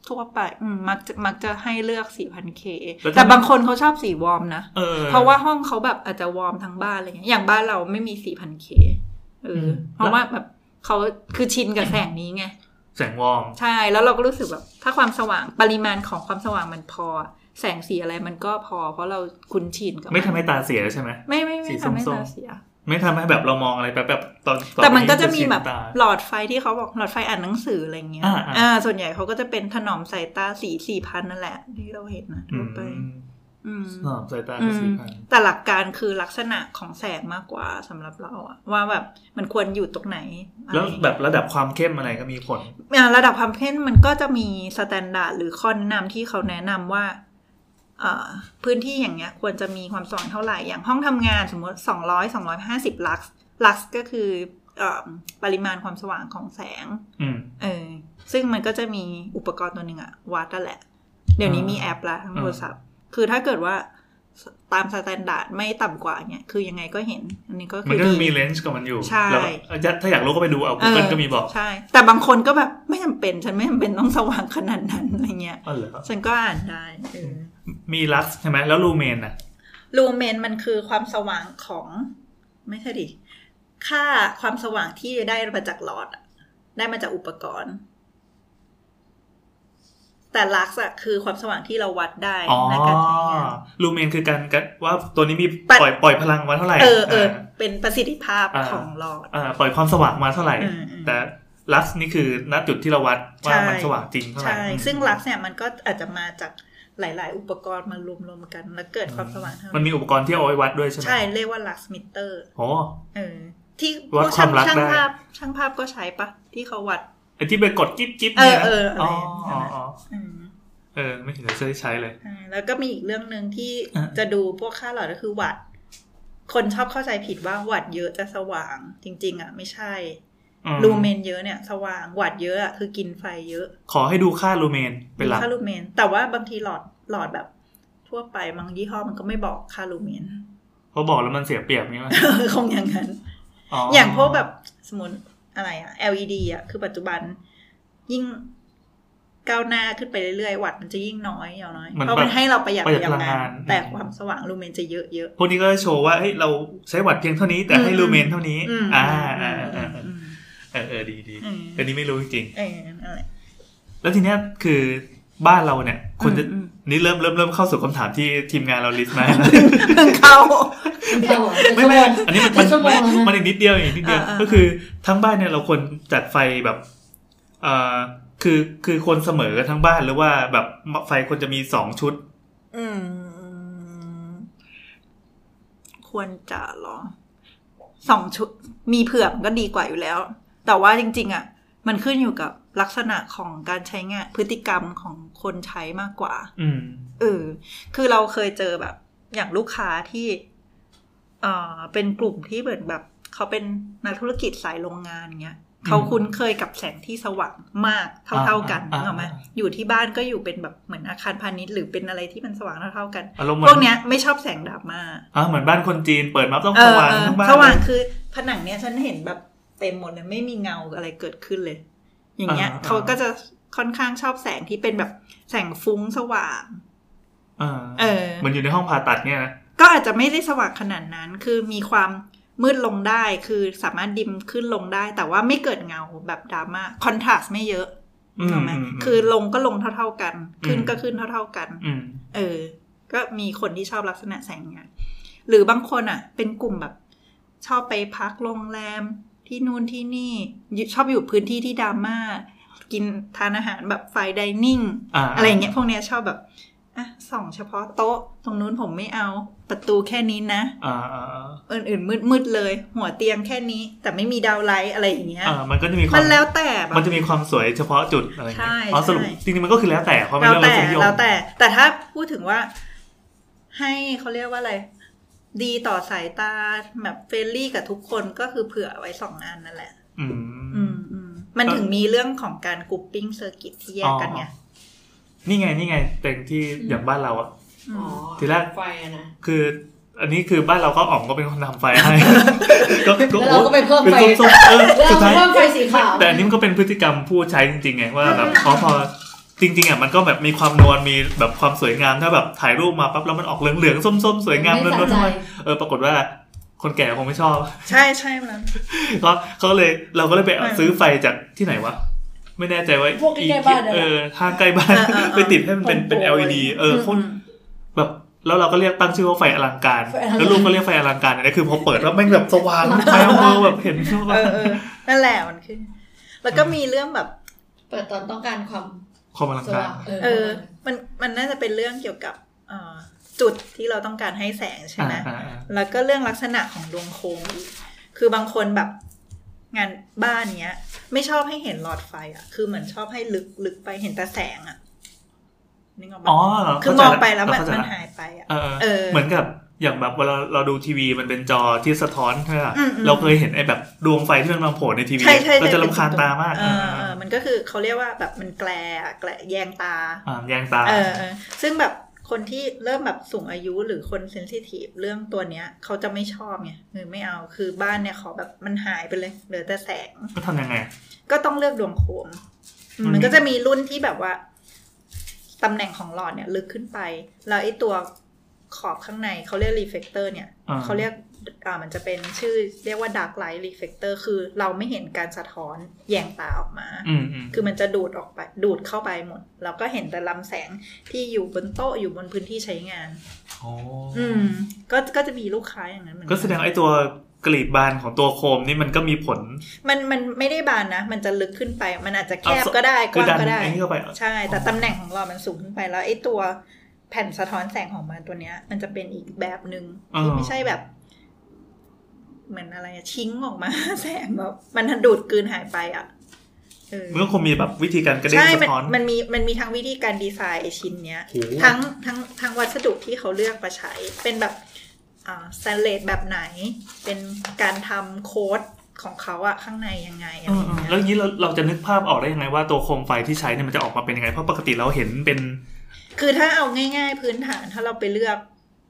Speaker 6: ทั่วไปอืมมักจะมักจะให้เลือก 4,000K
Speaker 3: แล้วทำไม
Speaker 6: แต่บางคนเขาชอบสีวอร์มนะ
Speaker 3: เออ
Speaker 6: เพราะว่าห้องเขาแบบอาจจะวอร์มทั้งบ้านอะไรเงี้ยอย่างบ้านเราไม่มี 4,000K เอออเพราะว่าแบบเขาคือชินกับแสงนี้ไง
Speaker 3: แสงวอร์ม
Speaker 6: ใช่แล้วเราก็รู้สึกแบบ ถ้าความสว่างปริมาณของความสว่างมันพอ แสงสีอะไรมันก็พอ เพราะเราคุ้นชินกับน
Speaker 3: ไม่ทำให้ตาเสียใช่ไหม
Speaker 6: ไม่ไม่
Speaker 3: สี
Speaker 6: ไม่
Speaker 3: ส้
Speaker 6: ทำ
Speaker 3: มๆ
Speaker 6: ให้ตาเสีย
Speaker 3: ไม่ทำให้แบบเรามองอะไรแบบแบบตอนอ
Speaker 6: แต่มันก็จะมี
Speaker 3: ชิ
Speaker 6: แบบ
Speaker 3: ตา
Speaker 6: หลอดไฟที่เขาบอกหลอดไฟอ่านหนังสืออะไรเงี้ย
Speaker 3: อ่าอ่า
Speaker 6: อ่า ส่วนใหญ่เขาก็จะเป็นถนอมสายตาสีสี่พันนั่นแหละ ที่เราเห็นนะ
Speaker 3: อื
Speaker 6: ทั่ว
Speaker 3: ม
Speaker 6: ไป อืม
Speaker 3: อ๋อสายตา
Speaker 6: อืม
Speaker 3: สี่พัน
Speaker 6: แต่หลักการคือลักษณะของแสงมากกว่าสำหรับเราอะว่าแบบมันควรอยู่ตรงไหนอะไร
Speaker 3: แล้วแบบระดับความเข้มอะไรก็มีผล
Speaker 6: อ่าระดับความเข้มมันก็จะมีสแตนดาร์ดหรือข้อแนะนำที่เขาแนะนำว่าเอ่อพื้นที่อย่างเงี้ย ควรจะมีความสว่างเท่าไหร่ อย่างห้องทำงานสมมติสองร้อยสองร้อยห้าสิบลักส์ลักส์ก็คือเอ่อปริมาณความสว่างของแสง
Speaker 3: อืม
Speaker 6: เออ ซึ่งมันก็จะมีอุปกรณ์ตัวหนึ่งอะวัดนั่นแหละ เดี๋ยวนี้มีแอปละทั้ง
Speaker 3: อ่า
Speaker 6: โทรศัพท์ คือถ้าเกิดว่าสตามสแตนดาร์ดไม่ต่ำกว่าเนี่ย คือยังไงก็เห็น อันนี้ก็คื
Speaker 3: มัน
Speaker 6: อ
Speaker 3: ก็
Speaker 6: ดี
Speaker 3: มีเลนส์กับมันอยู่
Speaker 6: ใช่
Speaker 3: แล้วก็ถ้าอยากรู้ก็ไปดูเอา
Speaker 6: เอ
Speaker 3: Google ก็มีบอก
Speaker 6: ใช่ แต่บางคนก็แบบไม่จำเป็น ฉันไม่จำเป็นต้องสว่างขนาดนั้นอะไรเงี้ย
Speaker 3: อ๋อเหรอ
Speaker 6: ฉันก็อ่านได้เออ
Speaker 3: มีลักใช่ไหมแล้วลูเมนอ่ะ
Speaker 6: ลูเมนมันคือความสว่างของ ไม่ใช่ดิ ค่าความสว่างที่ได้มาจากหลอดอะได้มาจากอุปกรณ์ แต่ลักซ์อะคือความสว่างที่เราวัดได้
Speaker 3: อ๋อ
Speaker 6: ในการใช้งาน
Speaker 3: ลูเมนคือการกัดว่าตัวนี้มี
Speaker 6: ปัด
Speaker 3: ปล่อยปล่อยพลังมาเท่าไหร่
Speaker 6: เออเออเป็นประสิทธิภาพ
Speaker 3: อ่า
Speaker 6: ของหลอด
Speaker 3: อ่าปล่อยความสว่างมาเท่าไหร่
Speaker 6: อืมอืม
Speaker 3: แต่ลัสนี่คือณจุดที่เราวัดว่า
Speaker 6: ใช่
Speaker 3: มันสว่างจริงเท่าไหร่
Speaker 6: ใช่
Speaker 3: อืม
Speaker 6: ซึ่งลักซ์เนี่ยมันก็อาจจะมาจากหลาย ๆ อุปกรณ์มารวมๆกัน แล้วเกิดความสว่างเท่า
Speaker 3: มันมีอุปกรณ์ที่เอาไว้วัดด้วยใช่ไหม
Speaker 6: ใช่ เรียกว่าลักซ์มิเตอร์
Speaker 3: โอ้
Speaker 6: เออ ที่
Speaker 3: วัด
Speaker 6: พกช่ง
Speaker 3: ความรัก
Speaker 6: ช่าง
Speaker 3: ได้
Speaker 6: ภาพช่างภาพก็ใช้ปะที่เขาวัด
Speaker 3: ไอ้ที่ไปกดกิ๊บกิ๊บ
Speaker 6: เอ
Speaker 3: เนี่
Speaker 6: อย
Speaker 3: นะ
Speaker 6: เอออะไร
Speaker 3: อ๋อ
Speaker 6: นั่
Speaker 3: อ๋อน
Speaker 6: แหละ
Speaker 3: อ๋อ
Speaker 6: อืม
Speaker 3: เออ ไม่เห็นจะใช้เลย
Speaker 6: ใช่แล้วก็มีอีกเรื่องหนึ่งที่
Speaker 3: อ่ะ
Speaker 6: จะดูพวกค่าหลอดก็คือวัด คนชอบเข้าใจผิดว่าวัดเยอะจะสว่าง จริง ๆ อ่ะ ไม่ใช่
Speaker 3: อืม
Speaker 6: ลูเมนเยอะเนี่ยสว่างวัดเยอะอะคือกินไฟเยอะ
Speaker 3: ขอให้ดูค่าลูเมนเป็นหลัก
Speaker 6: ค่าลูเมน แต่ว่าบางทีหลอดหลอดแบบ ทั่วไปบางยี่ห้อมันก็ไม่บอกค่าลูเมน <laughs>
Speaker 3: เพราะบอกแล้วมันเสียเปรียบนี่มั้ย
Speaker 6: คงอย่างนั้น อย่างพวกแบบสมมติอะไรอะ LED อะคือปัจจุบัน ยิ่งก้าวหน้าขึ้นไปเรื่อยๆ วัตต์มันจะยิ่งน้อยอย่างน้อย
Speaker 3: มัน
Speaker 6: เพราะมันให้เราประหยัด
Speaker 3: ประหยัด
Speaker 6: พลั
Speaker 3: พลังงาง
Speaker 6: งาน น แต่ความสว่างลูเมนจะเยอะเยอะ
Speaker 3: พวกนี้ก็โชว์ว่าเฮ้ยเราใช้วัตต์เพียงเท่านี้แต่ให้
Speaker 6: อืม
Speaker 3: ลูเมนเท่านี้
Speaker 6: ๆอืม
Speaker 3: อ่าอ่าอ่า
Speaker 6: อืม
Speaker 3: เออเออดีดี
Speaker 6: อืม
Speaker 3: อันนี้ไม่รู้จริง
Speaker 6: เออนั่นแหละ
Speaker 3: ๆแล้วทีเนี้ยคือบ้านเราเนี่ยคนจะ
Speaker 6: อืม
Speaker 3: นี่เริ่มเริ่มเริ่มเข้าสู่คำถามที่ทีมงานเราลิสต์
Speaker 6: <laughs>
Speaker 3: มา
Speaker 6: เพิ่งเข้า
Speaker 5: เราอะ
Speaker 3: ไม่ไม่
Speaker 5: เป็นชั่วโง
Speaker 3: อันนี้มันมัน
Speaker 5: ชั่วโมงแล้วนะ
Speaker 3: มันอีกนิดเดียวอีกนิดเดียว
Speaker 6: อ่าอ่า
Speaker 3: ก็คือทั้งบ้านเนี่ยเราควรจัดไฟแบบเอ่อคือคือควรเสมอกันทั้งบ้านหรือว่าแบบไฟควรจะมีสองชุด
Speaker 6: อืม ควรจะเหรอสองชุด มีเผื่อมันก็ดีกว่าอยู่แล้ว แต่ว่าจริง ๆ อ่ะ มันขึ้นอยู่กับลักษณะของการใช้งานพฤติกรรมของคนใช้มากกว่า
Speaker 3: อืม
Speaker 6: เออ คือเราเคยเจอแบบอย่างลูกค้าที่เอ่อเป็นกลุ่มที่เหมือนแบบ เขาเป็นนักธุรกิจสายโรงงานเงี้ยเขาคุ้นเคยกับแสงที่สว่างมากเท่าๆกัน
Speaker 3: อ่า
Speaker 6: ถูกไหม
Speaker 3: อ่า
Speaker 6: อยู่ที่บ้านก็อยู่เป็นแบบเหมือนอาคารพาณิชย์หรือเป็นอะไรที่มันสว่างเท่าๆกัน
Speaker 3: อารมณ์เห
Speaker 6: พ
Speaker 3: มื
Speaker 6: วก
Speaker 3: อน
Speaker 6: เนี้ยไม่ชอบแสงดราม่า
Speaker 3: อ่าเหมือนบ้านคนจีนเปิดมาต้อง
Speaker 6: เอ
Speaker 3: ส
Speaker 6: อ
Speaker 3: ว่าง
Speaker 6: เออ
Speaker 3: ทั้งบ้าน
Speaker 6: สว่างคือผนังเนี้ยฉันเห็นแบบเต็มหมดเลยไม่มีเงาอะไรเกิดขึ้นเลย อย่างเงี้ยเขาก็จะค่อนข้างชอบแสงที่เป็นแบบแสงฟุ้งสว่าง
Speaker 3: อ่า
Speaker 6: เออ
Speaker 3: เหมือนอยู่ในห้องผ่าตัดเนี่ยนะ
Speaker 6: ก็อาจจะไม่ได้สว่างขนาดนั้น คือมีความมืดลงได้ คือสามารถดิมขึ้นลงได้ แต่ว่าไม่เกิดเงาแบบดราม่า คอนทราสต์ไม่เยอะ
Speaker 3: อืม
Speaker 6: ถูกไหม
Speaker 3: อืม
Speaker 6: คือลงก็ลงเท่า ๆกัน ขึ้น
Speaker 3: อืม
Speaker 6: ก็ขึ้นเท่า ๆกัน
Speaker 3: อืม
Speaker 6: เออ ก็มีคนที่ชอบลักษณะแสงเงาหรือบางคนอ่ะ เป็นกลุ่มแบบ ชอบไปพักโรงแรมที่นู่นที่นี่อยู่ชอบอยู่พื้นที่ที่ดราม่า กินทานอาหารแบบไฟไดนิ่ง
Speaker 3: อ่า
Speaker 6: อะไรอย่างเงี้ย พวกเนี้ยชอบแบบอ่ะส่องเฉพาะโต๊ะ ตรงนู้นผมไม่เอา ประตูแค่นี้นะ
Speaker 3: อ่าอ่าอ่า
Speaker 6: อื่นๆมืดๆเลย หัวเตียงแค่นี้ แต่ไม่มีดาวไลท์อะไรอย่างเงี้ย
Speaker 3: อ่ามันก็จะมีควา
Speaker 6: มั
Speaker 3: ม
Speaker 6: นแล้วแต่แบบ
Speaker 3: มันจะมีความสวยเฉพาะจุดอะไรอย่างเงี้ย
Speaker 6: ใช่
Speaker 3: อ๋อสรุป
Speaker 6: ใช่
Speaker 3: จริงๆมันก็คือแล้วแต่เพราะมัน
Speaker 6: แล้ว
Speaker 3: เรื่
Speaker 6: แต่
Speaker 3: องรสนิยม
Speaker 6: แล้วแต่ แต่ถ้าพูดถึงว่า ให้เขาเรียกว่าอะไร ดีต่อสายตาแบบเฟรนลี่กับทุกคนก็คือเผื่อไว้สองอันนั่นแหละ
Speaker 3: อืม
Speaker 6: อืมอืมมันถึงมีเรื่องของการกรุ๊ปปิ้งเซอร์กิตที่แยกกันไง
Speaker 3: อ๋อ นี่ไงนี่ไงแต่งที่อย่างบ้านเราอะ
Speaker 5: อ๋อ
Speaker 3: ทีแรก
Speaker 5: ไฟอะนะ
Speaker 3: คืออันนี้คือบ้านเราก็อ๋อมก็เป็นคนทำไฟ
Speaker 6: <laughs>
Speaker 3: ให้ ก็
Speaker 5: แล้วเราก็ไปเพิ่มไฟ
Speaker 3: ป็นส้มๆเออ
Speaker 5: แล้ว
Speaker 3: สุดท้าย
Speaker 5: เพิ่มไฟสีขาว
Speaker 3: แต่อันนี้มันก็เป็นพฤติกรรมผู้ใช้จริงๆไงว่าแบบพอพอจริงๆอ่ะมันก็แบบมีความนวลมีแบบความสวยงามถ้าแบบถ่ายรูปมาปั๊บแล้วมันออกเหลืองๆส้มๆสวยงาม
Speaker 5: ไม่
Speaker 3: นว
Speaker 5: สะ
Speaker 3: ล
Speaker 5: ใจ
Speaker 3: ๆเออปรากฏว่าคนแก่คงไม่ชอบ <laughs>
Speaker 6: ใช่ใช่มัน
Speaker 3: ก็เขาเลยเราก็เลยไปเอา
Speaker 6: ไม่
Speaker 3: ซื้อไฟจากที่ไหนวะ ไม่แน่ใจว่า
Speaker 5: พวกใกล้ๆบ้านอะ
Speaker 3: เออห้างใกล้บ้าน
Speaker 6: <laughs> เออเออเออ
Speaker 3: ไปติดให้มันเป็นเป็น LED เออโคตร แบบแล้วเราก็เรียกตั้งชื่อว่าไฟอลังการ
Speaker 5: ไฟอลังการ
Speaker 3: แล้วลูกก็เรียกไฟอลังการอันนี้คือพอเปิดแล้วแม่งแบบส
Speaker 6: <laughs>
Speaker 3: ว่างไฟเอามือแบบเห็นใช่
Speaker 6: เอ
Speaker 3: ปะ
Speaker 6: อเออนั่นแหละมันคือ แล้วก็มีเรื่องแบบ
Speaker 5: เปิดตอนต้องการความ
Speaker 3: ความอลัง
Speaker 5: ส
Speaker 3: การ
Speaker 5: ว่าง
Speaker 6: เออ มันมันน่าจะเป็นเรื่องเกี่ยวกับเอ่อจุดที่เราต้องการให้แสงใช่ไหม
Speaker 3: อ่าอ่า
Speaker 6: แล้วก็เรื่องลักษณะของดวงโค้งอีกคือบางคนแบบงานบ้านเนี้ย ไม่ชอบให้เห็นหลอดไฟอ่ะ คือเหมือนชอบให้ลึกลึกไปเห็นแต่แสงอ่ะนึกออกปะ
Speaker 3: อ๋อเหรอ
Speaker 6: คือม
Speaker 3: เข้า
Speaker 6: อง
Speaker 3: ใจละ
Speaker 6: ไปแล้วมัน
Speaker 3: เข้าใจละ
Speaker 6: มันหายไปอ่ะ
Speaker 3: เออ
Speaker 6: เออ
Speaker 3: เหมือนกับอย่างแบบเวลาเราดูทีวีมันเป็นจอที่สะท้อนใช่ปะ
Speaker 6: อืมอืม
Speaker 3: เราเคยเห็นไอ้แบบดวงไฟที่มันมาโผล่ในทีวี
Speaker 6: ใช่ใช่
Speaker 3: เรา
Speaker 6: ใช่
Speaker 3: จะรำคาญตามาก
Speaker 6: เออเออมันก็คือเขาเรียกว่าแบบมันแกลอะแกลแยงตา
Speaker 3: อ่าแยงตา
Speaker 6: เออเออซึ่งแบบคนที่เริ่มแบบสูงอายุหรือคนเซนซิทีฟเรื่องตัวเนี้ย เขาจะไม่ชอบไงหรือไม่เอาคือบ้านเนี่ยขอแบบมันหายไปเลยเหลือแต่แสง
Speaker 3: ก็ทำยังไง
Speaker 6: ก็ต้องเลือกดวงโคม
Speaker 3: อืม
Speaker 6: มันก็จะมีรุ่นที่แบบว่า ตำแหน่งของหลอดเนี่ยลึกขึ้นไป แล้วไอ้ตัวขอบข้างในเขาเรียกรีเฟกเตอร์เนี่ย
Speaker 3: อ่
Speaker 6: เขาเรียกอ่ามันจะเป็นชื่อเรียกว่าด a r k กไลท์รีเฟกเตอร์คือเราไม่เห็นการสะท้อนแยงตาออกมา
Speaker 3: อืมอืม
Speaker 6: คือมันจะดูดออกไปดูดเข้าไปหมด แล้วก็เห็นแต่ลำแสงที่อยู่บนโต๊ะอยู่บนพื้นที่ใช้งาน
Speaker 3: โอ้
Speaker 6: อืม ก็ก็จะมีลูกค้าอย่างนั้นเหมือนน
Speaker 3: ก็แสดงว่าไอ้ตัวกรีดบานของตัวโคมนี่มันก็มีผล
Speaker 6: มันมันไม่ได้บานนะ มันจะลึกขึ้นไป มันอาจจะแคบ
Speaker 3: เอาส
Speaker 6: ก็ได้ก
Speaker 3: คือ
Speaker 6: ว้าง
Speaker 3: ดัน
Speaker 6: ก็ได้
Speaker 3: ไอ้นี่เข้าไปเหรอ
Speaker 6: ใช่ แต่ตำแหน่งของเรามันสูงขึ้นไปแล้วไอ้ตัวแผ่นสะท้อนแสงของมันตัวเนี้ย มันจะเป็นอีกแบบหนึ่ง
Speaker 3: อ่า
Speaker 6: ที่ไม่ใช่แบบ เหมือนอะไรอะชิงออกมา <laughs> แสงแบบมันดูดกลืนหายไปอ่ะเออ
Speaker 3: มันก็คงมีแบบวิธีการกระเด้ง
Speaker 6: ใช่ มั
Speaker 3: สะ
Speaker 6: น
Speaker 3: ท้อน
Speaker 6: มันมีมันมีทั้งวิธีการดีไซน์ไอ้ชิ้นเนี้ย
Speaker 3: โอ้โห
Speaker 6: ทั้งทั้งทั้งวัสดุที่เขาเลือกมาใช้ เป็นแบบอ่าสแตนเลสแบบไหน เป็นการทำโค้ดของเขาอะข้างในยังไงอะ
Speaker 3: เอ
Speaker 6: ไร
Speaker 3: อ
Speaker 6: อย่างเงี้ย
Speaker 3: ๆแล้วอย่างนี้เราเราจะนึกภาพออกได้ยังไงว่าตัวโคมไฟที่ใช้เนี่ยมันจะออกมาเป็นยังไง เพราะปกติเราเห็นเป็น
Speaker 6: คือถ้าเอาง่าย ๆ พื้นฐานถ้าเราไปเลือก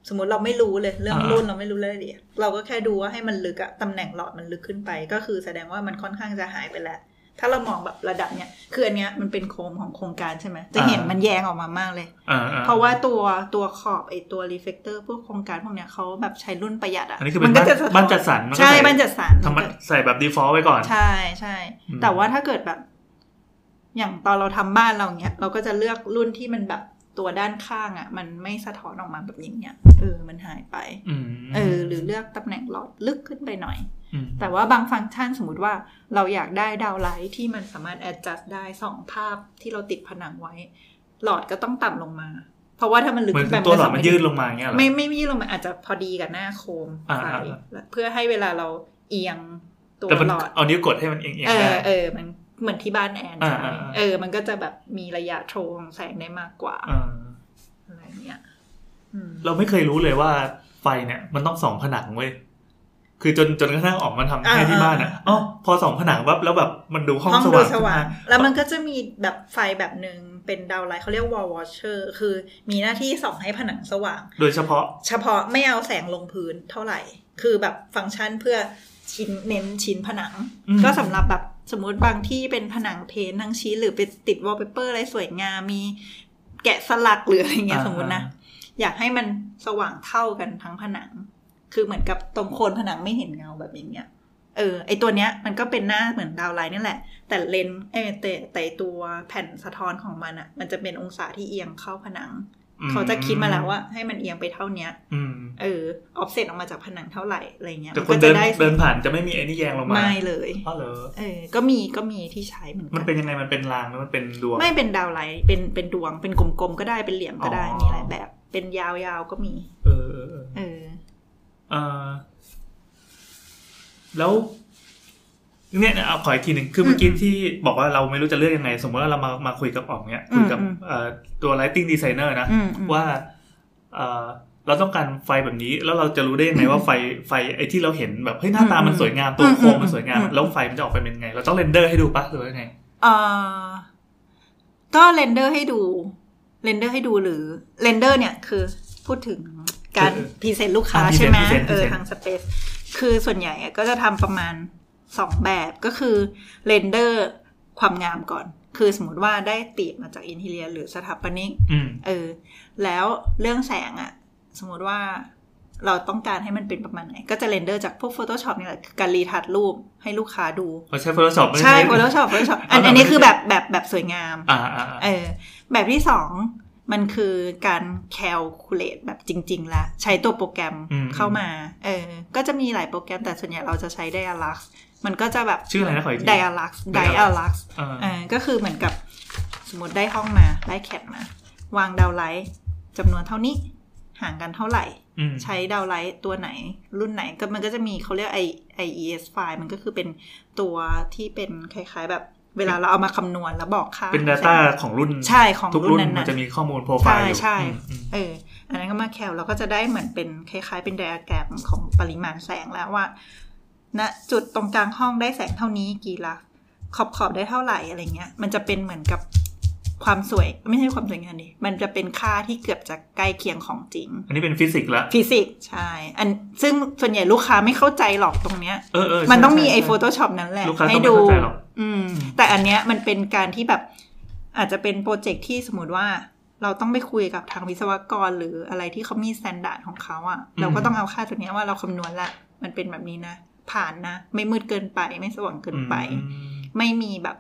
Speaker 6: สมมติเราไม่รู้เลย เรื่อง
Speaker 3: อ่า
Speaker 6: รุ่นเราไม่รู้รายละเอียดเราก็แค่ดูว่าให้มันลึกอะตำแหน่งหลอดมันลึกขึ้นไป ก็คือแสดงว่ามันค่อนข้างจะหายไปแล้ว ถ้าเรามองแบบระดับเนี้ยคืออันเนี้ยมันเป็นโคมของโครงการใช่ไหมจะเห็นมันแยงออกมามากเลย
Speaker 3: อ่าๆ
Speaker 6: เพราะว่าตัวตัวขอบไอตัวรีเฟกเตอร์พวกโครงการพวกเนี้ยเขาแบบใช้รุ่นประหยัดอ่ะ
Speaker 3: อันนี้คือเป็น
Speaker 6: ก็
Speaker 3: บ้าน
Speaker 6: จะสะท้อ
Speaker 3: บ้านจัดสรรมันก็
Speaker 6: ใช่
Speaker 3: ใส่
Speaker 6: บ้านจัดสรร
Speaker 3: ทำ
Speaker 6: มั
Speaker 3: มัน
Speaker 6: นก็
Speaker 3: ใส่แบบ default ไว้ก่อน
Speaker 6: ใช่ใช่
Speaker 3: อืม
Speaker 6: แต่ว่าถ้าเกิดแบบ อย่างตอนเราทำบ้านเราเนี้ยเราก็จะเลือกรุ่นที่มันแบบตัวด้านข้างอ่ะ มันไม่สะท้อนออกมาแบบอย่างเนี้ยเออมันหายไป
Speaker 3: อืม
Speaker 6: เออ หรือเลือกตำแหน่งหลอดลึกขึ้นไปหน่อย
Speaker 3: ม
Speaker 6: แต่ว่าบางฟังก์ชันสมมติว่าเราอยากได้ดาวไลท์ที่มันสามารถ adjust ได้สองภาพที่เราติดผนังไว้ หลอดก็ต้องต่ำลงมา เพราะว่าถ้ามันลึก
Speaker 3: เหมือน
Speaker 6: ขึ้นไป
Speaker 3: ตัวหลอดมัน
Speaker 6: จะ
Speaker 3: ยืดลงมาอย่างเงี้ยเหรอ
Speaker 6: ไม่ไม่ยืดลงมาอาจจะพอดีกับหน้าโคม
Speaker 3: อ่า
Speaker 6: ไฟ
Speaker 3: อ่าอ่า
Speaker 6: และเพื่อให้เวลาเราเอียงตัว
Speaker 3: แต่มัน
Speaker 6: หลอด
Speaker 3: เอานิ้วกดให้มันเอียง
Speaker 6: เอ
Speaker 3: ๆได้
Speaker 6: อเออมันเหมือนที่บ้านแอน
Speaker 3: อ่า
Speaker 6: ใช่
Speaker 3: อ่าอ่า
Speaker 6: เออ มันก็จะแบบมีระยะโทรของแสงได้มากกว่า
Speaker 3: อ่า
Speaker 6: อะไรเงี้ยอืม
Speaker 3: เราไม่เคยรู้เลยว่าไฟเนี่ยมันต้องสองผนังเว้ย คือจนจนกระทั่งออกมาทำ
Speaker 6: อ่า
Speaker 3: ให้ที่บ้านอ่ะ
Speaker 6: อ่า
Speaker 3: อ๋อพอสองผนังปั๊บแล้วแบบมันดูห้อง
Speaker 6: ห้อง
Speaker 3: ส
Speaker 6: ดู
Speaker 3: ว่าง
Speaker 6: สว่าง
Speaker 3: ขึ้นมา
Speaker 6: แล้วมันก็จะมีแบบไฟแบบหนึ่งเป็นดาวไลท์เขาเรียกวอลวอชเชอร์ คือมีหน้าที่ส่องให้ผนังสว่าง
Speaker 3: โดยเฉพาะ
Speaker 6: เฉพาะไม่เอาแสงลงพื้นเท่าไหร่ คือแบบฟังก์ชันเพื่อชิ้นเน้นชิ้นผนัง
Speaker 3: อืม
Speaker 6: ก็สำหรับแบบสมมติบางที่เป็นผนังเพนท์ทั้งชิ้นหรือไปติดวอลเปเปอร์อะไรสวยงาม มีแกะสลักหรืออะไรเงี้ย
Speaker 3: อ่า
Speaker 6: สมมตินะ อยากให้มันสว่างเท่ากันทั้งผนัง คือเหมือนกับตรงโคนผนังไม่เห็นเงาแบบอย่างเงี้ย เออ ไอตัวเนี้ยมันก็เป็นหน้าเหมือนดาวไลน์นี่แหละ แต่เลนส์เออแต่แต่ตัวแผ่นสะท้อนของมันอะมันจะเป็นองศาที่เอียงเข้าผนัง
Speaker 3: อืม
Speaker 6: เขาจะคิดมาแล้วว่าให้มันเอียงไปเท่าเนี้ย
Speaker 3: อืม
Speaker 6: เออ ออฟเซตออกมาจากผนังเท่าไหร่อะไรเงี้ย
Speaker 3: แต่
Speaker 6: มั
Speaker 3: คน
Speaker 6: ก็
Speaker 3: เดิน
Speaker 6: ได้
Speaker 3: เดินผ่านจะไม่มีไอ้นี่แยงลงมา
Speaker 6: ไม่เลย
Speaker 3: เพราะเหรอ
Speaker 6: เออ ก็มีก็มีที่ใช้เหมือน
Speaker 3: มัน
Speaker 6: กั
Speaker 3: เป็นยังไงมันเป็นรางหรือมันเป็นดวง
Speaker 6: ไม่เป็นดาวไลท์เป็นเป็นดวงเป็นกลมๆก็ได้เป็นเหลี่ยมก็ได้
Speaker 3: อ๋อ
Speaker 6: มีหลายแบบ เป็นยาวๆก็มี
Speaker 3: เออเออเออ
Speaker 6: เออ
Speaker 3: เอ่อแล้วเนี่ยเอาขออีกทีหนึ่งคือเมื่อกี้ที่บอกว่าเราไม่รู้จะเลือกยังไง สมมติว่าเรามามาคุยกับอ๋องเนี่ยคุยกับ
Speaker 6: อืมอืม
Speaker 3: เอ่อตัว lighting designer นะ
Speaker 6: อืมอืม
Speaker 3: ว่าเอ่อเราต้องการไฟแบบนี้ แล้วเราจะรู้ได้ยังไงว่าไฟไฟไอ้ที่เราเห็นแบบเฮ้ยหน้าตามันสวยงามตัวโคมมันสวยงาม
Speaker 6: อืม
Speaker 3: แล้วไฟมันจะออกไปเป็นไง เราต้องเรนเดอร์ให้ดูปะหรือว่าไง
Speaker 6: เอ่อก็เรนเดอร์ให้ดู เรนเดอร์ให้ดูหรือเรนเดอร์เนี่ยคือพูดถึงการ
Speaker 3: คือ
Speaker 6: พรีเซนต์ลูกค้า
Speaker 3: อ่า present
Speaker 6: ใช่ไหม
Speaker 3: present
Speaker 6: เออ
Speaker 3: present
Speaker 6: ทางสเปซคือส่วนใหญ่อะก็จะทำประมาณสองแบบก็คือเรนเดอร์ความงามก่อน คือสมมติว่าได้ตีบมาจากอินเทียหรือสถาปนิก
Speaker 3: อืม
Speaker 6: เออ แล้วเรื่องแสงอะสมมติว่าเราต้องการให้มันเป็นประมาณไหน ก็จะเรนเดอร์จากพวก Photoshop นี่แหละคือการรีทัดรูปให้ลูกค้าดู
Speaker 3: เราใช้ Photoshop ไม่
Speaker 6: ใช่
Speaker 3: ใช่
Speaker 6: Photoshop Photoshop อัน
Speaker 3: เอาแบบ
Speaker 6: อันนี้คือแบบแบบแบบสวยงาม
Speaker 3: อ่าอ่าอ่า
Speaker 6: เออ แบบที่สองมันคือการแคลคูลเลตแบบจริง ๆ ละ ใช้ตัวโปรแกรมเข้ามา เออ ก็จะมีหลายโปรแกรมแต่ส่วนใหญ่เราจะใช้ Dialux มันก็จะแบบ
Speaker 3: ชื่ออะไรนะขออีกที
Speaker 6: Dialux Dialux
Speaker 3: อ่า
Speaker 6: เออก็คือเหมือนกับสมมติได้ห้องมาได้แคปมา วางดาวไลท์จำนวนเท่านี้ ห่างกันเท่าไหร่
Speaker 3: อืม
Speaker 6: ใช้ดาวไลท์ตัวไหนรุ่นไหนก็มันก็จะมีเขาเรียก i IES file มันก็คือเป็นตัวที่เป็นคล้ายๆ แบบเวลาเราเอามาคำนวณแล้วบอกค่า
Speaker 3: เป็น Data ของรุ่น
Speaker 6: ใช่ของ
Speaker 3: ทุก
Speaker 6: รุ่
Speaker 3: รุ่
Speaker 6: น
Speaker 3: น
Speaker 6: นั้น
Speaker 3: มันจะ
Speaker 6: ๆ
Speaker 3: มีข้อมูลโปรไฟล์อยู่
Speaker 6: ใช่ใช่
Speaker 3: อืม
Speaker 6: เออ อันนั้นก็มาแคลเราก็จะได้เหมือนเป็นคล้ายๆ เป็นไดอะแกรมของปริมาณแสงแล้วว่าณจุดตรงกลางห้องได้แสงเท่านี้กี่ลักขอบขอบได้เท่าไหร่อะไรเงี้ย มันจะเป็นเหมือนกับความสวยไม่ใช่ความสวยงามดิมันจะเป็นค่าที่เกือบจะใกล้เคียงของจริง
Speaker 3: อันนี้เป็นฟิสิกส์ละ
Speaker 6: ฟิสิกส์ใช่ อันซึ่งส่วนใหญ่ลูกค้าไม่เข้าใจหรอกตรงเนี้ย
Speaker 3: เออเออ
Speaker 6: มันต้องมี
Speaker 3: ใช่
Speaker 6: ไอ้
Speaker 3: ใช่
Speaker 6: Photoshop นั้นแหละ
Speaker 3: ลูกค้าต้อง
Speaker 6: ดู
Speaker 3: ไม่เข้าใจหรอก
Speaker 6: อืม แต่อันเนี้ยมันเป็นการที่แบบอาจจะเป็นโปรเจกต์ที่สมมติว่า เราต้องไปคุยกับทางวิศวกรหรืออะไรที่เขามีสแตนดาร์ดของเขาอะ่ะ เราก็ต้องเอาค่าตัวเนี้ยว่าเราคำนวณละมันเป็นแบบนี้นะ ผ่านนะ ไม่มืดเกินไปไม่สว่างเกินไป ไม่มีแบบ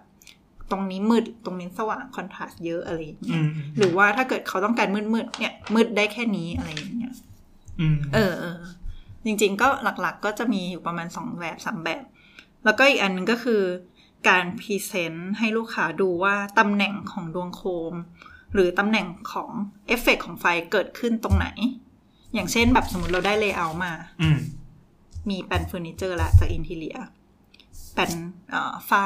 Speaker 6: ตรงนี้มืดตรงนี้สว่างคอนทราสต์เยอะอะไรอย่างเงี้
Speaker 3: อื
Speaker 6: ย
Speaker 3: ม
Speaker 6: หรือว่าถ้าเกิดเขาต้องการมืดๆเนี่ยมืดได้แค่นี้อะไรอย่างเงี้ย
Speaker 3: อืม
Speaker 6: เออเออจริงๆก็หลักๆก็จะมีอยู่ประมาณ 2 แบบสามแบบ แล้วก็อีกอันหนึงก็คือการพรีเซนต์ให้ลูกค้าดูว่าตำแหน่งของดวงโคม หรือตำแหน่งของเอฟเฟกต์ของไฟเกิดขึ้นตรงไหน อย่างเช่นแบบสมมติเราได้เลเยอร์มา
Speaker 3: อืม
Speaker 6: มีแปลนเฟอร์นิเจอร์ละจากอินทีเลียแปลนเอ่อฝ้า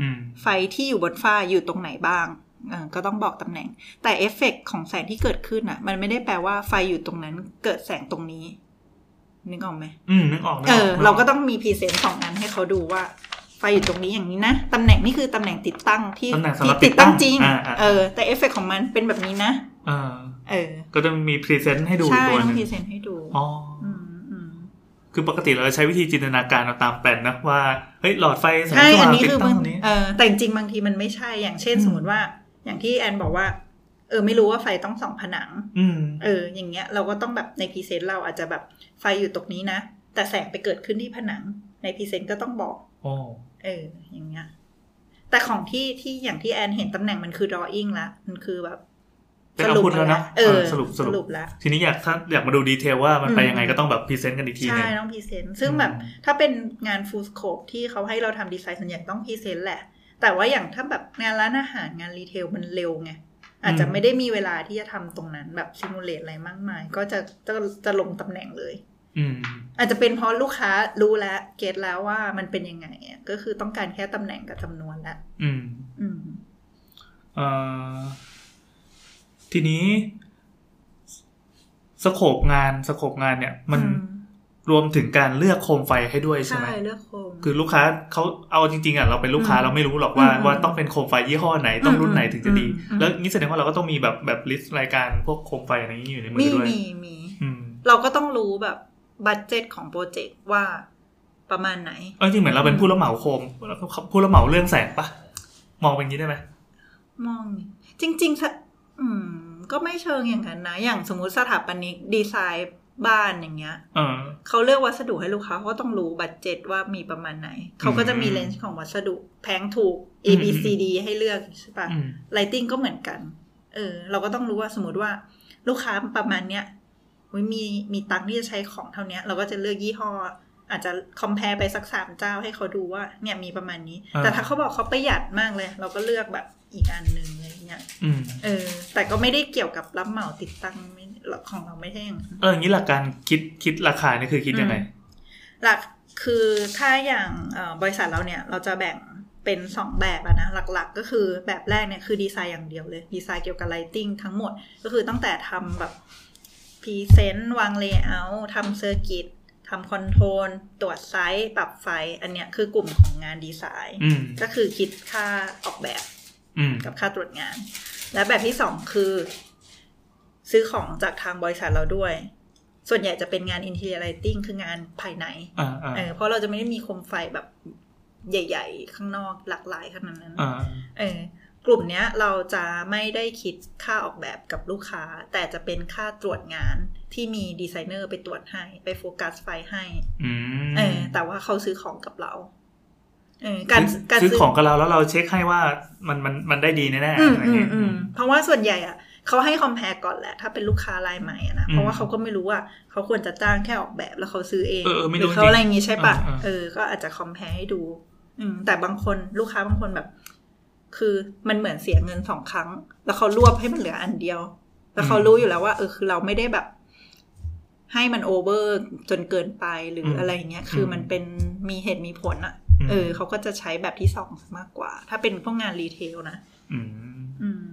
Speaker 3: อืม
Speaker 6: ไฟที่อยู่บนฝ้าอยู่ตรงไหนบ้างเออก็ต้องบอกตำแหน่ง แต่เอฟเฟกต์ของแสงที่เกิดขึ้นอ่ะ มันไม่ได้แปลว่าไฟอยู่ตรงนั้นเกิดแสงตรงนี้ นึกออกไหม
Speaker 3: อืมนึกออกนึก
Speaker 6: เอ
Speaker 3: อ
Speaker 6: อ
Speaker 3: อก
Speaker 6: เราก็ต้องมีพรีเซนต์สองอันให้เขาดูว่า ไฟอยู่ตรงนี้อย่างนี้นะ ตำแหน่งนี่คือตำแหน่งติดตั้งที่
Speaker 3: ตำแหน่งสำห
Speaker 6: ที่
Speaker 3: รับ
Speaker 6: ติดตั้งจริง
Speaker 3: อ่าอ่า
Speaker 6: เออ แต่เอฟเฟกต์ของมันเป็นแบบนี้นะ
Speaker 3: เออ
Speaker 6: เออ
Speaker 3: ก็จะมีพรีเซนต์ให้ดูอี
Speaker 6: ใช่
Speaker 3: กตัว
Speaker 6: ต้อง
Speaker 3: หนึ่ง
Speaker 6: พรีเซนต์ให้ดู
Speaker 3: อ๋อ
Speaker 6: มอืม
Speaker 3: คือปกติเราจะใช้วิธีจินตนาการเอาตามแปลนนะว่า เฮ้ยหลอดไฟแสง
Speaker 6: ใช่
Speaker 3: ส
Speaker 6: อัน
Speaker 3: ว่าง
Speaker 6: นี้
Speaker 3: ติด
Speaker 6: คือ
Speaker 3: ตั้
Speaker 6: บาง ง
Speaker 3: ตรงนี้
Speaker 6: เออแต่จริงๆบางทีมันไม่ใช่ อย่างเช่น
Speaker 3: อืม
Speaker 6: สมมติว่า อย่างที่แอนบอกว่า เออ ไม่รู้ว่าไฟต้องส่องผนัง
Speaker 3: อืม
Speaker 6: เออ อย่างเงี้ย เราก็ต้องแบบในพรีเซนต์เราอาจจะแบบไฟอยู่ตรงนี้นะ แต่แสงไปเกิดขึ้นที่ผนัง ในพรีเซนต์ก็ต้องบอก
Speaker 3: โอ้
Speaker 6: เออ อย่างเงี้ย แต่ของที่ที่อย่างที่แอนเห็นตำแหน่งมันคือ drawing ละ มันคือแบบ
Speaker 3: เป็นเอาพุทแล้วนะ
Speaker 6: เออ
Speaker 3: เออสรุป
Speaker 6: ส
Speaker 3: สรุป
Speaker 6: รุปละ
Speaker 3: ทีนี้อยากถ้าอยากมาดูดีเทลว่ามันไป
Speaker 6: อืม
Speaker 3: ยังไงก็ต้องแบบพรีเซนต์กันอีกทีห
Speaker 6: ใช่
Speaker 3: นึง
Speaker 6: ต้องพรีเซนต์ซึ่ง
Speaker 3: อืม
Speaker 6: แบบถ้าเป็นงานฟูลสโคปที่เขาให้เราทำดีไซน์ส่วนใหญ่ต้องพรีเซนต์แหละ แต่ว่าอย่างถ้าแบบงานร้านอาหารงานรีเทลมันเร็วไง อาจจะไม่ได้มีเวลาที่จะทำตรงนั้นแบบซิมูเลตอะไรมากมาย ก็จะจะจะลงตำแหน่งเลย
Speaker 3: อืม
Speaker 6: อาจจะเป็นเพราะลูกค้ารู้แล้วเก็ตแล้วว่ามันเป็นยังไงอะก็คือต้องการแค่ตำแหน่งกับจำนวนละ
Speaker 3: อืม
Speaker 6: อืม
Speaker 3: เอ่อทีนี้สโคปงานสโคปงานเนี่ย มัน
Speaker 6: อื
Speaker 3: รวมถึงการเลือกโคมไฟให้ด้วยใช่
Speaker 6: ใช่
Speaker 3: ไหม
Speaker 6: เลือกโคม
Speaker 3: คือลูกค้าเขาเอาจริงๆอ่ะเราเป็นลูกค้า
Speaker 6: อืม
Speaker 3: เราไม่รู้หรอกว่า
Speaker 6: อืม
Speaker 3: ว่าต้องเป็นโคมไฟยี่ห้อไหนต้องรุ่นไหนถึงจะดี
Speaker 6: อืมอืม
Speaker 3: แล้วนี่แสดงว่าเราก็ต้องมีแบบแบบลิสต์รายการพวกโคมไฟอะไรอย่างนี้อยู่ในมื
Speaker 6: มี
Speaker 3: อด้วย
Speaker 6: มีมี
Speaker 3: อืม
Speaker 6: เราก็ต้องรู้แบบบัตเจตของโปรเจกต์ว่าประมาณไหน
Speaker 3: เออจริงเหมือนเราเป็นผู้รับเหมาโคมผู้รับเหมาเรื่องแสงปะมองเป็นอย่างนี้ได้ไหม
Speaker 6: มองจริงๆสะอืม ก็ไม่เชิงอย่างนั้นนะ อย่างสมมุติสถาปนิกดีไซน์บ้านอย่างเงี้ย
Speaker 3: เออ
Speaker 6: เขาเลือกวัสดุให้ลูกค้าเขาก็ต้องรู้บัตเจ็ตว่ามีประมาณไหน เขาก็จะมีเลนส์ของวัสดุแพงถูก A B C D ให้เลือกใช่ปะ
Speaker 3: อืม
Speaker 6: ไลติงก็เหมือนกัน เออ เราก็ต้องรู้ว่าสมมติว่า ลูกค้าประมาณเนี้ยอุ๊ยมีมีตังค์ที่จะใช้ของเท่าเนี้ย เราก็จะเลือกยี่ห้อ อาจจะคอมเพลไปสักสามเจ้าให้เขาดูว่า เนี่ยมีประมาณนี้
Speaker 3: อ่า
Speaker 6: แต่ถ้าเขาบอกเขาประหยัดมากเลย เราก็เลือกแบบอีกอันหนึ่งอะไรเงี้ย
Speaker 3: อืม
Speaker 6: เออ แต่ก็ไม่ได้เกี่ยวกับรับเหมาติดตั้งไม่ของเราไม่ใช่อย่างนั้น
Speaker 3: เอออย่างนี้หลักการคิดคิดราคานี่คือคิดยังไง
Speaker 6: อืม หลักคือถ้าอย่างเอ่อบริษัทเราเนี่ย เราจะแบ่งเป็น 2 แบบอะนะหลักๆ ก็คือแบบแรกเนี่ยคือดีไซน์อย่างเดียวเลย ดีไซน์เกี่ยวกับไลติงทั้งหมด ก็คือตั้งแต่ทำแบบพรีเซนต์วางเลเยอร์ทำเซอร์กิตทำคอนโทรลตรวจไซส์ปรับไฟ อันเนี้ยคือกลุ่มของงานดีไซน์
Speaker 3: อืม
Speaker 6: ก็คือคิดค่าออกแบบ
Speaker 3: อืม
Speaker 6: กับค่าตรวจงาน และแบบที่สองคือ ซื้อของจากทางบริษัทเราด้วย ส่วนใหญ่จะเป็นงานอินเท i o r l i ไ i ติ้งคืองานภายใน
Speaker 3: อ่าอ่า
Speaker 6: เออเพราะเราจะไม่ได้มีโคมไฟแบบใหญ่ ๆ ข้างนอกหลากหลายขนาดนั้น
Speaker 3: อ่า
Speaker 6: เออกลุ่มเนี้ยเราจะไม่ได้คิดค่าออกแบบกับลูกค้า แต่จะเป็นค่าตรวจงานที่มีดีไซเนอร์ไปตรวจให้ ไปโฟกัสไฟให้
Speaker 3: อืม
Speaker 6: เออแต่ว่าเขาซื้อของกับเราเออการ
Speaker 3: ซื้อ
Speaker 6: การ
Speaker 3: ซื้อของกับเราแล้วเราเช็คให้ว่ามันมันมันได้ดีแน่ๆ
Speaker 6: อืม
Speaker 3: อะไร
Speaker 6: อื
Speaker 3: เงี้
Speaker 6: ม
Speaker 3: ย
Speaker 6: อืมเพราะว่าส่วนใหญ่อะเขาให้คอมเพลก่อนแหละ ถ้าเป็นลูกค้ารายใหม่อะนะ
Speaker 3: อืม
Speaker 6: เพราะว่าเขาก็ไม่รู้ว่าเขาควรจะจ้างแค่ออกแบบแล้วเขาซื้อเอง
Speaker 3: เออเออไม่
Speaker 6: ห
Speaker 3: รู้
Speaker 6: รือเขาอะไรอย่างงี้ใช่ปะ
Speaker 3: จริงๆอ่าอ่า
Speaker 6: เออ ก็อาจจะคอมเพลให้ดู อืม แต่บางคนลูกค้าบางคนแบบ คือมันเหมือนเสียเงินสองครั้ง แล้วเขารวบให้มันเหลืออันเดียว แล้วเขารู้อยู่แล้วว่า เออคือเราไม่ได้แบบ ให้มันโอเวอร์จนเกินไปหรืออะไรอย่างเงี้ย คือมันเป็นมีเหตุมีผลอะเออเขาก็จะใช้แบบที่สองมากกว่า ถ้าเป็นพวกงานรีเทลนะ
Speaker 3: อืม
Speaker 6: อืม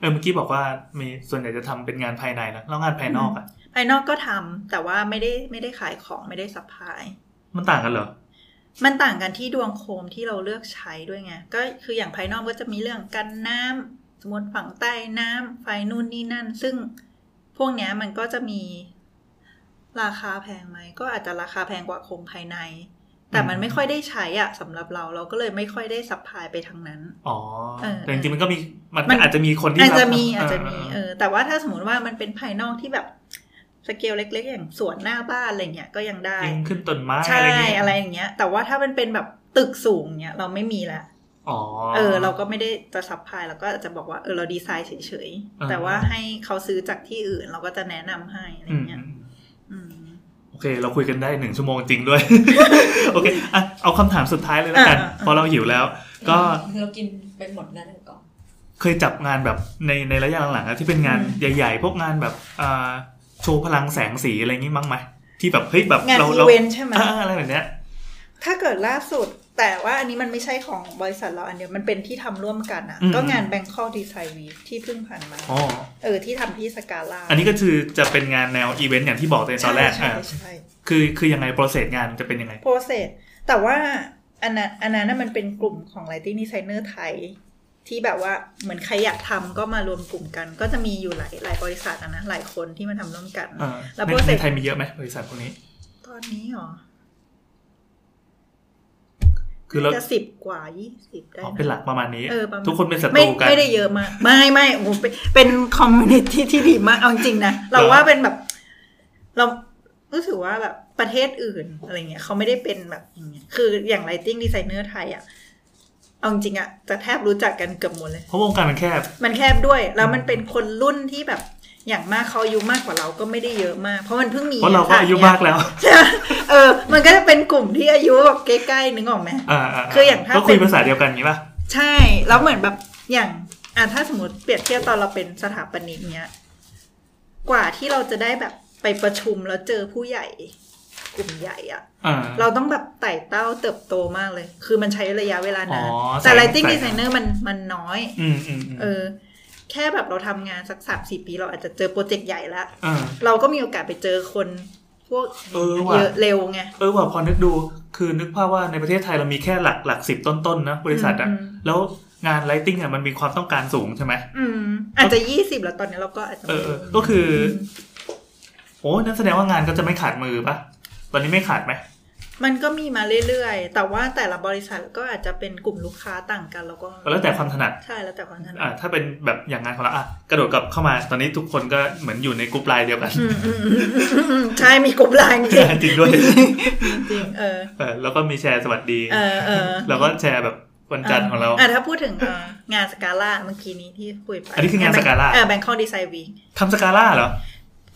Speaker 3: เออเมื่อกี้บอกว่ามีส่วนใหญ่จะทำเป็นงานภายในนะแล้วงานภายนอกอ่ะ
Speaker 6: ภายนอกก็ทำแต่ว่าไม่ได้ไม่ได้ขายของไม่ได้สัพพลาย
Speaker 3: มันต่างกันเหรอ
Speaker 6: มันต่างกันที่ดวงโคมที่เราเลือกใช้ด้วยไง ก็คืออย่างภายนอกก็จะมีเรื่องกันน้ำสมมติฝังใต้น้ำไฟนู่นนี่นั่น ซึ่งพวกเนี้ยมันก็จะมีราคาแพงไหม ก็อาจจะราคาแพงกว่าโคมภายใน แต่มันไม่ค่อยได้ใช้อะสำหรับเราเราก็เลยไม่ค่อยได้สัพพลายไปทางนั้น
Speaker 3: อ๋อ
Speaker 6: เออ
Speaker 3: แต่จริงๆมันก็มีมัน
Speaker 6: มั
Speaker 3: ก็
Speaker 6: น
Speaker 3: อาจจะมีคนที่
Speaker 6: อาจจะ
Speaker 3: รับ
Speaker 6: มีอาจจะมี
Speaker 3: เ
Speaker 6: เออแต่ว่าถ้าสมมติว่ามันเป็นภายนอกที่แบบสเกลเล็ก ๆ อย่างสวนหน้าบ้านอะไรเงี้ยก็ยังได้
Speaker 3: ยิงขึ้นต้นไม้
Speaker 6: ใช่
Speaker 3: อะไรเงี้ย
Speaker 6: อะไรอย่างเงี้ย แต่ว่าถ้ามันเป็นแบบตึกสูงเนี้ยเราไม่มีละ
Speaker 3: อ๋อ
Speaker 6: เออ เราก็ไม่ได้จะซัพพลายเราก็อาจจะบอกว่าเออเราดีไซน์เฉยๆ
Speaker 3: อ่า
Speaker 6: แต่ว่าให้เขาซื้อจากที่อื่นเราก็จะแนะนำให้อะไร
Speaker 3: อืม
Speaker 6: เงี้ยอืม
Speaker 3: โอเค เราคุยกันได้หนึ่งชั่วโมงจริงด้วย
Speaker 6: <laughs>
Speaker 3: โอเคอ่ะเอาคำถามสุดท้ายเลยแล้วกัน
Speaker 6: อ่ะอ่ะอ่ะ
Speaker 3: เพอเราหิวแล้ว ก็
Speaker 5: เรากินเป็นหมดนั้นก่อน
Speaker 3: เคยจับงานแบบในในระยะหลังๆอะที่เป็นงานใหญ่ ๆ พวกงานแบบอ่าโชว์พลังแสงสีอะไรงี้มั้งไหม ที่แบบเฮ้ยแบบ
Speaker 6: งาน
Speaker 3: เรา
Speaker 6: อี
Speaker 3: เรา
Speaker 6: เวนต์ใช่ไหม
Speaker 3: อ่าอะไรแบบเนี้ย
Speaker 6: ถ้าเกิดล่าสุด แต่ว่าอันนี้มันไม่ใช่ของบริษัทเราอันเดียวมันเป็นที่ทำร่วมกันอ่ะ
Speaker 3: อืม
Speaker 6: ก็งาน Bangkok Design Week ที่เพิ่งผ่านมา
Speaker 3: อ๋อ
Speaker 6: เออ ที่ทำที่สกาล่า
Speaker 3: อันนี้ก็คือจะเป็นงานแนวอีเวนต์อย่างที่บอกในตอนแรก
Speaker 6: ใช่
Speaker 3: อ่า
Speaker 6: ใช่ใช่
Speaker 3: คือคือยังไงโปรเซสงานจะเป็นยังไง
Speaker 6: โปรเซสแต่ว่าอันนั้นอันนั้นนะมันเป็นกลุ่มของ Lighting Designer ไทย ที่แบบว่าเหมือนใครอยากทำก็มารวมกลุ่มกัน ก็จะมีอยู่หลายหลายบริษัทอะนะ หลายคนที่มาทำร่วมกัน
Speaker 3: อ่า
Speaker 6: แล้ว
Speaker 3: ใน
Speaker 6: โปรเซ
Speaker 3: ใน
Speaker 6: ส
Speaker 3: ไทยมีเยอะไหมบริษัทพวกนี้
Speaker 6: ตอนนี้หรอ
Speaker 3: คือเรา
Speaker 6: จะสิบกว่ายี่สิบได้
Speaker 3: อ๋อ
Speaker 6: นะ
Speaker 3: เป็นหลักประมาณนี้
Speaker 6: เออประมาณ
Speaker 3: ทุกคนเป็นศัต
Speaker 6: ไม่
Speaker 3: รูกัน
Speaker 6: ไม่ได้เยอะมาก ไม่ไม่โอ้โหเป็นเป็นคอมมูนิตี้ที่ดีมาก เอาจริงๆนะ เรา
Speaker 3: เหรอ
Speaker 6: ว่าเป็นแบบ เรารู้สึกว่าแบบประเทศอื่นอะไรเงี้ยเขาไม่ได้เป็นแบบอย่างเงี้ยคืออย่าง lighting designer ไทยอะเอาจริงๆอะจะแทบรู้จักกันเกือบหมดเลย
Speaker 3: เพราะวงการมันแคบ
Speaker 6: มันแคบด้วย แล้วมันเป็นคนรุ่นที่แบบ อย่างมากเขาอายุมากกว่าเราก็ไม่ได้เยอะมาก เพราะมันเพิ่งมี
Speaker 3: เพราะเราก็อายุมากแล้ว
Speaker 6: ใช่ไหมเออ มันก็จะเป็นกลุ่มที่อายุแบบใกล้ๆนึกออกไหม
Speaker 3: อ่า
Speaker 6: คืออย่างถ้า
Speaker 3: ก็คุย
Speaker 6: เป็น
Speaker 3: ภาษาเดียวกันอย่างนี้ป่ะ
Speaker 6: ใช่ แล้วเหมือนแบบอย่างอ่ะถ้าสมมติเปรียบเทียบตอนเราเป็นสถาปนิกเนี้ย กว่าที่เราจะได้แบบไปประชุมแล้วเจอผู้ใหญ่ กลุ่มใหญ่อะ
Speaker 3: อ่า
Speaker 6: เราต้องแบบไต่เต้าเติบโตมากเลย คือมันใช้ระยะเวลานาน
Speaker 3: อ๋อ
Speaker 6: แต่
Speaker 3: ใส่
Speaker 6: lighting
Speaker 3: ใส่
Speaker 6: designer มันมันน้อย
Speaker 3: อืมอืมอืม
Speaker 6: เออ แค่แบบเราทำงานสักสามสี่ปีเราอาจจะเจอโปรเจกต์ใหญ่ละ
Speaker 3: อ่า
Speaker 6: เราก็มีโอกาสไปเจอคนพวก
Speaker 3: เออว่ะ
Speaker 6: อะเร็วไง
Speaker 3: เออว่าพอนึกดูคือนึกภาพว่าในประเทศไทยเรามีแค่หลักหลักสิบต้นๆนะบริษัทอะ
Speaker 6: อืมอืม
Speaker 3: แล้วงานไลติ้งอะมันมีความต้องการสูงใช่ไหม
Speaker 6: อืม อาจจะยี่สิบแล้วตอนนี้เราก็อาจจะ
Speaker 3: เอ
Speaker 6: ไม่
Speaker 3: อเออ
Speaker 6: รู้
Speaker 3: ก็คืออโอ้นั่นแสดงว่างานก็จะไม่ขาดมือปะตอนนี้ไม่ขาดไหม
Speaker 6: มันก็มีมาเรื่อยๆ แต่ว่าแต่ละบริษัทก็อาจจะเป็นกลุ่มลูกค้าต่างกันแล้วก็
Speaker 3: แล้วแต่ความถนัด
Speaker 6: ใช่แล้วแต่ความถนั
Speaker 3: อ่า
Speaker 6: ด
Speaker 3: ถ้าเป็นแบบอย่างงานของเราอ่ะกระโดดกลับเข้ามาตอนนี้ทุกคนก็เหมือนอยู่ในกลุ่มไลน์เดียวกัน
Speaker 6: อืมใช่มีกลุ่มไลน์จริง
Speaker 3: จริงด้วย
Speaker 6: จริงๆเออ
Speaker 3: เออแล้วก็มีแชร์สวัสดี
Speaker 6: เออเออ
Speaker 3: แล้วก็แชร์แบบวันจันทร์ของเรา
Speaker 6: อ่ะถ้าพูดถึงเอ่องานสกาล่าเมื่อกี้นี้ที่คุยไป
Speaker 3: อันนี้คืองาน Scala
Speaker 6: เออแบงคอกดีไซน์วี
Speaker 3: ทำสกาล่าเหรอ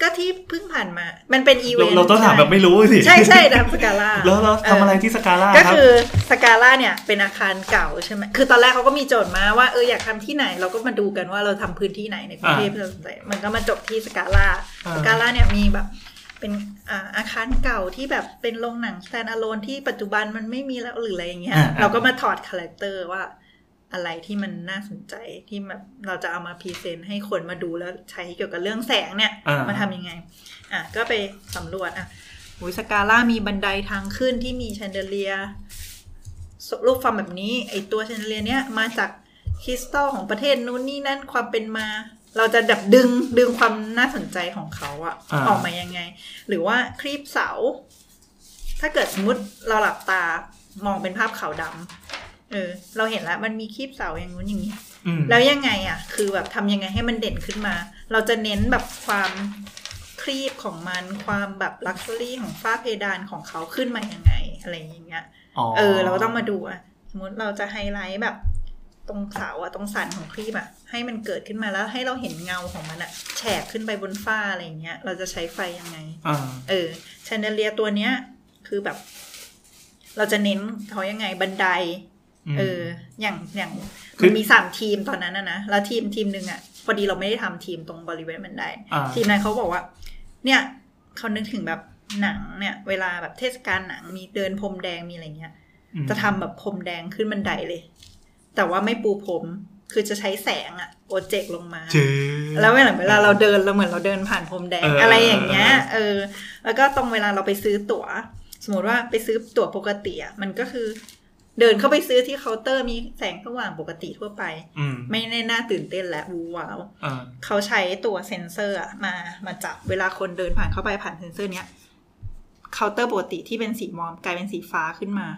Speaker 6: ก็ที่เพิ่งผ่านมา มันเป็นอีเว
Speaker 3: เรา
Speaker 6: นต์
Speaker 3: เราต้องถามแบบไม่รู้สิ
Speaker 6: ใช่ใช่ <laughs> ทำสกาล่า
Speaker 3: <laughs> แล้วเราทำอะไรที่สกาล่า
Speaker 6: ก็
Speaker 3: ครับ
Speaker 6: คือสกาล่าเนี่ยเป็นอาคารเก่าใช่ไหม คือตอนแรกเขาก็มีโจทย์มาว่าเอออยากทำที่ไหนเราก็มาดูกันว่าเราทำพื้นที่ไหนในกรุงเทพที่เราสนใจมันก็มาจบที่สกาล่า
Speaker 3: อ่า
Speaker 6: สกาล่าเนี่ยมีแบบเป็นอ่าอาคารเก่าที่แบบเป็นโรงหนัง s แ a น d a อ o n e ที่ปัจจุบันมันไม่มีแล้วหรืออะไรอย่างเงี้ย
Speaker 3: อ่าอ่า
Speaker 6: เราก็มาถอดคาแรคเตอร์ว่าอะไรที่มันน่าสนใจที่แบบเราจะเอามาพรีเซนต์ให้คนมาดูแล้วใช้เกี่ยวกับเรื่องแสงเนี่ย
Speaker 3: อ่าม
Speaker 6: มาทำยังไง อ่ะ ก็ไปสำรวจอ่ะหุยสกาล่ามีบันไดทางขึ้นที่มีแชนเดเลียรูปฟอร์มแบบนี้ ไอตัวแชนเดเลียเนี้ยมาจากคริสตัลของประเทศนู้นนี่นั่นความเป็นมา เราจะดับดึงดึงความน่าสนใจของเขาอะ
Speaker 3: อ่า
Speaker 6: ออกมายังไง หรือว่าครีบเสา ถ้าเกิดสมมติเราหลับตามองเป็นภาพขาวดำเออ เราเห็นแล้วมันมีครีบเสาอย่างนู้นอย่างนี้
Speaker 3: อืม
Speaker 6: แล้วยังไงอ่ะ คือแบบทำยังไงให้มันเด่นขึ้นมา เราจะเน้นแบบความครีบของมัน ความแบบลักชัวรี่ของฝ้าเพดานของเขาขึ้นมายังไง อะไรอย่างเงี้ย เออ เราก็ต้องมาดูอ่ะ สมมติเราจะไฮไลท์แบบ ตรงเสาอ่ะ ตรงสันของครีบอ่ะ ให้มันเกิดขึ้นมาแล้วให้เราเห็นเงาของมันอ่ะ แฉกขึ้นไปบนฝ้าอะไรอย่างเงี้ย เราจะใช้ไฟยังไง
Speaker 3: อ่า
Speaker 6: เออชนเดเลียตัวเนี้ย คือแบบ เราจะเน้นเขายังไงบันได
Speaker 3: ม
Speaker 6: เออ อย่างอย่าง
Speaker 3: คื
Speaker 6: มั
Speaker 3: อน
Speaker 6: มีสามทีมตอนนั้นนะนะ แล้วทีมทีมหนึ่งอ่ะ พอดีเราไม่ได้ทำทีมตรงบริเวณบันได
Speaker 3: อ่า
Speaker 6: ทีมนั้นเขาบอกว่า เนี่ยเขานึกถึงแบบหนังเนี่ย เวลาแบบเทศกาลหนังมีเดินพรมแดงมีอะไรเงี้ย
Speaker 3: ม
Speaker 6: จะทำแบบพรมแดงขึ้นบันไดเลย แต่ว่าไม่ปูพรม คือจะใช้แสงอะโปรเจกต์ลงมา
Speaker 3: เจ๊อ
Speaker 6: แล้วเวลาเวลาเราเดินเราเหมือนเราเดินผ่านพรมแดง
Speaker 3: เอออ
Speaker 6: อะไรอย่างเงี้ย เออ แล้วก็ตรงเวลาเราไปซื้อตั๋ว สมมติว่าไปซื้อตั๋วปกติอ่ะมันก็คือ เดินเข้าไปซื้อที่เคาน์เตอร์มีแสงสว่างปกติทั่วไป
Speaker 3: ืม
Speaker 6: ไม่ได้น่าตื่นเต้นและวูว้าว
Speaker 3: อ่า
Speaker 6: เขาใช้ตัวเซ็นเซอร์อะมามาจับเวลาคนเดินผ่านเข้าไปผ่านเซ็นเซอร์เนี้ยเคาน์เตอร์ปกติที่เป็นสีมอมกลายเป็นสีฟ้าขึ้นมา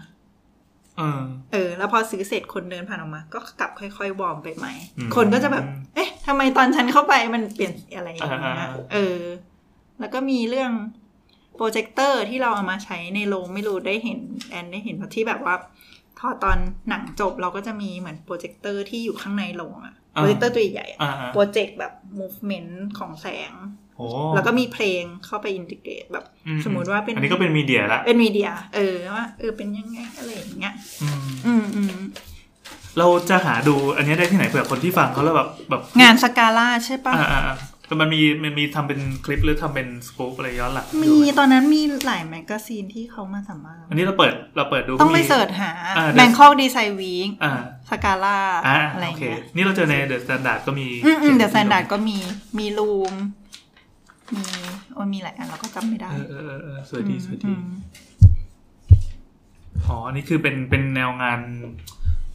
Speaker 3: เออ
Speaker 6: เออ แล้วพอซื้อเสร็จคนเดินผ่านออกมา ก็กลับค่อยๆวอร์มไปใหม่
Speaker 3: อืม
Speaker 6: คนก็จะแบบ เอ๊ะทำไมตอนฉันเข้าไปมันเปลี่ยนอะไรอย่างเงี้ย
Speaker 3: อ่าๆ
Speaker 6: เออ แล้วก็มีเรื่องโปรเจคเตอร์ที่เราเอามาใช้ในโรงไม่รู้ได้เห็นแอนได้เห็นเพราะที่แบบว่าพอตอนหนังจบเราก็จะมีเหมือนโปรเจคเตอร์ที่อยู่ข้างในโรงอะโปรเจคเตอร์ตัวใหญ่ๆอะ
Speaker 3: อ่า
Speaker 6: โปรเจกต์แบบ movement ของแสง
Speaker 3: โอ้
Speaker 6: แล้วก็มีเพลงเข้าไปอินทิเกรตแบบ
Speaker 3: อื
Speaker 6: สมมติว่าเป็น
Speaker 3: อันนี้ก็เป็นมีเดียละ
Speaker 6: เป็นมีเดีย เออว่าเออเป็นยังไงอะไรอย่างเงี้ย
Speaker 3: อืม
Speaker 6: อืมอืม
Speaker 3: เราจะหาดูอันนี้ได้ที่ไหนเผื่อคนที่ฟังเขาแล้วแบบแบบ
Speaker 6: งานสกาล่าใช่ปะ
Speaker 3: อ่าอ่าอ่า แต่มันมีมันมีทำเป็นคลิปหรือทำเป็นสกู๊ปอะไรย้อนหลัง
Speaker 6: มีตอนนั้นมีหลายแมกกาซีนที่เขามาสัมภาษณ์
Speaker 3: อันนี้เราเปิดเราเปิดดู
Speaker 6: ต้องไป
Speaker 3: มี
Speaker 6: เสิร์ชหา
Speaker 3: อ่า
Speaker 6: แบงคอกดีไซน์วีค
Speaker 3: อ่า
Speaker 6: สกาล่า
Speaker 3: อ่า
Speaker 6: อะไร
Speaker 3: โอเค
Speaker 6: เงี้ย
Speaker 3: นี่เราเจอในเดอะสแตนดาร์ดก็มี
Speaker 6: อืมอืมเดี๋ยวแซนด์ก็มีมีรูมมีโอ้ยมีหลายอันเราก็จำไม่ได้
Speaker 3: เออเออเออเออสวยดีสวย
Speaker 6: อื
Speaker 3: ดี
Speaker 6: ม
Speaker 3: อ๋ออันนี่คือเป็นเป็นแนวงาน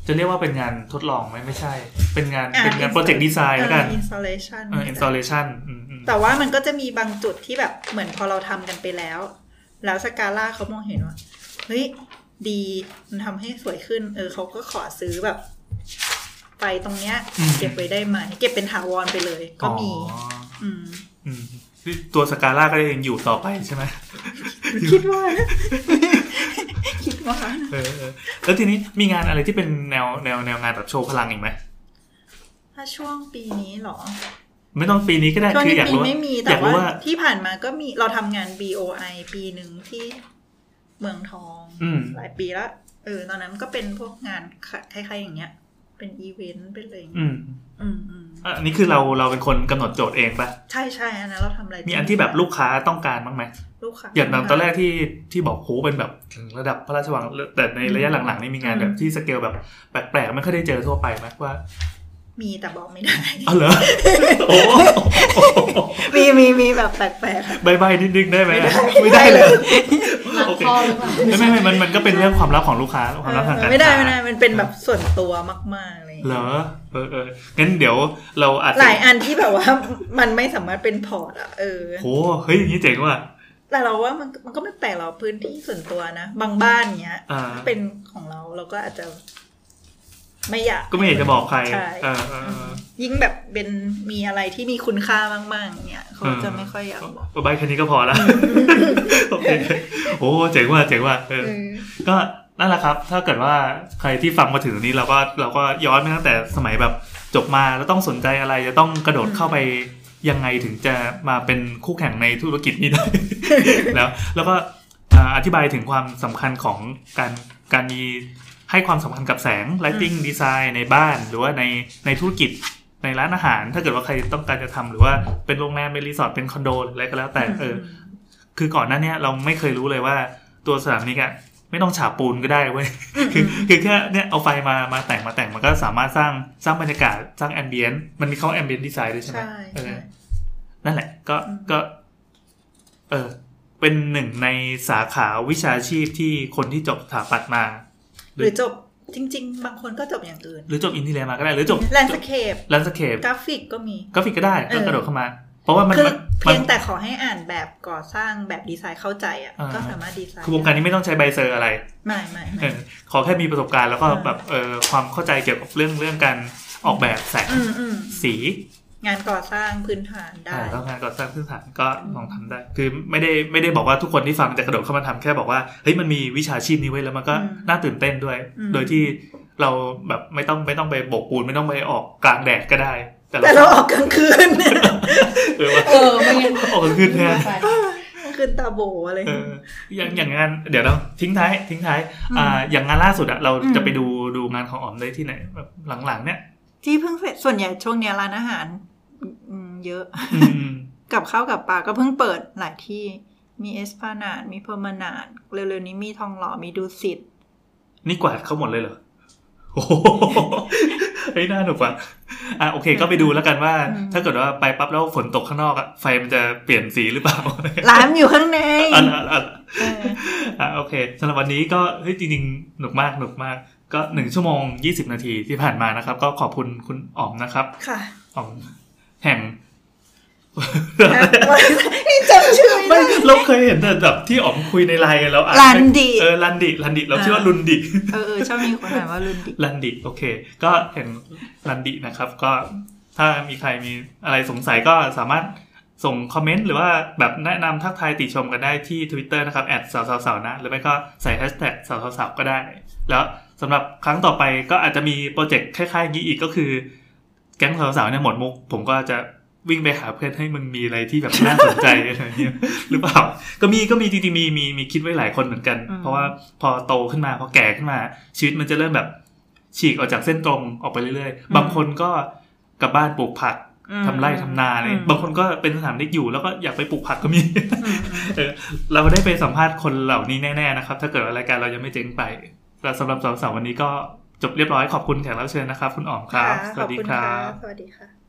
Speaker 3: จะเรียกว่าเป็นงานทดลองไหมไม่ใช่ เป็นงาน
Speaker 6: อ่า
Speaker 3: เป็นงานโปรเจกต์ดีไซน์แล้วกัน
Speaker 6: อินสตาเลชัน
Speaker 3: เอออินสตาเลชันอืมอืม
Speaker 6: แต่ว่ามันก็จะมีบางจุดที่แบบเหมือนพอเราทำกันไปแล้ว แล้วสกาล่าเขามองเห็นว่า เฮ้ย ดีมันทำให้สวยขึ้น เออเขาก็ขอซื้อแบบ ไปตรงเนี้ย
Speaker 3: อืม
Speaker 6: เก็บไว้ได้ไหมเก็บเป็นถาวรไปเลย ก็มี
Speaker 3: อ๋อ
Speaker 6: อืม
Speaker 3: อืมนี่ตัวสกาล่าก็ยังอยู่ต่อไปใช่ไหม
Speaker 6: คิดว่า <laughs> คิดว่า
Speaker 3: เออเออแล้วทีนี้มีงานอะไรที่เป็นแนวแนวแนวงานแบบโชว์พลังอีกไหม
Speaker 6: ถ้าช่วงปีนี้เหรอ
Speaker 3: ไม่ต้องปีนี้ก็ได้
Speaker 6: ช่วง
Speaker 3: คือ
Speaker 6: นี้
Speaker 3: อยาก
Speaker 6: ปี
Speaker 3: รู้
Speaker 6: ไม่มี
Speaker 3: อ
Speaker 6: แต่
Speaker 3: ยาก
Speaker 6: ว่า
Speaker 3: รู้ว่า
Speaker 6: ที่ผ่านมาก็มีเราทำงาน BOI ปีหนึ่งที่เมืองทอง
Speaker 3: อืม
Speaker 6: หลายปีละเออ ตอนนั้นก็เป็นพวกงานคคล้ายๆอย่างเงี้ย เป็นอีเวนต์เป็นอะไรอย่างเงี้ย
Speaker 3: อืม
Speaker 6: อืมอืม
Speaker 3: อ่ะอันนี้คือเราเราเป็นคนกำหนดโจทย์เองปะ
Speaker 6: ใช่ใช่อันนั้นเราทำอะไร
Speaker 3: มีอันที่แบบลูกค้าต้องการบ้างไหม
Speaker 6: ลูกค้า
Speaker 3: อย่างตอนตอนแรกที่ที่บอกโหเป็นแบบถึงระดับพระราชวังแต่ในระยะหลังๆนี่มีงาน
Speaker 6: อืม
Speaker 3: แบบที่สเกลแบบแปลกๆไม่ค่อยได้เจอทั่วไปไหมว่า
Speaker 6: มีแต่บอกไม่
Speaker 3: <laughs>
Speaker 6: ได้
Speaker 3: เอา
Speaker 6: <laughs>
Speaker 3: เหรอโอ้โห
Speaker 6: มีมีมีแบบแปลก
Speaker 3: ใบใบนิดนึงได้ไหมอะไม่ได้เลย
Speaker 4: รัก
Speaker 3: โอเค
Speaker 4: พ่อหรือเปล่า
Speaker 3: ไม่ไม่ไม่มันมันก็เป็นเรื่องความลับของลูกค้าความลับทางการ
Speaker 6: ไม่ได้ไม่
Speaker 3: ค้า
Speaker 6: ได้มันเป็นแบบส่วนตัวมากๆเลย
Speaker 3: เหรอเออเอองั้นเดี๋ยวเราอาจ
Speaker 6: ห
Speaker 3: จะ
Speaker 6: ลายอันที่แบบว่า มันไม่สามารถเป็นพอร์ตอะเออ
Speaker 3: โหเฮ้ยอย่างนี้เจ๋งว่ะ
Speaker 6: แต่เราว่ามันมันก็ไม่แปลกเราพื้นที่ส่วนตัวนะ บางบ้านเนี้ย
Speaker 3: อ่า
Speaker 6: ถ้าเป็นของเราเราก็อาจจะ ไม่อยาก
Speaker 3: ก็ไม่อยากจะบอกใคร
Speaker 6: ใช่
Speaker 3: เออเออเออ
Speaker 6: ยิ่งแบบเป็นมีอะไรที่มีคุณค่ามากๆ เนี่ยเขาจะไม่ค่อยอยากบอก
Speaker 3: เอาใบแค่นี้ก็พอละ โอเคโอ้เจ๋งว่ะเจ๋งว่ะเออ ก็นั่นแหละครับ ถ้าเกิดว่าใครที่ฟังมาถึงนี้เราก็เราก็ย้อนไปตั้งแต่สมัยแบบจบมาแล้วต้องสนใจอะไร จะต้องกระโดดเข้าไปยังไงถึงจะมาเป็นคู่แข่งในธุรกิจนี้ได้ <laughs> แล้ว แล้วก็เอ่ออธิบายถึงความสำคัญของการการมีให้ความสำคัญกับแสง lighting design ในบ้านหรือว่าในในธุรกิจในร้านอาหาร ถ้าเกิดว่าใครต้องการจะทำหรือว่าเป็นโรงแรมเป็นรีสอร์ทเป็นคอนโดหรืออะไรก็แล้วแต่เออ คือก่อนหน้าเนี้ยเราไม่เคยรู้เลยว่าตัวสนามนี้อะไม่ต้องฉาบปูนก็ได้เว้ยคือคือแค่เนี่ยเอาไฟมามาแต่งมาแต่งมันก็สามารถสร้างสร้างบรรยากาศสร้างแอมเบียนมันมีเข้าแอมเบียนดีไซน์ด้วยใช่ไหม
Speaker 6: ใช่
Speaker 3: เออ
Speaker 6: ใช่
Speaker 3: นั่นแหละก็ก็ เออ เป็นหนึ่งในสาขาวิชาชีพที่คนที่จบสถาปัตย์มา ห
Speaker 6: ห
Speaker 3: รือ
Speaker 6: รือจบจริง ๆ บางคนก็จบอย่างอื่น
Speaker 3: หรือจบอินทีเรียมาก็ได้ หรือจบ
Speaker 6: แลนด์สเคป
Speaker 3: ร้านสเคป
Speaker 6: กราฟิกก็มี
Speaker 3: กราฟิกก็ได้
Speaker 6: เอ
Speaker 3: ก็
Speaker 6: อ
Speaker 3: กระโดดเข้ามา เพราะว่ามัน
Speaker 6: คือ
Speaker 3: มัน
Speaker 6: เพียง
Speaker 3: มัน
Speaker 6: แต่ขอให้อ่านแบบก่อสร้างแบบดีไซน์เข้าใจอ่ะ
Speaker 3: อ่า
Speaker 6: ก็สามารถดีไซน์
Speaker 3: คือวงการนี้ไม่ต้องใช้ใบเซอร์อะไร
Speaker 6: ไม่ไม่
Speaker 3: เอ
Speaker 6: ไม่
Speaker 3: อขอแค่มีประสบการณ์แล้วก็
Speaker 6: อ่า
Speaker 3: แบบเออความเข้าใจเกี่ยวกับเรื่องเรื่องการออกแบบแสง
Speaker 6: อืมอืม
Speaker 3: สี
Speaker 6: งานก่อสร้างพื้นฐานได้
Speaker 3: อ่าแล้วงานก่อสร้างพื้นฐานก็ลองทำได้ คือไม่ได้ไม่ได้บอกว่าทุกคนที่ฟังจะกระโดดเข้ามาทำแค่บอกว่าเฮ้ยมันมีวิชาชีพนี้ไว้ยแล้วมันก็
Speaker 6: อืม
Speaker 3: น่าตื่นเต้นด้วย
Speaker 6: อืม
Speaker 3: โดยที่เราแบบไม่ต้องไม่ต้องไปโบกปูนไม่ต้องไปออกกลางแดดก็ได้ <laughs> แต่
Speaker 6: แต่เรา
Speaker 3: เรา
Speaker 6: ออกกลางคืน
Speaker 3: เออว่า
Speaker 4: เออไม่งั้น
Speaker 3: ออกกลางคืนแทน
Speaker 4: ไป
Speaker 6: กลางคืนตาโบอะไรอย่าง
Speaker 3: เอ
Speaker 6: เงี้ย
Speaker 3: ออย่างอย่างงานเดี๋ยวเราทิ้งท้ายทิ้งท้ายอ่าอย่างงานล่าสุดอะเรา
Speaker 6: อืม
Speaker 3: จะไปดูดูงานของอ๋อมได้ที่ไหนแบบหลัง
Speaker 6: <laughs>
Speaker 3: ๆเนี่ย
Speaker 6: ที่เพิ่งเสร็จส่วนใหญ่ช่วงเนี้ยร้านอาหารอืมเยอะ
Speaker 3: อืม
Speaker 6: กับข้าวกับปลาก็เพิ่งเปิดหลายที่ มีเอสพานาด มีเพอร์มานาด เร็วๆนี้มีทองหล่อ มีดูสิต
Speaker 3: นี่กวาดเขาหมดเลยเหรอ โอ้โหเฮ้ยน่าหนุกว่ะ อ่ะโอเค ก็ไปดูแล้วกันว่า
Speaker 6: อืม
Speaker 3: ถ้าเกิดว่าไปปั๊บแล้วฝนตกข้างนอกอะไฟมันจะเปลี่ยนสีหรือเป
Speaker 6: <laughs>
Speaker 3: ล่า
Speaker 6: ร้านอยู่ข้างใน
Speaker 3: อ่ะอ่ะอ่ะ
Speaker 6: เออ
Speaker 3: อ่ะโอเคสำหรับวันนี้ก็เฮ้ยจริงๆหนุกมากหนุกมาก ก็หนึ่งชั่วโมงยี่สิบนาทีที่ผ่านมานะครับ ก็ขอบคุณคุณอ๋อมนะครับ
Speaker 6: ค่ะ
Speaker 3: อ๋อมแห่ง <laughs>
Speaker 6: จำชื่อไม่
Speaker 3: ไม่
Speaker 6: ได้
Speaker 3: เราเคยเห็นแต่แบบที่อ๋อมคุยในไลน์กันแล้วอ่ะ
Speaker 6: ลันดิ
Speaker 3: เออลันดิลันดิเราชื่อว่าลุนดิ
Speaker 6: เออเออชอบมีคนถามว่ารุ่นดิ
Speaker 3: ลันดิโอเค ก็เห็นลันดินะครับ ก็ถ้ามีใครมีอะไรสงสัยก็สามารถส่งคอมเมนต์หรือว่าแบบแนะนำทักทายติชมกันได้ที่ Twitter นะครับแอดสาวสาวๆๆนะ หรือไม่ก็ใส่แฮชแท็กสาวสาวๆๆก็ได้ แล้วสำหรับครั้งต่อไปก็อาจจะมีโปรเจกต์คล้ายๆนี้อีกก็คือ แก๊งสาวสาวๆเนี่ยหมดมุก ผมก็จะวิ่งไปหาเพื่อนให้มันมีอะไรที่แบบน่าสนใจ อะไรเงี้ยหรือเปล่า ก็มีก็มีจริงๆมีมีมีคิดไว้หลายคนเหมือนกัน
Speaker 6: อืม
Speaker 3: เพราะว่าพอโตขึ้นมาพอแก่ขึ้นมา ชีวิตมันจะเริ่มแบบ ฉีกออกจากเส้นตรงออกไปเรื่อยๆ บางคนก็กลับบ้านปลูกผัก
Speaker 6: อืม
Speaker 3: ทำไร่ทำนาอะไร
Speaker 6: อืม
Speaker 3: บางคนก็เป็นสถานเด็กอยู่แล้วก็อยากไปปลูกผักก็มี <laughs> เออเราได้ไปสัมภาษณ์คนเหล่านี้แน่ๆนะครับ ถ้าเกิดว่ารายการเรายังไม่เจ๊งไปแล้วสำหรับสาวๆวันนี้ก็จบเรียบร้อยขอบคุณแขกรับเชิญนะครับ คุณอ๋อมครับ
Speaker 6: ค่ะ
Speaker 3: สวัสดี
Speaker 6: ขอณ
Speaker 3: ครั
Speaker 6: ะ
Speaker 3: บ
Speaker 6: สวัสดีค่ะ